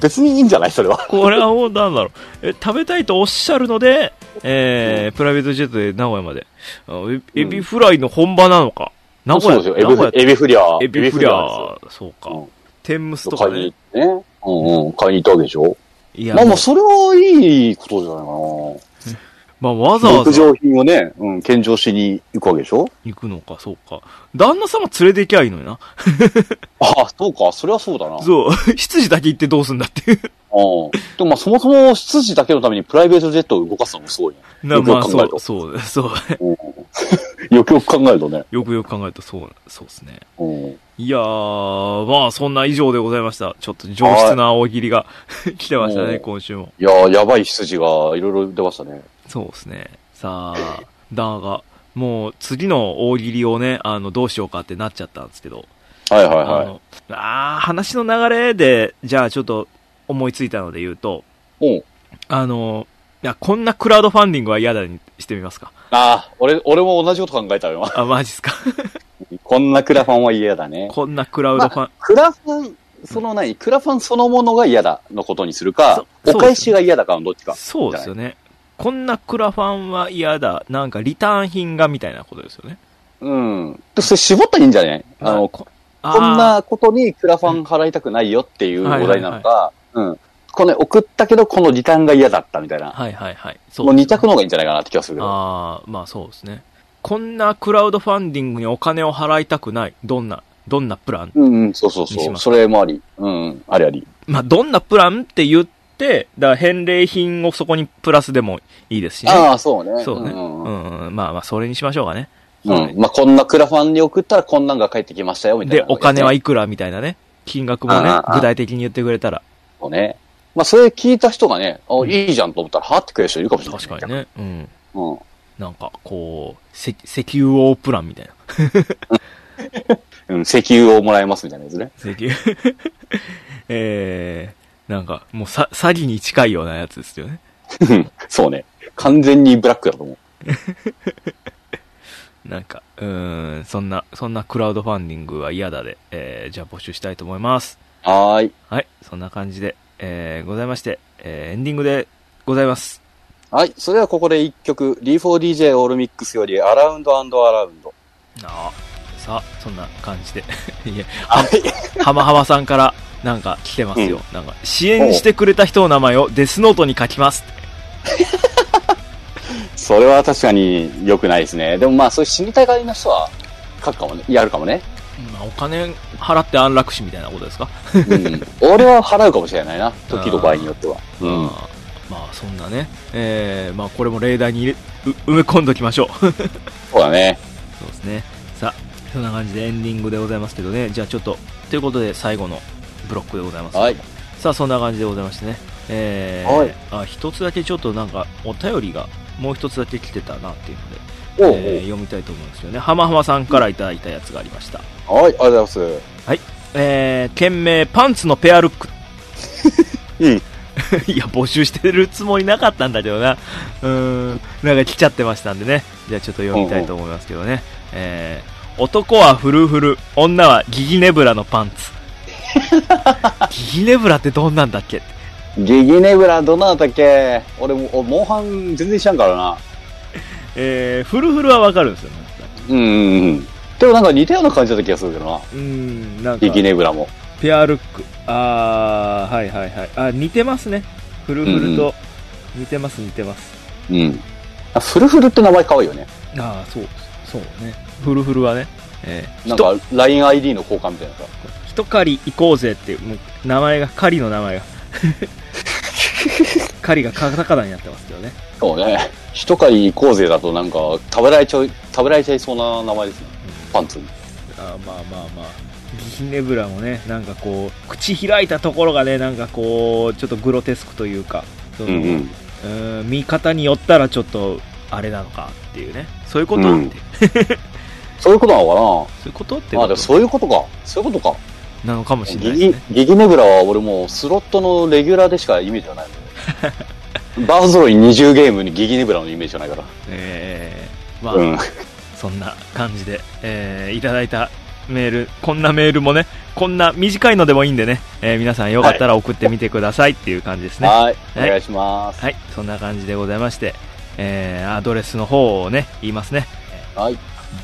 S1: 別にいいんじゃないそれは。
S2: これはもうなんだろう。え食べたいとおっしゃるので、えー、プライベートジェットで名古屋まで。あエビエビフライの本場なのか。名古屋、
S1: そうですよ。
S2: 名
S1: エ
S2: 古屋
S1: ビエビフリア。
S2: エビフリ
S1: ア
S2: ャー、そうか
S1: うん。
S2: 天むすと
S1: 買
S2: か
S1: い
S2: ね
S1: に。行ってね。うんうん。買いに行ったわけでしょ。
S2: いや、
S1: まあま
S2: も
S1: あ、
S2: う
S1: それはいいことじゃないか
S2: まあ、わざ
S1: な。
S2: わ
S1: 陸
S2: ざ
S1: 上品をね、うん、献上しに行くわけでしょ。
S2: 行くのか、そうか。旦那様連れて行きゃいいのにな。
S1: ああ、そうか。それはそうだな。うん。で
S2: そう、 羊だけ行ってどうすんだっていう。
S1: もまあ、そもそも羊だけのためにプライベートジェットを動かすのもすごいね。
S2: な
S1: よく
S2: ま
S1: よ
S2: あ、
S1: く考
S2: そ
S1: える
S2: う、
S1: と
S2: そう、そう。
S1: よくよく考えるとね。
S2: よくよく考えると、そう、そうですね。
S1: うん。
S2: いやー、まあ、そんな以上でございました。ちょっと上質な大喜利が 来てました
S1: お
S2: ね、
S1: ー
S2: 今週も。
S1: いやー、やばい羊がいろいろ出ましたね。
S2: そうですね。さあ、だが、もう次の大喜利をね、あの、どうしようかってなっちゃったんですけど。
S1: はいはい
S2: あ
S1: は
S2: のあー話の流れで、じゃあちょっと思いついたので言うと、
S1: い。うん。
S2: あの、いや、こんなクラウドファンディングは嫌だにしてみますか。
S1: ああ、俺、俺も同じこと考えたよ。今
S2: あ、マジっすか。
S1: こんなクラファンは嫌だね。
S2: こんなクラウドファン、
S1: クラファン、その何、クラファンそのものが嫌だのことにするか、
S2: そ
S1: お返しが嫌だかのどっちか。
S2: そうですよね。こんなクラファンは嫌だ。なんかリターン品がみたいなことですよね。
S1: うん。でそれ絞ったらいいんじゃないあの、
S2: こ
S1: こん、なことにクラファン払いたくないよっていうお題なのか、うん。この送ったけど、このリターンが嫌だったみたい
S2: あー
S1: な。
S2: はいはいはい。そ
S1: もう2択の方がいいんじゃないかなって気がするけど。
S2: ああ、まあそうですね。こんなクラウドファンディングにお金を払いたくない。どんな、どんなプラン
S1: うんうん、そうそう
S2: にし
S1: そ
S2: ま
S1: う。
S2: す
S1: それもあり。うんうん、ありあり。
S2: まあ、どんなプランって言って、だから返礼品をそこにプラスでもいいですしね。
S1: ああ、そうね。
S2: そうね。う
S1: うん
S2: ん、
S1: う
S2: うんんうんまあまあ、それにしましょうかね。
S1: うん。うんまあ、こんなクラファンに送ったらこんなんが返ってきましたよ、みたい
S2: で
S1: な、。
S2: お金はいいくらみたいなね。金額もね
S1: あ、あ
S2: 具体的に言ってくれたら。
S1: そうね。まあ、それ聞いた人がね、あ、いいじゃんと思ったら、はってくれる人いるかもしれない。
S2: 確かに。ね。うん。
S1: うん。
S2: なんか、こう、石石油王プランみたいな。
S1: うん、石油をもらえますみたいなやつね。
S2: 石油。 えー、なんか、もうさ、詐欺に近いようなやつですよね。
S1: うんそうね。完全にブラックだと思う。
S2: なんか、うーん、そんな、そんなクラウドファンディングは嫌だで、えー、じゃあ募集したいと思います。
S1: はーい。
S2: はい、そんな感じで、えー、ございまして、えー、エンディングでございます。
S1: はい。それではここで一曲、D4DJ オールミックスより、アラウンドアラウンド。
S2: あーさあ、そんな感じで。 いや、
S1: はい。
S2: はまはまさんから、なんか来てますよ。なんか、支援してくれた人の名前をデスノートに書きます。
S1: それは確かに良くないですね。でもまあ、そういう死にたがりの人は、書くかもね。やるかもね。
S2: まあ、お金払って安楽死みたいなことですか
S1: うん。俺は払うかもしれないな。時と場合によっては。う
S2: ま
S1: ん。
S2: あまあ、そんなね、えー、まあ、これも例題に入れう埋め込んどきましょう。
S1: そうだね。
S2: そうですね。さあ、そんな感じでエンディングでございますけどね。じゃあちょっと、ということで最後のブロックでございます。
S1: はい。
S2: さあ、そんな感じでございましてね。えー
S1: はい
S2: あ、一つだけちょっとなんか、お便りがもう一つだけ来てたなっていう
S1: おうお
S2: ので、
S1: う
S2: えー読みたいと思うんですよね。浜浜さんからいただいたやつがありました。
S1: はい、ありがとうございます。
S2: えー、件名、パンツのペアルック。
S1: うん。
S2: いや、募集してるつもりなかったんだけどな。うーん。なんか来ちゃってましたんでね。じゃあちょっと読みたいと思いますけどね。えー、男はフルフル、女はギギネブラのパン ツ。ギギネブラってどんなんだっけ
S1: ギギネブラ、どんなだったっけ俺も、おモンハン全然知らんからな。
S2: えー、フルフルはわかるんですよ、ね。
S1: うんうんうん。でもなんか似たような感じだった気がするけどな。
S2: うーん、なんか
S1: ギ、ギネブラも。
S2: ペアルック。あー、はいはいはい。あ、似てますね。フルフルと、似てます似てます。
S1: うん。あフルフルって名前可愛いよね。
S2: あー、そう、そうね。フルフルはね。えー、
S1: なんか、LINEID の交換みたいなさ。
S2: ひと狩り行こうぜっていうもう名前が狩りの名前 が狩りがカタカナになってますけどね、
S1: そうね。一狩行こうぜだとなんか、食べられちゃう、食べられちゃいそうな名前ですね。パンツに。
S2: あまあまあまあギヒネブラもねなんかこう口開いたところがねなんかこうちょっとグロテスクというかその、う。ーん見方によったらちょっとあれなのかっていうねそういうこと、
S1: うん
S2: って
S1: そういうことなの
S2: そういうことって
S1: かなあ、
S2: こ
S1: でも
S2: と
S1: そういうことか。そういうことか。
S2: なのかもしれな
S1: ギ
S2: いです
S1: ギ
S2: ね、
S1: ギギネブラは俺もうスロットのレギュラーでしかイメージがないバーゾロイン20ゲームにギギネブラのイメージじゃないから。
S2: えー、まあ、
S1: うん。
S2: そんな感じで、えーいただいたメール、こんなメールもね、こんな短いのでもいいんでね、えー皆さんよかったら送ってみてくださいっていう感じですね。
S1: はい。お
S2: はい
S1: 願いします。
S2: はい、そんな感じでございまして、えーアドレスの方をね、言いますね。
S1: はい。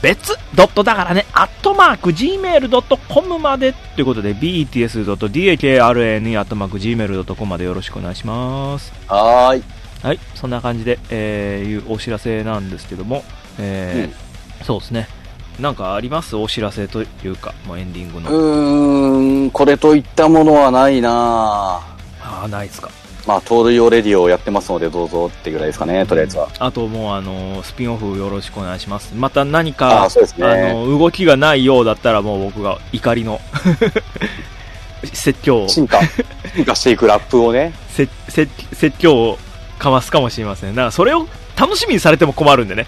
S2: 別ドットだからね、アットマーク gmail.com までということで、bts.dhakrn アットマーク gmail.com までよろしくお願いします。
S1: はーい。
S2: はい、そんな感じで、えーいうお知らせなんですけども、えーそうですね。なんかありますお知らせというか、まあ、エンディング
S1: う
S2: の。
S1: ーん、これといったものはないなぁ
S2: あーないですか。
S1: まあ、盗塁用レディオをやってますので、どうぞってぐらいですかね、とりあえずは。
S2: あともう、あのースピンオフよろしくお願いします。また何
S1: あ
S2: か、
S1: あ、そうです
S2: あ
S1: ね。
S2: の動きがないようだったらもう僕が怒りの 説教を
S1: 進化、進化していくラップを ね。
S2: 説説説教をかますかもしれませんだからそれを楽しみにされても困るんでね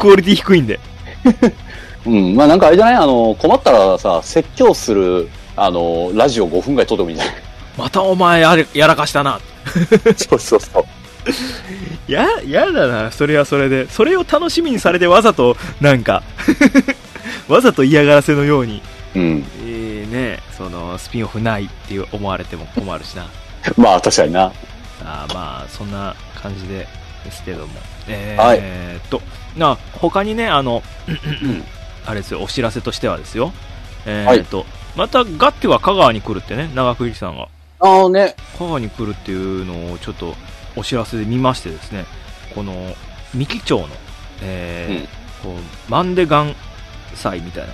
S2: クオリティ低いんで
S1: うん、まあなんかあれじゃないあの、困ったらさ、説教する、あの、ラジオ5分ぐらい撮ってもいいんじゃない
S2: またお前あれやらかしたな
S1: そうそうそう。
S2: ややだなそれはそれでそれを楽しみにされてわざとなんか わざと嫌がらせのように、
S1: うん。
S2: えーねそのスピンオフないっていう思われても困るし な
S1: まあ確かにな。
S2: あーまあそんな感じでですけどもえ
S1: はい
S2: ーっとな他にね あのあれですよお知らせとしてはですよえーっと、またガッテが香川に来るってね長久力さんが
S1: ああね、
S2: 香川に来るっていうのをちょっとお知らせで見ましてですねこの三木町の、えーこうマンデガン祭みたいな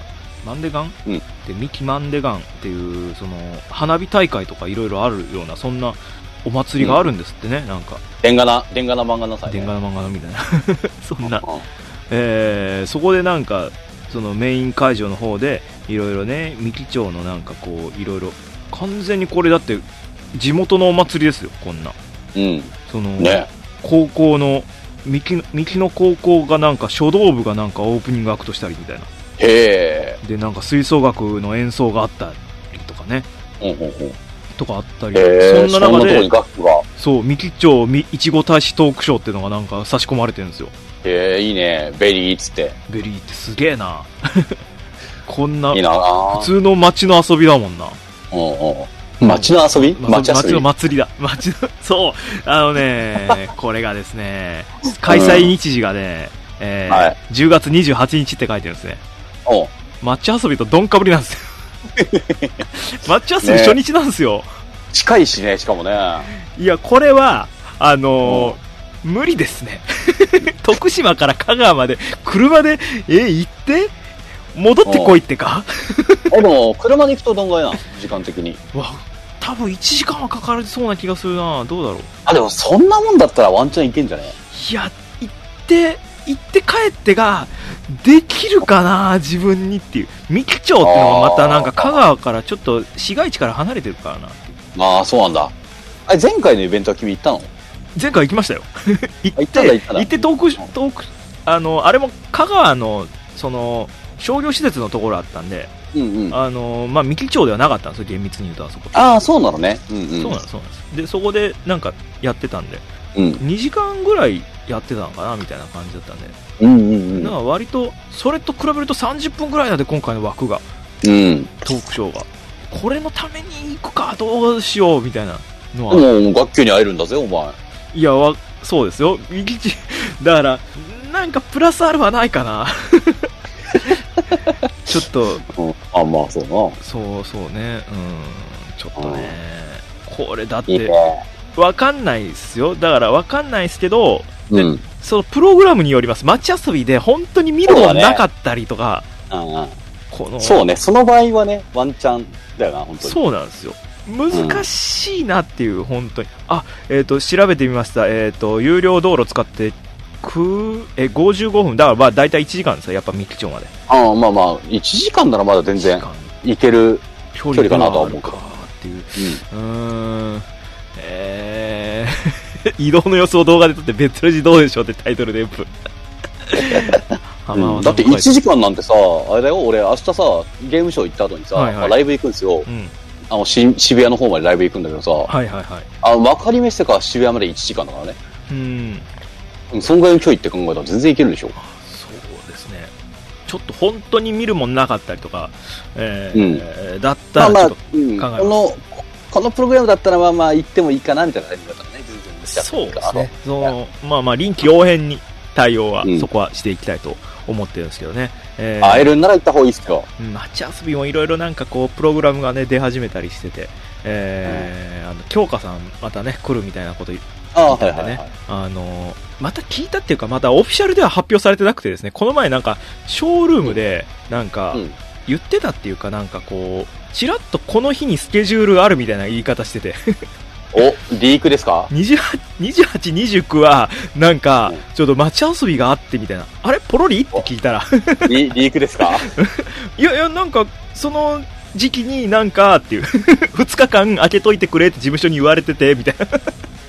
S2: マンデガン、
S1: うん
S2: で三木マンデガンっていうその花火大会とかいろいろあるようなそんなお祭りがあるんですってね、なんか
S1: 電ガな、電ガな漫画なさい、ね。
S2: 電話の漫画のみたいな そんな
S1: うん
S2: えーそこでなんかそのメイン会場の方でいろいろね三木町のなんかこういろいろ完全にこれだって地元のお祭りですよこんなその、
S1: うん。ね。
S2: 高校の三木三木の高校がなんか書道部がなんかオープニングアクトしたりみたいな
S1: へ
S2: でなんか吹奏楽の演奏があったりとかね
S1: え。うんうんうん。
S2: とかあったり、
S1: へえ。
S2: そ
S1: そ
S2: ん
S1: ん
S2: な
S1: な
S2: 中
S1: とこ
S2: で
S1: に楽譜が。
S2: そう三木町みいちご大使トークショーっていうのがなんか差し込まれてるんですよ
S1: へえ、いいね。ベリーっつって。
S2: ベリーってすげえな こんない
S1: いなあ
S2: 普通の街の遊びだもんな
S1: うんうん。街の遊び
S2: ま
S1: 街遊
S2: 街
S1: び
S2: の。祭りだ街のそうあの ねこれがですね開催日時がね、えー
S1: はい
S2: 10月28日って書いてるんですね
S1: うん。
S2: マッチ遊びとドンかぶりなんですよ。マッチ遊び初日なんですよ。
S1: 近いしね、しかもね。
S2: いや、これは、あのー無理ですね。 徳島から香川まで、車で、え、行って戻ってこいってか
S1: え、でも、車で行くとどんぐらいなの時間的に。
S2: わ、多分1時間はかかりそうな気がするなどうだろう。
S1: あ、でもそんなもんだったらワンチャンいけんじゃね
S2: いや、行って、行って帰ってが、できるかな自分にっていう。三木町っていうのがまたなんか香川からちょっと市街地から離れてるからなっていう
S1: ああ、そうなんだ。あれ、前回のイベントは君行ったの
S2: 前回行き ましたよ行って
S1: 行ったんだ行ったんだ
S2: 行ってトークシトークあのあれも香川のその商業施設のところあったんで、
S1: うんうん。
S2: あのまあ、三木町ではなかったんですよ厳密に言うとあそこ
S1: ああ、そうなのね。うんうん。
S2: そうなんですそうなんですでそこでなんかやってたんで
S1: うん。
S2: 2時間ぐらいやってたのかなみたいな感じだったんで、
S1: うんうんう
S2: だか
S1: ん。
S2: ら割とそれと比べると30分ぐらいなんで今回の枠が
S1: うん。
S2: トークショーがこれのために行くかどうしようみたいなのは
S1: もう、学級に会えるんだぜ、お前。
S2: いやわそうですよ右利きだからなんかプラスアルファない かなちょっと
S1: うん。あ、まあ、そうな。
S2: そうそうねうんちょっとねこれだっ
S1: いい
S2: て
S1: ね。
S2: わかんないですよだからわかんないですけど
S1: うん。うん
S2: そのプログラムによります街遊びで本当に見るもなかったりとか、
S1: うん
S2: この
S1: そうね、その場合はね、ワンチャンだよな、本当に。
S2: そうなんですよ難しいなっていう、本当にあえっ、と調べてみましたえっ、と有料道路使ってくえ55分だからまあ大体1時間ですよやっぱ三木町まで
S1: ああ、まあまあ、1時間ならまだ全
S2: 一
S1: 然
S2: 時間
S1: いける。
S2: 距
S1: 離かなとは思うけ
S2: か
S1: ど
S2: っていう
S1: う
S2: うーんえー 移動の様子を動画で撮って別の字どうでしょうってタイトルでよ く浜
S1: ん。
S2: 松
S1: だって
S2: の会
S1: 1時間なんてさ、あれだよ、俺明日さ、ゲームショー行った後にさ、
S2: はいはい
S1: まあライブ行くんですよ。
S2: うん
S1: あのし渋谷の方までライブ行くんだけどさ、
S2: はいはいはい。
S1: あ分かり飯とから渋谷まで1時間だからね、
S2: うん。
S1: うん、そんぐらいの距離って考えたら全然行けるでしょ。
S2: そうですね。ちょっと本当に見るもんなかったりとか、え
S1: うん
S2: ーだっ
S1: ま
S2: た
S1: あま
S2: ら
S1: あ、
S2: ちょっ
S1: うん、こ
S2: 考えます
S1: の、このプログラムだったらまあまあ行ってもいいかなみたいなタイミングだったらね、全然
S2: と、
S1: 行っちゃって
S2: そ
S1: いうい
S2: で
S1: から
S2: すね。その、まあまあ、臨機応変に対応は
S1: う、ん
S2: そこはしていきたいと思ってるんですけどね。えー
S1: 会えるんなら行った方がいいっすよ。
S2: うん街遊びもいろいろなんかこうプログラムがね出始めたりしてて、えーあの京香さんまたね来るみたいなこと、
S1: ああ、
S2: 聞い
S1: はい
S2: た
S1: は
S2: んでね
S1: いはい。
S2: あのーまた聞いたっていうかまたオフィシャルでは発表されてなくてですねこの前なんかショールームでなんか
S1: うん
S2: 言ってたっていうかなんかこうちらっとこの日にスケジュールあるみたいな言い方してて
S1: お、リークですか
S2: 28 28、29はなんか
S1: うん
S2: ちょっと街遊びがあってみたいなあれポロリって聞いたら
S1: リリークですか
S2: いやいや、なんか、その時期になんかっていう、2日 間開けといてくれって事務所に言われてて、みたいな、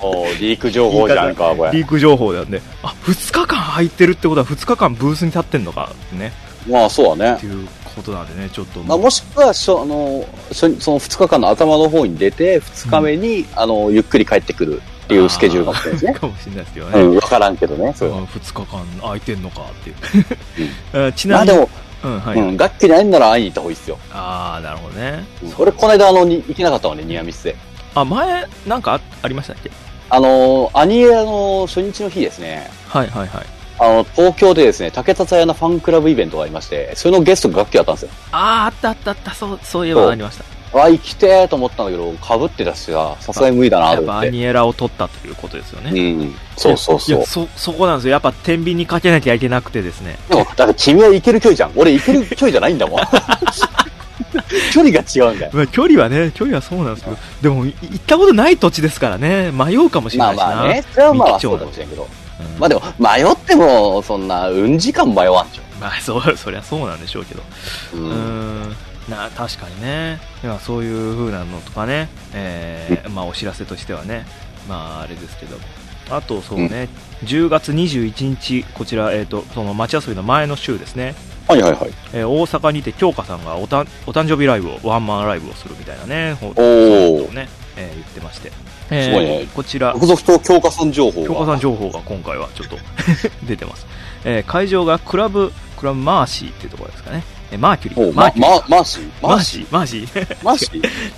S1: おリーク情報じゃんか、これ。
S2: リーク情報なんで、あ、2日間空いてるってことは2日間ブースに立ってんのか、ね、
S1: まあそうだ
S2: っ
S1: ね
S2: て。いうことなんでね、ちょっと
S1: まあ、
S2: もう、
S1: もしくはしょあの初日その2日間の頭の方に出て、2日目に、あのゆっくり帰ってくるっていうスケジュールかもしれない ですね。
S2: かもしれないですけど
S1: う
S2: ね。
S1: ん、わからんけどね。それは
S2: 2日間空いてんのかって いう。ち
S1: ま
S2: な
S1: あ
S2: み
S1: で
S2: に、
S1: も、
S2: うん、はい。
S1: うん、楽器ないんなら会いに行った方がいいっすよ。
S2: ああ、なるほどね。
S1: 俺、この間、あの、に行けなかったのね、ニアミスで。
S2: あ、前、なんかあありましたっけ
S1: あの、アニエラの初日の日ですね、
S2: はいはいはい。
S1: あの、東京でですね、竹田屋のファンクラブイベントがありまして、それのゲストが楽器だったんですよ。
S2: ああー、あったあったあった、そう、そういえ
S1: そ
S2: ば
S1: う
S2: ありました。
S1: わ、行きてーと思ったんだけど、被ってたしさ、さすがに無理だな
S2: や
S1: と
S2: っぱ
S1: 思っ
S2: ア
S1: て。
S2: ニエラを取ったということですよね。
S1: うん、そうそう
S2: い
S1: そう
S2: や。そ、そこなんですよ。やっぱ、天秤にかけなきゃいけなくてですね。
S1: でも、だから君は行ける距離じゃん。俺行ける距離じゃないんだもん。 距離が違うんだよ。
S2: まあ、距離はね、距離はそうなんですけど、でも、い行ったことない土地ですからね、迷うかもしれ
S1: ま
S2: な
S1: あ
S2: いしな。
S1: まあね、それはま
S2: 未
S1: あ
S2: 記帳
S1: そ
S2: な
S1: うかもしれんけど。
S2: うん
S1: まあでも、迷っても、そんな、うん時間迷わんじ
S2: まあ、そう、そりゃそうなんでしょうけど。
S1: ゃん。
S2: う。
S1: うん
S2: な確かにね、いやそういう風なのとかね、えーまあ、お知らせとしてはね、まあ、あれですけど、あと、そうね、10月21日、こちら、えっ、と、その、町遊びの前の週ですね、
S1: はいはいはい。
S2: えー大阪にて京香さんがおたんお誕生日ライブをワンマンライブをするみたいなねほそういうことをね、えー言ってまして、えー
S1: すごいね
S2: こちら
S1: 続々と強化さん情報が。
S2: 京香さん情報が今回はちょっと 出てます、えー会場がクラブクラブマーシーっていうところですかね、えーマーキュリ
S1: お
S2: ー
S1: うま、
S2: キュリー
S1: ま、マーシー
S2: マーシーマーシー
S1: マーシ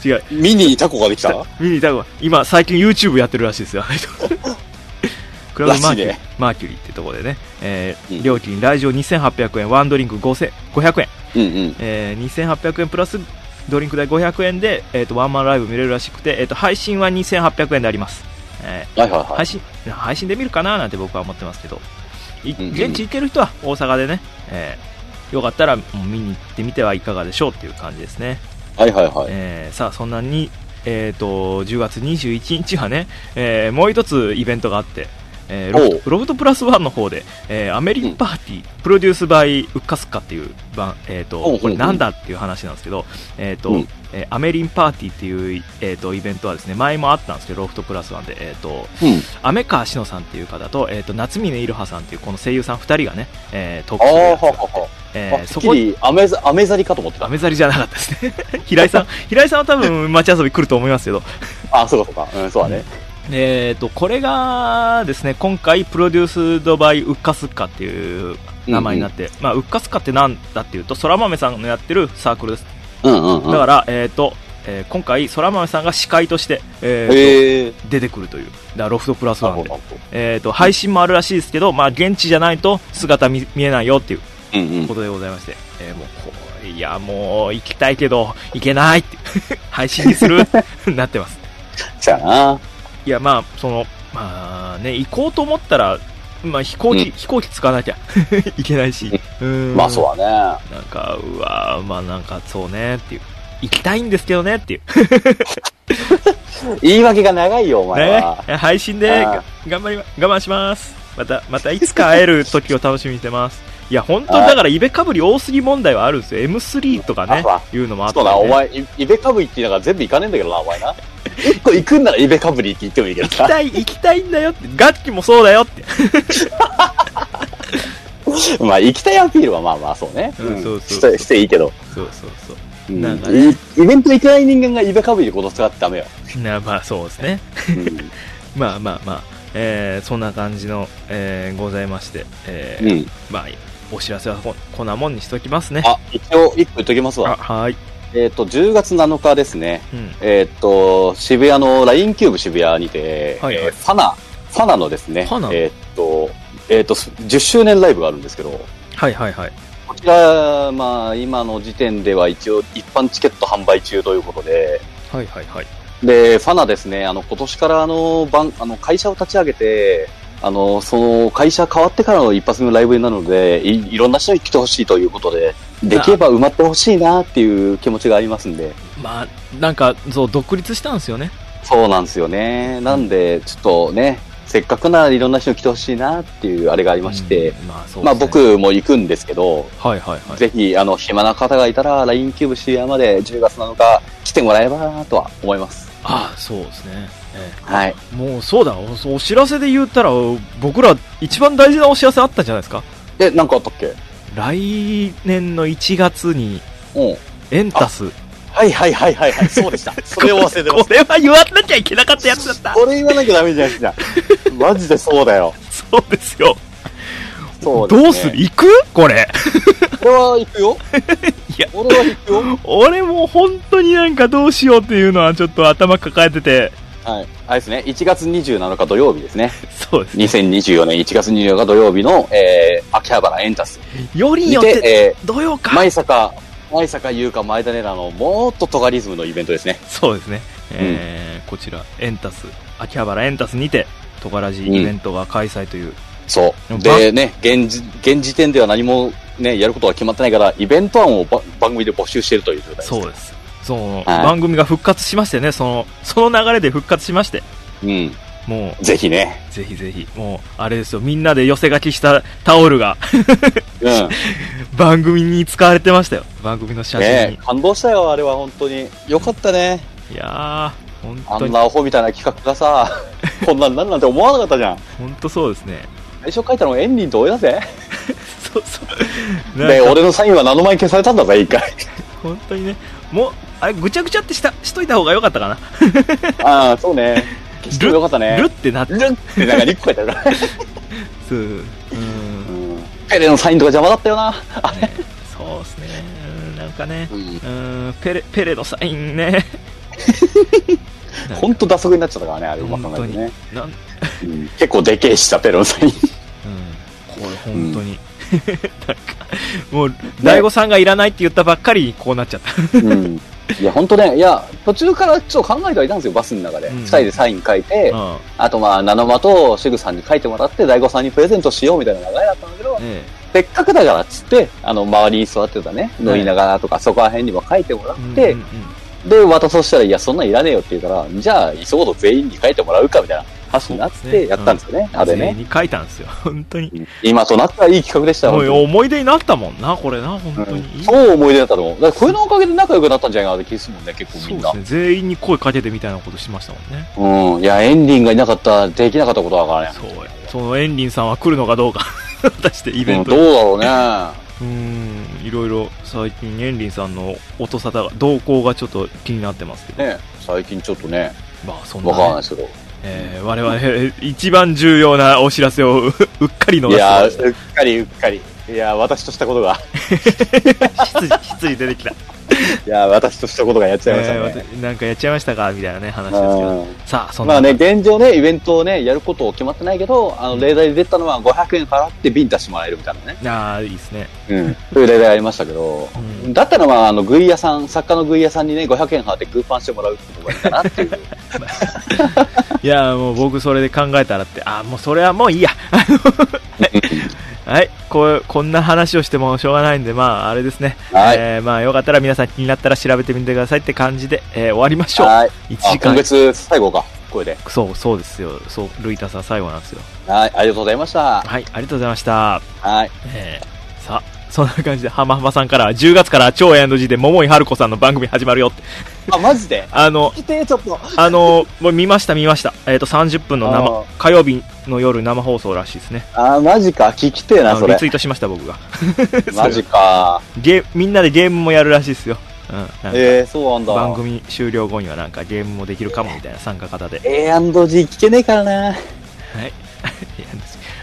S1: ー
S2: 違う
S1: ミニにタコができた
S2: 見に行った方が今最近 YouTube やってるらしいですよ クラブマーキュリー、
S1: らしいね
S2: マーキュリーってところでね、
S1: う
S2: えー
S1: ん
S2: 料金来場2800円ワンドリンク5000 500円
S1: うんうん。
S2: えー2800円プラスドリンク代500円で、えー、とワンマンライブ見れるらしくて、えー、と配信は2800円であります、え
S1: はいはい
S2: ー
S1: は
S2: 配
S1: い。
S2: 信配信で見るかななんて僕は思ってますけどい
S1: うんうん
S2: 現地行ける人は大阪でね、えーよかったらもう見に行ってみてはいかがでしょうっていう感じですね、
S1: はいはいはい。
S2: えーさあそんなに、えー、と10月21日はね、えーもう一つイベントがあってえーロフトロフトプラスワンの方で、えーアメリンパーティー、プロデュースバイウッカスカっていう番、えー、
S1: おうおうお
S2: と
S1: う
S2: これなんだっていう話なんですけど、えーと
S1: うん
S2: えーアメリンパーティーっていう、えー、とイベントはですね前もあったんですけどロフトプラスワンで、えー、と
S1: うん。
S2: 雨川志乃さんっていう方と,、えー、と夏峰いろはさんっていうこの声優さん2人がね、えー、トー
S1: あ
S2: ク
S1: あ、
S2: する
S1: はは
S2: やつがあって
S1: は。
S2: え
S1: は
S2: ー
S1: っ
S2: そ
S1: き
S2: こに
S1: り、アメザ、アメザリかと思ってた。
S2: 雨ざりじゃなかったですね 平井さん平井さんは多分街遊び来ると思いますけど
S1: あ、そうかそうか。うん、そうだね。
S2: えー、とこれがですね今回プロデュースドバイウッカスッカっていう名前になって、まあ、ウッカスカってなんだっていうと空豆さんのやってるサークルです
S1: うんうんう
S2: だ
S1: ん。
S2: から、えーとえー今回空豆さんが司会として、えーと
S1: へえ。
S2: 出てくるというだからロフトプラス
S1: な
S2: ワ
S1: る
S2: ン
S1: ほ
S2: で
S1: ど、なるほど。
S2: えー、と配信もあるらしいですけど、まあ、現地じゃないと姿見見えないよっていう
S1: うんうん
S2: こ。とでございまして、えーもうこういやもう行きたいけど行けないって 配信にするなってます
S1: じゃあな。
S2: いや、まあ、その、まあね、行こうと思ったら、まあ、飛行機、
S1: うん
S2: 飛行機使わなきゃ いけないし。うん
S1: まあそうだね。
S2: なんか、うわーまあなんか、そうね、っていう。行きたいんですけどね、っていう。
S1: 言い訳が長いよ、お前
S2: ね
S1: は。。
S2: 配信で、
S1: あ
S2: が頑張りま、我慢します。また、またいつか会える時を楽しみにしてます。いや、本当
S1: はい
S2: だから、イベかぶり多すぎ問題はあるんですよ。M3 とかね
S1: あ、
S2: いうのもあって、
S1: そう
S2: ね。
S1: だ、お前、いイベかぶりって言いながら全部行かねえんだけどな、お前な。 一個行くんならイベかぶりって言ってもいいけど
S2: 行き
S1: な。
S2: たい、行きたいんだよって。楽器もそうだよって。
S1: まあ、行きたいアピールはまあまあ、そうね。
S2: うんそうそう
S1: して、していいけど。
S2: そうそうそう。
S1: うん
S2: なんかね
S1: いイベント行けない人間がイベカブリでこと使ってダメよ。
S2: なまあそうですね
S1: う
S2: まあまあまあ、えーそんな感じの、えーございまして、え
S1: ん。
S2: ー
S1: うん
S2: まあお知らせはここんなもんにしときますね
S1: あ、一応、一個言っときます
S2: あ
S1: わ。
S2: はーい、
S1: えっ、と、10月7日ですね。
S2: うん、
S1: えっ、と、渋谷の LINE キューブ渋谷にて、
S2: はいはい
S1: えーファナ、ファナのですね、
S2: ファナ
S1: えっ、と、えっ、と、10周年ライブがあるんですけど、
S2: はいはいはい
S1: こちら、まあ、今の時点では一応一般チケット販売中ということで、
S2: はいはいはい
S1: で、ファナですね、あの、今年からあの、番、あの、会社を立ち上げて、あの、その、会社変わってからの一発目のライブになるので、いいろんな人に来てほしいということで、できれば埋まってほしいなっていう気持ちがありますんで、
S2: まあなんかそう独立したんですよね
S1: そうなんですよね。なんで、ちょっとね、せっかくならいろんな人に来てほしいなっていうあれがありまして、
S2: うんまあそうですね
S1: まあ僕も行くんですけど、
S2: はいはいはい
S1: ぜひ、あの、暇な方がいたら、LINE キューブ渋谷まで10月7日来てもらえばなとは思います。
S2: ああそうですね、え
S1: はい。
S2: えもうそうだおお知らせで言ったら僕ら一番大事なお知らせあったんじゃないですか
S1: え、なんかあったっけ
S2: 来年の1月に
S1: うん。
S2: エンタス
S1: はいはいはいはいはい、そう でした。それを忘れてま
S2: これは言わなきゃいけなかったやつだった
S1: す。これ言わなきゃダメじゃん、じ ゃん。マジでそうだよ。
S2: そうですよ
S1: そうです、ね。
S2: どうする行くこれ
S1: 俺は行く よ。
S2: いや
S1: 俺は行くよ。
S2: 俺もう本当になんかどうしようっていうのはちょっと頭抱えてて
S1: はい。あれですね、1月27日土曜日ですね。
S2: そうですね
S1: 2024年1月24日土曜日の、えー、秋葉原エンタス
S2: よりに
S1: に
S2: よって
S1: て、
S2: 土曜
S1: え
S2: か
S1: ー、前坂、前坂優香前田玲奈のもっとトガリズムのイベントですね。
S2: そうですね、えーこちらエンタス秋葉原エンタスにてトガラジイベントが開催という、
S1: そう。
S2: ば
S1: でね、現時、現時点では何もね、やることは決まってないから、イベント案をば番組で募集しているという状態です。
S2: そうですその、
S1: はい
S2: 番組が復活しましてねそのその流れで復活しまして
S1: うん。
S2: も
S1: ぜひね。
S2: うぜひぜひもうあれですよみんなで寄せ書きしたタオルが
S1: うん。
S2: 番組に使われてましたよ番組の写真に、
S1: ねえ感動したよ、あれは本当に。よかったね。
S2: いやー
S1: あ
S2: 本当
S1: ん
S2: に
S1: なアホみたいな企画が さ、こんなんなんなんて思わなかったじゃん。
S2: 本当そうですね
S1: 最初書いたのエンリンと俺だぜ。
S2: そうそう
S1: で、
S2: なんか
S1: 俺のサインはナノマイン消されたんだぜ、一回。
S2: 本当にねもうあれぐちゃぐちゃってしたしといた方が良かったかな、
S1: ああ、そうね。消してもよかったね。
S2: ルってなって
S1: ルってなんか2個書いてあるから。
S2: そううん
S1: うんペレのサインとか邪魔だったよな。
S2: ねそうですね、うんなんかね、
S1: うん
S2: うん、ペレ、ペレのサインね。
S1: ほんと打足になっちゃったからね、あれ、うまく
S2: 本
S1: 考
S2: 当
S1: え
S2: に
S1: てね。
S2: なん、うん、こ
S1: うん結構でけえしさ、ペレのサイン。
S2: れ本当に。 なんか、もう、大悟さんがいらないって言ったばっかりにこうなっちゃった。
S1: うんいや、本当ね、いや、途中からちょっと考えてはいたんですよ、バスの中で。
S2: うん
S1: 二人でサイン書いて、
S2: うん
S1: あとまあ、ナノマとシグさんに書いてもらって、大悟さんにプレゼントしようみたいな流れだったんだけど、
S2: え
S1: せっかくだからっつって、あの、周りに座ってたね、
S2: い
S1: 乗りながらとか、そこら辺にも書いてもらっ
S2: え
S1: て、
S2: うんうんうん
S1: で、渡そうしたら、いや、そんなんいらねえよって言うから、じゃあ、いそごと全員に書いてもらうかみたいな話になっ
S2: そうです
S1: て、
S2: ね
S1: やったんですよね、あれ
S2: 全員
S1: ね。
S2: に書いたんですよ、 本当に。
S1: 今となったらいい企画でしたよ
S2: もう
S1: 本
S2: 思い出になったもんな、これな、本
S1: 当
S2: 当
S1: に
S2: に。
S1: うん超思い出だったと思う。だから、これのおかげで仲良くなったんじゃないかなって気するもんね、結構
S2: そ
S1: み
S2: うんで
S1: な
S2: す。ね、全員に声かけてみたいなことしましたもん
S1: う
S2: ね。
S1: ん。いや、エンディングがいなかったら、できなかったことだからね。
S2: そう、そのエンリンさんは来るのかどうか、 果たしてイベ
S1: う
S2: ン
S1: ん
S2: ト
S1: ど
S2: に
S1: うだろうね。
S2: うーんいろいろ最近エンリンさんの音沙汰が動向がちょっと気になってますけど、
S1: ね最近ちょっとね、
S2: まあそん
S1: わからないで
S2: な、ね
S1: すけど。
S2: えー我々えー一番重要なお知らせをうっかり逃
S1: い
S2: して
S1: や
S2: まし
S1: ー、うっかりうっかり。いやー、私としたことが、
S2: た羊羊出てきた、
S1: いやー、私としたことがやっちゃいまし
S2: えー
S1: た
S2: わた
S1: ね。
S2: なんかやっちゃいましたかみたいなね話ですけど
S1: う
S2: さあそ
S1: ん
S2: ん
S1: ま
S2: な、
S1: あね、現状ね、イベントをね、やることを決まってないけど、あの、例題で出たのは500円払ってビンタしてもらえるみたいなね。
S2: ああいいですね、
S1: うん。そういう例題ありましたけど、
S2: うん
S1: だったらまあ、あの、グイ屋さん、作家のグイ屋さんにね、500円払ってグーパンしてもらうってことがいいかな っていう。
S2: いやもう僕それで考えたらってああもうそれはもういいやはいこうこんな話をしてもしょうがないんでまああれですね、
S1: はい
S2: えーまあよかったら皆さん気になったら調べてみてくださいって感じで、えー終わりましょう
S1: はい。
S2: 1
S1: あ、
S2: 時
S1: 今
S2: 間
S1: 月最後か、これで。
S2: そうそうですよそうルイタさん最後なんですよ
S1: はい、ありがとうございました。
S2: はいありがとうございました、
S1: はい。
S2: えー、さあそんな感じで浜浜さんから10月から超 A&G で桃井春子さんの番組始まるよって
S1: あ、マジで
S2: あの
S1: 来て、ちょっと。
S2: あのもう見ました見ましたえっ、と30分の
S1: あ
S2: 生火曜日の夜生放送らしいですね
S1: あー、マジか。聞きてえ
S2: あ
S1: な、
S2: の
S1: それ
S2: リツ。イートしました僕が
S1: マジか。
S2: ゲーみんなでゲームもやるらしいですようんなんか
S1: えー、そうなんだ。
S2: 番組終了後にはなんかゲームもできるかもみたいな参加型で
S1: A&G 聞けねえからな。
S2: はい。 いや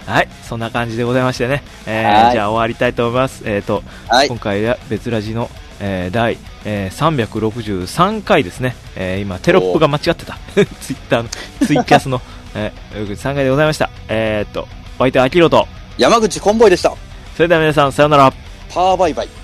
S2: はい、そんな感じでございましてね。え
S1: は
S2: ー、
S1: い
S2: じゃあ終わりたいと思います。えっ、と、
S1: はい
S2: 今回は別ラジの、えー第、えー363回ですね。えー今、テロップが間違ってた。 ツイッターの、ツイキャスの、えー、3回でご ざいました。えっ、と、お相手はアキロと。
S1: 山口コンボイでした。
S2: それでは皆さん、さようなら。
S1: パーバイバイ。